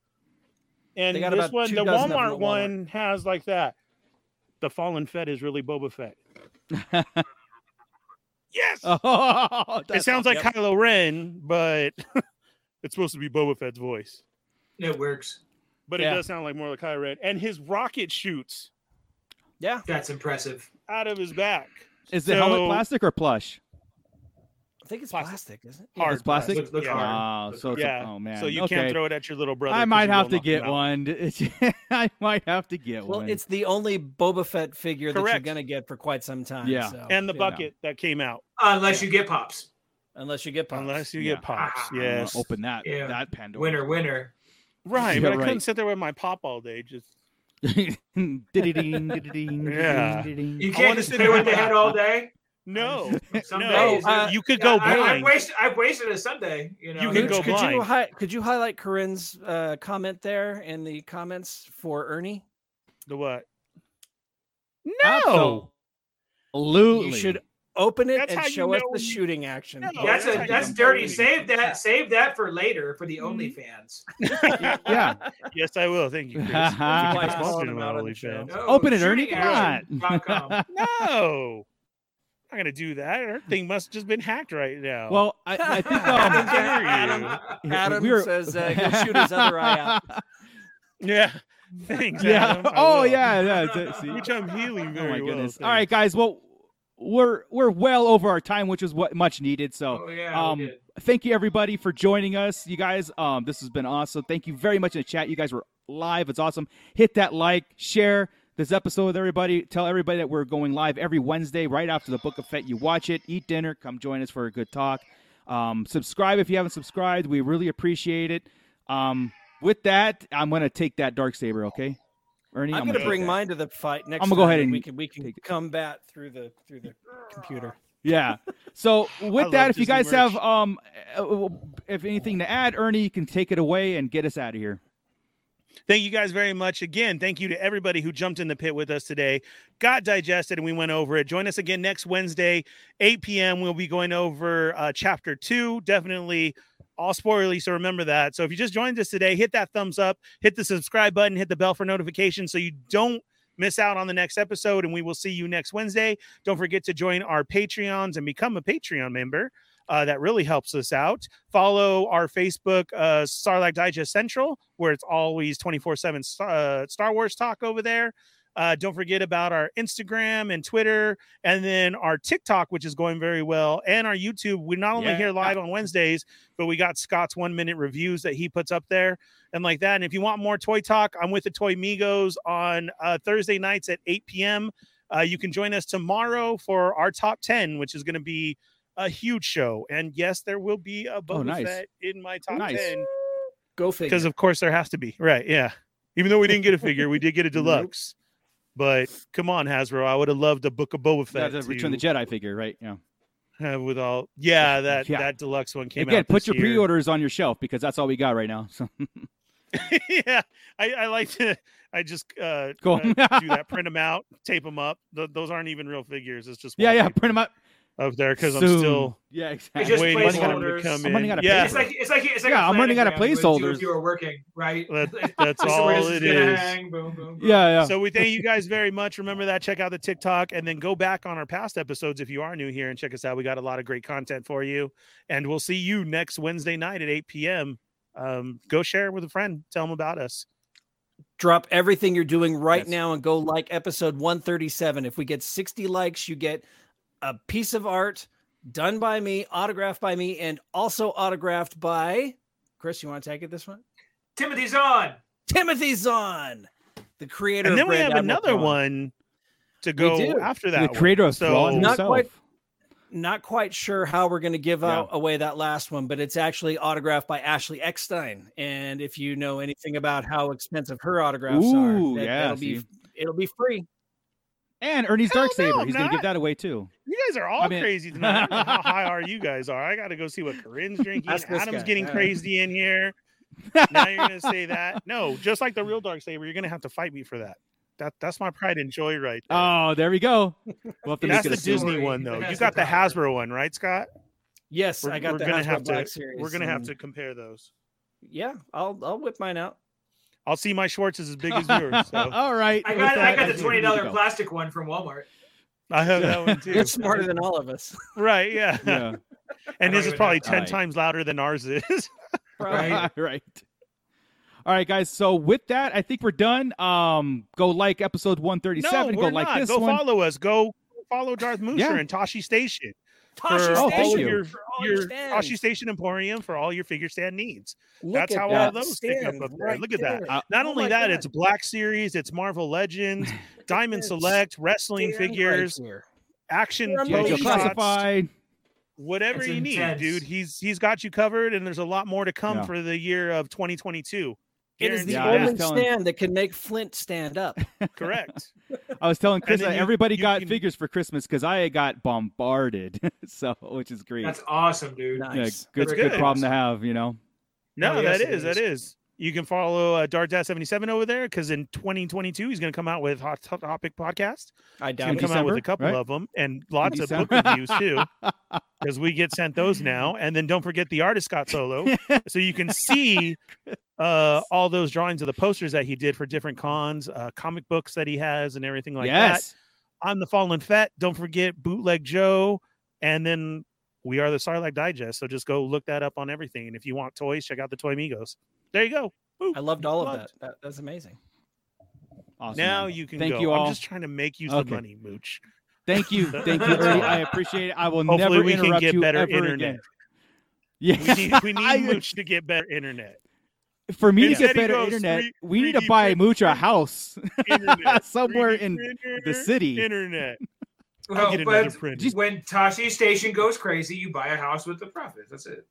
and They got this about one, two the dozen of them Walmart, at Walmart. one, has like that. The Fallen Fett is really Boba Fett. yes, Oh, it that's- sounds like yep. Kylo Ren, but it's supposed to be Boba Fett's voice. It works. But Yeah. it does sound like more like Kylo Ren, and his rocket shoots Yeah. That's impressive. out of his back. is the helmet so- plastic or plush? I think it's Plastic. plastic, Oh, isn't it? Hard It's plastic. Looks, looks Yeah. hard. Oh, so it's a- Yeah. oh man. So you okay. can't throw it at your little brother. I 'cause might you have will to knock him get out. one. It's- I might have to get Well, one. it's the only Boba Fett figure that you're Correct. gonna get for quite some time. Yeah. so, And the you know, bucket that came out, Unless you get pops. unless you get pops. unless you Yeah. get pops. Ah, I'm gonna Yes. Open that Yeah. that Pandora. Winner, winner. Right, Yeah, but I right. couldn't sit there with my pop all day. Just Diddy-ding, diddy-ding, diddy-ding, Yeah. diddy-ding. You wanna can't just sit do there what with they my- had all day. no, Some no. days, uh, you could yeah, go I, I've blind. wasted. I've wasted a Sunday. You know. You Luge, can go could you blind. hi- could you highlight Corinne's uh, comment there in the comments for Ernie? the what? Absolutely. You should open it That's how and you show us know- the shooting action. No. Oh, that's that's how a you that's can dirty. totally- Save that. Save that for later for the Mm-hmm. OnlyFans. Yeah. Yes, I will. Thank you. Chris. That's That's what why you I call called it him in out on Holy the show. Fans. No, Open it, Ernie. shooting Come action on. dot com. No, I'm not gonna do that. Her thing must have just been hacked right now. Well, I, I think um, How dare you? Adam we were- says uh, he'll shoot his other eye out. yeah, thanks. yeah. Adam. I Oh will. yeah. Yeah. it's- see. which I'm healing Oh very my well. goodness. thanks. All right, guys. Well, we're we're well over our time, which is what much needed. So. Oh yeah. um, we did. thank you everybody for joining us you guys um this has been awesome thank you very much in the chat you guys were live it's awesome hit that like share this episode with everybody tell everybody that we're going live every wednesday right after the book of fett you watch it eat dinner come join us for a good talk um subscribe if you haven't subscribed we really appreciate it um with that i'm gonna take that dark saber okay ernie I'm, going gonna to take bring that. mine to the fight next. I'm gonna go time, ahead and we can we can take it. combat through the through the computer. Yeah. So with love that, if you Disney guys merch. have um, uh, if anything to add, Ernie, you can take it away and get us out of here. Thank you guys very much again. Thank you to everybody who jumped in the pit with us today, got digested, and we went over it. Join us again next Wednesday, 8 p.m. We'll be going over uh, chapter two. Definitely all spoilery, so remember that. So if you just joined us today, hit that thumbs up, hit the subscribe button, hit the bell for notifications so you don't miss out on the next episode. And we will see you next Wednesday. Don't forget to join our Patreons and become a Patreon member. Uh, that really helps us out follow our Facebook uh, Sarlacc Digest Central, where it's always 24 7 uh, Star Wars talk over there. Uh, don't forget about our Instagram and Twitter, and then our TikTok, which is going very well, and our YouTube. We're not only here live on Wednesdays, but we got Scott's one minute reviews that he puts up there and like that. And if you want more toy talk, I'm with the Toy Migos on uh, Thursday nights at 8 p.m. Uh, you can join us tomorrow for our top 10, which is going to be a huge show. And yes, there will be a Boba Oh, nice. Oh, Fett in my top Nice. 10 Go figure. because, of course, there has to be. Right. Yeah. Even though we didn't get a figure, we did get a Nope. deluxe. But come on, Hasbro. I would have loved a book of Boba Yeah, Fett the Return the to Jedi figure, right? Yeah. have with all. Yeah, that Yeah. that deluxe one came out. Again, put this your year. pre-orders on your shelf because that's all we got right now. So yeah, I, I like to. I just uh, Cool. uh, do that. Print them out, tape them up. Th- those aren't even real figures. It's just yeah, yeah. wallpaper Print them out up there because I'm soon. still Yeah, It's exactly. just waiting for them to placeholders. come I'm in. running out of yeah, It's like it's like it's like Yeah, I'm running out of planogram would do placeholders. If you were working, right? That- that's So where all this it gonna is. hang, boom, boom, boom. yeah, yeah. So we thank you guys very much. Remember that. Check out the TikTok and then go back on our past episodes if you are new here and check us out. We got a lot of great content for you. And we'll see you next Wednesday night at 8 p.m. Um, go share it with a friend. Tell them about us. Drop everything you're doing right Yes. now and go like episode 137. If we get 60 likes, you get a piece of art done by me, autographed by me, and also autographed by Chris. You want to take it this one? Timothy's on. Timothy Zahn, the creator. And of then we Grand have Admiral another Thrawn. one to go do. after the that. creator one. of Thrawn Not himself. quite- Not quite sure how we're going to give Yeah. out, away that last one, but it's actually autographed by Ashley Eckstein. And if you know anything about how expensive her autographs Ooh, are, that, yeah, will be see? it'll be free. And Ernie's Hell Darksaber. no, I'm He's gonna not. give that away too. You guys are all I mean- crazy tonight. I don't know how high are you guys are? I got to go see what Corinne's drinking. Ask this Adam's guy. getting Yeah. crazy in here. Now you're gonna say that? No, just like the real dark saber, you're gonna have to fight me for that. That that's my pride and joy, right? there. Oh, there we go. We'll have to That's make the it a Disney story one that though. has You the got the power. Hasbro one, right, Scott? Yes, We're- I got we're the gonna Hasbro have to- Black Series. Mm-hmm. We're gonna have and- to compare those. Yeah, I'll I'll whip mine out. I'll see my Schwartz is as big as yours. So All right. I With got I that, got I the think we're twenty good to dollar go. plastic one from Walmart. I have that one too. You're smarter than all of us. Right? Yeah. Yeah. And I his don't is even probably have ten that. times louder than ours is. Right. right. All right, guys. So with that, I think we're done. Um, go like episode one thirty no, seven. we're go not. like this go one. follow us. Go follow Darth Mooser Yeah. and Tashi Station. Tasha for Oh, all thank of you. your, For all your your stands. Tashi Station Emporium for all your figure stand needs. Look That's at how that all those stick up stand up there. Look at that. there. Uh, Not Oh only my that, God. it's Black Series, it's Marvel Legends, Diamond this Select, wrestling Stand right figures, here. action They're Yeah, Totally Joe pose amazing. shots, classified. whatever That's you intense. need, dude. He's he's got you covered, and there's a lot more to come Yeah. for the year of 2022. It is the Yeah, I was only telling- stand that can make Flint stand up. correct. I was telling Chris then that you- everybody you got can- figures for Christmas because I got bombarded. so which is great. That's awesome, dude. Yeah, Nice. good, That's good good. problem to have, you know. No, Oh, yes, that it is that is. You can follow uh, Dart77 over there because in 2022 he's going to come out with Hot Topic podcast. I He's doubt gonna in it. come out with December, a couple right? of them and lots of book December. reviews too, because we get sent those now. And then don't forget the artist Scott Solo, so you can see uh, all those drawings of the posters that he did for different cons, uh, comic books that he has, and everything like that. yes. I'm the Fallen Fett. Don't forget Bootleg Joe, and then we are the Sarlacc Digest. So just go look that up on everything. And if you want toys, check out the Toy Migos. There you go. Woo. I loved all of Loved. that. that. That's amazing. Awesome. Now man. you can Thank go. you all. I'm just trying to make you Okay. some money, Mooch. Thank you. Thank you, Ernie. I appreciate it. I will Hopefully never we can interrupt get you better ever internet. again. We Yes. need, we I- need Mooch to get better internet. for me to Instead get he better goes internet, three- we need to 3D buy print- Mooch a house internet. somewhere 3D in the printer, city. Internet. I'll Well, get another but printer. when Tashi Station goes crazy, you buy a house with the profits. That's it.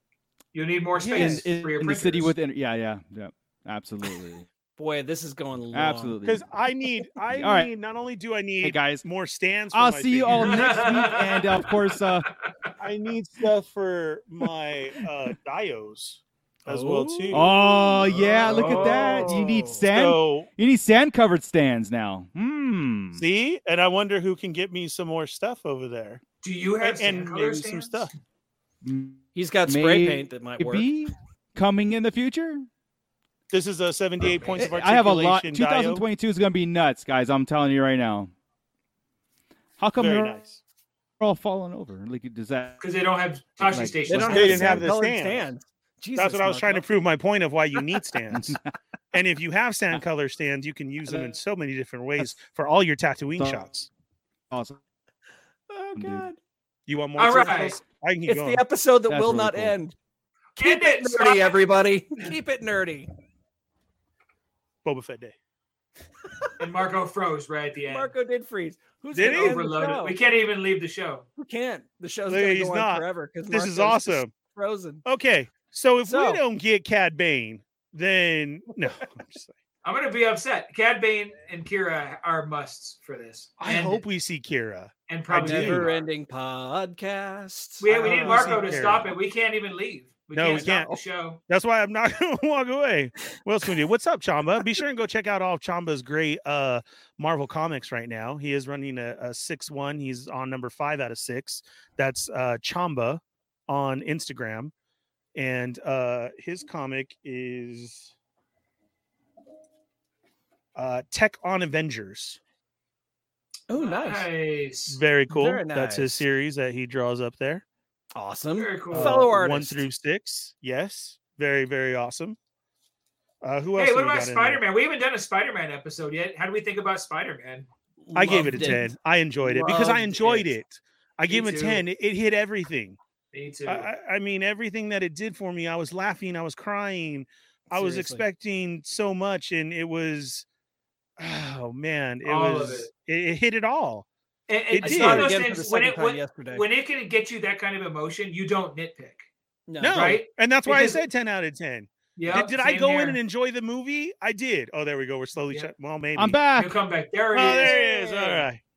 You need more In, space in, for your in the printers. city with inter- yeah, yeah, yeah. Absolutely. Boy, this is going long. Absolutely. Because I need, I All right. need. Not only do I Hey need guys, more stands. For I'll my see you all figures, next week and uh, of course uh I need stuff for my uh dios as well too. oh yeah, look at that. You need sand So you need sand covered stands now. Hmm. see, and I wonder who can get me some more stuff over there, Do you have and, and sand maybe color some stands? stuff. He's got spray Maybe- paint that might work. Maybe coming in the future. This is a seventy-eight points of I have a lot. articulation. dio. 2022 is going to be nuts, guys. I'm telling you right now. How come Very they're nice. all falling over? Like, does that? Because they don't have Tashi Like- They Station. don't They have didn't have the sand-colored stands. stands. That's Jesus, what I was trying to Marco. prove my point of why you need stands. and if you have sand color stands, you can use them in so many different ways for all your tattooing Don't- shots. Awesome. Oh Dude. God! You want more? All examples? right. I can keep It's going. the episode that That's will really not cool. end. End it, Nerdy, everybody. Keep it nerdy. Boba Fett Day. And Marco froze right at the end. Marco did freeze. Who's Did gonna he? end the show? Overloaded. We can't even leave the show. We can't. The show's Look, going to he's go on not. forever because This is awesome. Frozen. Okay, so if So- we don't get Cad Bane, then no, I'm just I'm gonna be upset. Cad Bane and Kira are musts for this. I and, hope we see Kira. and probably do. Marco. Never ending podcast. Oh, We, I we hope need we Marco see to Kira. stop it. We can't even leave. We No, can't we stop can't. the show. That's why I'm not going to walk away. What else can we do? What's up, Chamba? Be sure and go check out all of Chamba's great uh, Marvel comics right now. He is running a, a 6 1. He's on number five out of six. That's uh, Chamba on Instagram. And uh, his comic is uh, Tech on Avengers. Oh, nice. It's Nice. very cool. Very That's his nice. series that he draws up there. Awesome. Very cool. Fellow Uh, One artist. through six. Yes. Very, very awesome. Uh, who else? Hey, do what we about got in there? Spider Man? We haven't done a Spider Man episode yet. How do we think about Spider Man? I gave it a Loved 10. I enjoyed it because I Loved enjoyed it. it. I gave Me it a too. 10. It, it hit everything. Me I, too. I I mean, everything that it did for me, I was laughing, I was crying, I was Seriously. expecting so much, and it was, oh man, it All of was, it. It, hit it all. and, it and did. it's Saw one It of those again for the things when second it time when, yesterday. when it can get you that kind of emotion, you don't nitpick. No, Right? and that's why Because- I said 10 out of 10. Yeah. did did I go in and enjoy the movie? I did. Oh, there we go. We're slowly Yep. shut. Well, maybe I'm he'll back. come back? There Oh, it is. there it is. All right.